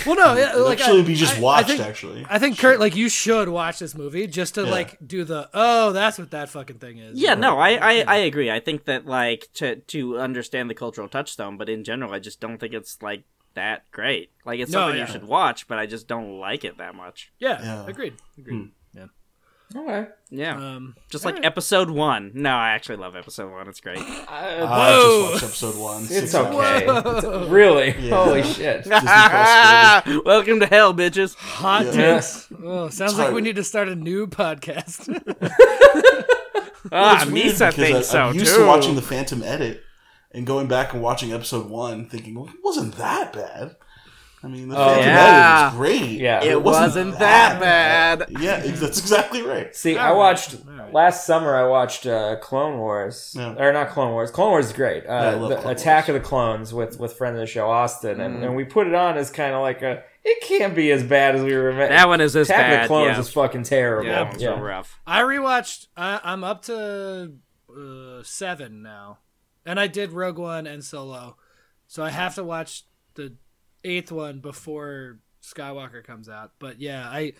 [SPEAKER 5] Well, no, yeah,
[SPEAKER 6] It'd
[SPEAKER 5] like
[SPEAKER 6] actually
[SPEAKER 5] I,
[SPEAKER 6] be just
[SPEAKER 5] I- I
[SPEAKER 6] watched.
[SPEAKER 5] think,
[SPEAKER 6] actually,
[SPEAKER 5] I think Kurt, like, you should watch this movie just to
[SPEAKER 6] Yeah.
[SPEAKER 5] like do the oh, that's what that fucking thing is.
[SPEAKER 4] yeah, no, I, I, I agree. I think that like to to understand the cultural touchstone, but in general, I just don't think it's like that great. Like it's
[SPEAKER 5] No,
[SPEAKER 4] something
[SPEAKER 5] yeah.
[SPEAKER 4] you should watch, but I just don't like it that much.
[SPEAKER 5] Yeah,
[SPEAKER 6] Yeah. Hmm.
[SPEAKER 5] agreed. Agreed.
[SPEAKER 3] Okay.
[SPEAKER 4] Yeah,
[SPEAKER 5] Um,
[SPEAKER 4] Uh, just
[SPEAKER 5] all
[SPEAKER 4] like
[SPEAKER 5] right.
[SPEAKER 4] episode one. No, I actually love episode one.
[SPEAKER 5] (laughs)
[SPEAKER 4] It's great.
[SPEAKER 3] Uh,
[SPEAKER 6] I
[SPEAKER 5] Whoa.
[SPEAKER 6] just watched episode one.
[SPEAKER 3] it's
[SPEAKER 6] six
[SPEAKER 3] okay.
[SPEAKER 6] episodes.
[SPEAKER 3] It's- (laughs) really?
[SPEAKER 6] Yeah.
[SPEAKER 3] Holy (laughs) shit.
[SPEAKER 4] (laughs) Welcome to hell, bitches.
[SPEAKER 5] Hot
[SPEAKER 6] Yeah.
[SPEAKER 5] takes. Oh, sounds like we
[SPEAKER 6] hard.
[SPEAKER 5] need to start a new (laughs) podcast.
[SPEAKER 4] Ah,
[SPEAKER 6] It's weird
[SPEAKER 4] Misa
[SPEAKER 6] because
[SPEAKER 4] thinks
[SPEAKER 6] I,
[SPEAKER 4] so
[SPEAKER 6] I'm used
[SPEAKER 4] too.
[SPEAKER 6] to watching the Phantom edit and going back and watching episode one, thinking well, it wasn't that bad. I mean, the Phantom
[SPEAKER 4] yeah.
[SPEAKER 6] edit was great.
[SPEAKER 3] Yeah.
[SPEAKER 6] but
[SPEAKER 4] it wasn't that bad.
[SPEAKER 6] Yeah, that's exactly right.
[SPEAKER 3] See, I watched last summer. I watched uh, Clone Wars,
[SPEAKER 6] Yeah.
[SPEAKER 3] or not Clone Wars. Clone Wars is great. Uh,
[SPEAKER 6] I love
[SPEAKER 3] the
[SPEAKER 6] Clone
[SPEAKER 3] Attack of the Clones with with friend of the show Austin, and, and we put it on as kind of like a. It can't be as bad as we remember.
[SPEAKER 4] That one is as
[SPEAKER 3] Attack of
[SPEAKER 4] bad.
[SPEAKER 3] the Clones
[SPEAKER 4] yeah.
[SPEAKER 3] is fucking terrible.
[SPEAKER 4] yeah, that one's
[SPEAKER 3] Yeah.
[SPEAKER 4] real rough.
[SPEAKER 5] I rewatched. I, I'm up to uh, seven now, and I did Rogue One and Solo, so I have to watch the eighth one before Skywalker comes out. But yeah, I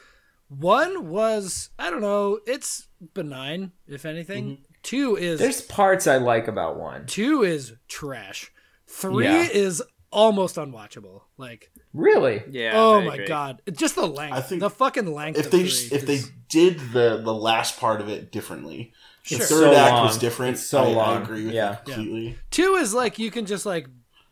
[SPEAKER 5] one was I don't know. It's benign, if anything.
[SPEAKER 6] Mm-hmm.
[SPEAKER 5] Two is
[SPEAKER 3] There's parts I like about one.
[SPEAKER 5] two is trash. Three
[SPEAKER 3] Yeah.
[SPEAKER 5] is almost unwatchable. Like
[SPEAKER 3] Really?
[SPEAKER 4] Yeah.
[SPEAKER 5] oh
[SPEAKER 4] I
[SPEAKER 5] my
[SPEAKER 4] agree.
[SPEAKER 5] god, It's just the length.
[SPEAKER 6] I think
[SPEAKER 5] the fucking length.
[SPEAKER 6] If
[SPEAKER 5] of
[SPEAKER 6] they
[SPEAKER 5] three
[SPEAKER 6] just, if they
[SPEAKER 5] is-
[SPEAKER 6] did the the last part of it differently,
[SPEAKER 5] Sure.
[SPEAKER 6] the
[SPEAKER 5] It's
[SPEAKER 6] third
[SPEAKER 3] so
[SPEAKER 6] act
[SPEAKER 3] long.
[SPEAKER 6] was different.
[SPEAKER 3] It's so
[SPEAKER 6] I, I
[SPEAKER 3] long.
[SPEAKER 6] agree with
[SPEAKER 3] Yeah.
[SPEAKER 6] you completely.
[SPEAKER 5] Two is like you can just like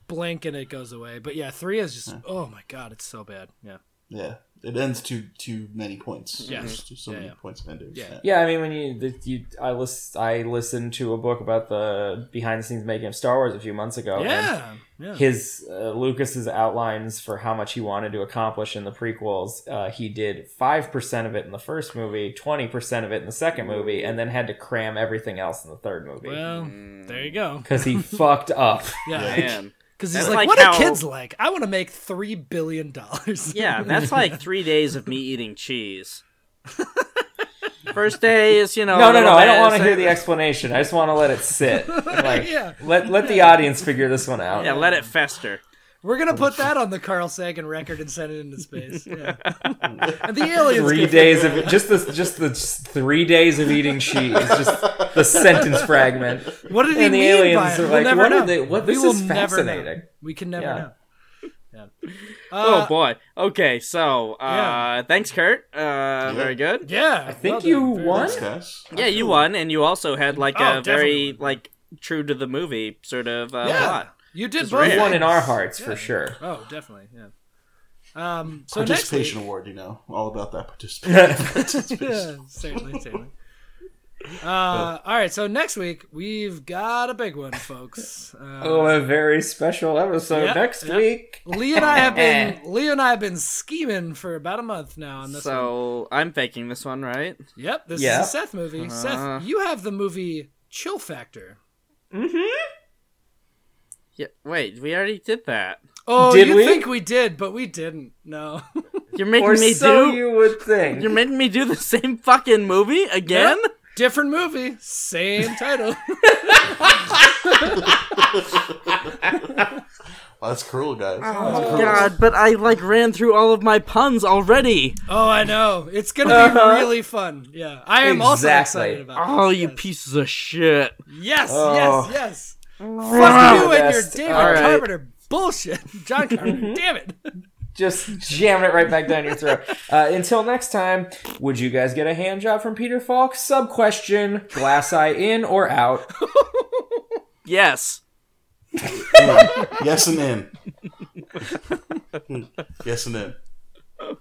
[SPEAKER 5] blink and it goes away. But yeah, three is just oh my god, it's so bad. Yeah.
[SPEAKER 6] Yeah, it ends too too many points.
[SPEAKER 5] Yeah.
[SPEAKER 6] There's too- so
[SPEAKER 5] Yeah,
[SPEAKER 6] many
[SPEAKER 5] yeah.
[SPEAKER 6] points of endings.
[SPEAKER 5] Yeah.
[SPEAKER 3] Yeah, I mean, when you, the, you I list, I listened to a book about the behind the scenes making of Star Wars a few months ago. and
[SPEAKER 5] yeah, yeah.
[SPEAKER 3] his uh, Lucas's outlines for how much he wanted to accomplish in the prequels. Uh, he did five percent of it in the first movie, twenty percent of it in the second movie, and then had to cram everything else in the third movie
[SPEAKER 5] well, there you go.
[SPEAKER 3] because he (laughs) fucked up.
[SPEAKER 5] Yeah, (laughs)
[SPEAKER 4] Man.
[SPEAKER 5] because he's
[SPEAKER 4] That's
[SPEAKER 5] like,
[SPEAKER 4] like
[SPEAKER 5] what
[SPEAKER 4] how-
[SPEAKER 5] are kids like? I want to make three billion
[SPEAKER 3] (laughs)
[SPEAKER 5] dollars.
[SPEAKER 4] Yeah, that's like three days of me eating cheese. First day is, you know.
[SPEAKER 3] No, no, no! I don't want
[SPEAKER 4] want
[SPEAKER 3] to hear the explanation. I just want to let it sit. Like,
[SPEAKER 5] Yeah.
[SPEAKER 3] let let the audience figure this one out.
[SPEAKER 4] Yeah, let it fester.
[SPEAKER 5] (laughs) We're gonna put
[SPEAKER 3] (laughs)
[SPEAKER 5] that on the Carl Sagan record and send it into space. Yeah. and the aliens.
[SPEAKER 3] three
[SPEAKER 5] get-
[SPEAKER 3] days of just the just the s- three days of eating cheese. Just the sentence fragment.
[SPEAKER 5] What did he
[SPEAKER 3] and the
[SPEAKER 5] mean
[SPEAKER 3] aliens
[SPEAKER 5] by it?
[SPEAKER 3] are
[SPEAKER 5] We'll
[SPEAKER 3] like,
[SPEAKER 5] never
[SPEAKER 3] what
[SPEAKER 5] know.
[SPEAKER 3] are they? What this
[SPEAKER 5] we will
[SPEAKER 3] is
[SPEAKER 5] never know.
[SPEAKER 3] fascinating.
[SPEAKER 5] We can never
[SPEAKER 3] Yeah.
[SPEAKER 5] know. Yeah.
[SPEAKER 4] oh
[SPEAKER 5] Uh,
[SPEAKER 4] boy. Okay, so uh,
[SPEAKER 5] Yeah.
[SPEAKER 4] thanks, Kurt. Uh, Very good.
[SPEAKER 5] yeah.
[SPEAKER 3] I think
[SPEAKER 5] well
[SPEAKER 3] you
[SPEAKER 5] done. Very
[SPEAKER 3] won.
[SPEAKER 5] nice.
[SPEAKER 6] Thanks, guys.
[SPEAKER 4] Yeah, you won, and you also had like
[SPEAKER 5] Oh,
[SPEAKER 4] a very like true to the movie sort of uh,
[SPEAKER 5] Yeah,
[SPEAKER 4] plot.
[SPEAKER 5] you did
[SPEAKER 4] Just
[SPEAKER 5] both.
[SPEAKER 4] rare.
[SPEAKER 3] One in our
[SPEAKER 5] things.
[SPEAKER 3] hearts
[SPEAKER 5] Yeah.
[SPEAKER 3] for
[SPEAKER 5] (laughs)
[SPEAKER 3] sure.
[SPEAKER 5] Oh, definitely. Yeah. Um. So next week.
[SPEAKER 6] Participation award, you know, all about that
[SPEAKER 3] (laughs)
[SPEAKER 6] participation.
[SPEAKER 5] yeah, (laughs) certainly, certainly. Uh, all right, so next week we've got a big one, folks. Uh,
[SPEAKER 3] Oh, a very special episode
[SPEAKER 5] Yep,
[SPEAKER 3] next
[SPEAKER 5] yep.
[SPEAKER 3] week.
[SPEAKER 5] Lee and I have been Lee and I have been scheming for about a month now on this. one.
[SPEAKER 4] So I'm faking this one, right?
[SPEAKER 5] yep, this
[SPEAKER 3] Yeah.
[SPEAKER 5] is a Seth movie. Seth, you have the movie Chill Factor.
[SPEAKER 4] Yeah. Wait, we already did that.
[SPEAKER 5] Oh,
[SPEAKER 3] Did
[SPEAKER 5] you
[SPEAKER 3] we?
[SPEAKER 5] think we did, but we didn't. No. (laughs)
[SPEAKER 4] You're making
[SPEAKER 3] Or
[SPEAKER 4] me
[SPEAKER 3] so
[SPEAKER 4] do.
[SPEAKER 3] you would think.
[SPEAKER 4] You're making me do the same fucking movie again.
[SPEAKER 5] Yep, different movie, same title. (laughs)
[SPEAKER 6] Well, that's cruel, guys.
[SPEAKER 4] Oh God, but I like ran through all of my puns already.
[SPEAKER 5] oh, I know. It's gonna be really fun. Yeah, I am also
[SPEAKER 3] Exactly.
[SPEAKER 5] excited about. it.
[SPEAKER 4] Oh, you
[SPEAKER 5] Yes.
[SPEAKER 4] pieces of shit.
[SPEAKER 5] Yes,
[SPEAKER 3] Oh.
[SPEAKER 5] yes, yes.
[SPEAKER 3] Wow.
[SPEAKER 5] you and your
[SPEAKER 3] Best.
[SPEAKER 5] David
[SPEAKER 3] All right. Mm-hmm.
[SPEAKER 5] Carpenter bullshit. (laughs) John Carpenter, damn it.
[SPEAKER 3] Just jamming it right back down your throat. Uh, until next time, would you guys get a hand job from Peter Falk? Sub question: Glass eye in or out?
[SPEAKER 4] Yes.
[SPEAKER 6] yes and in. yes and in.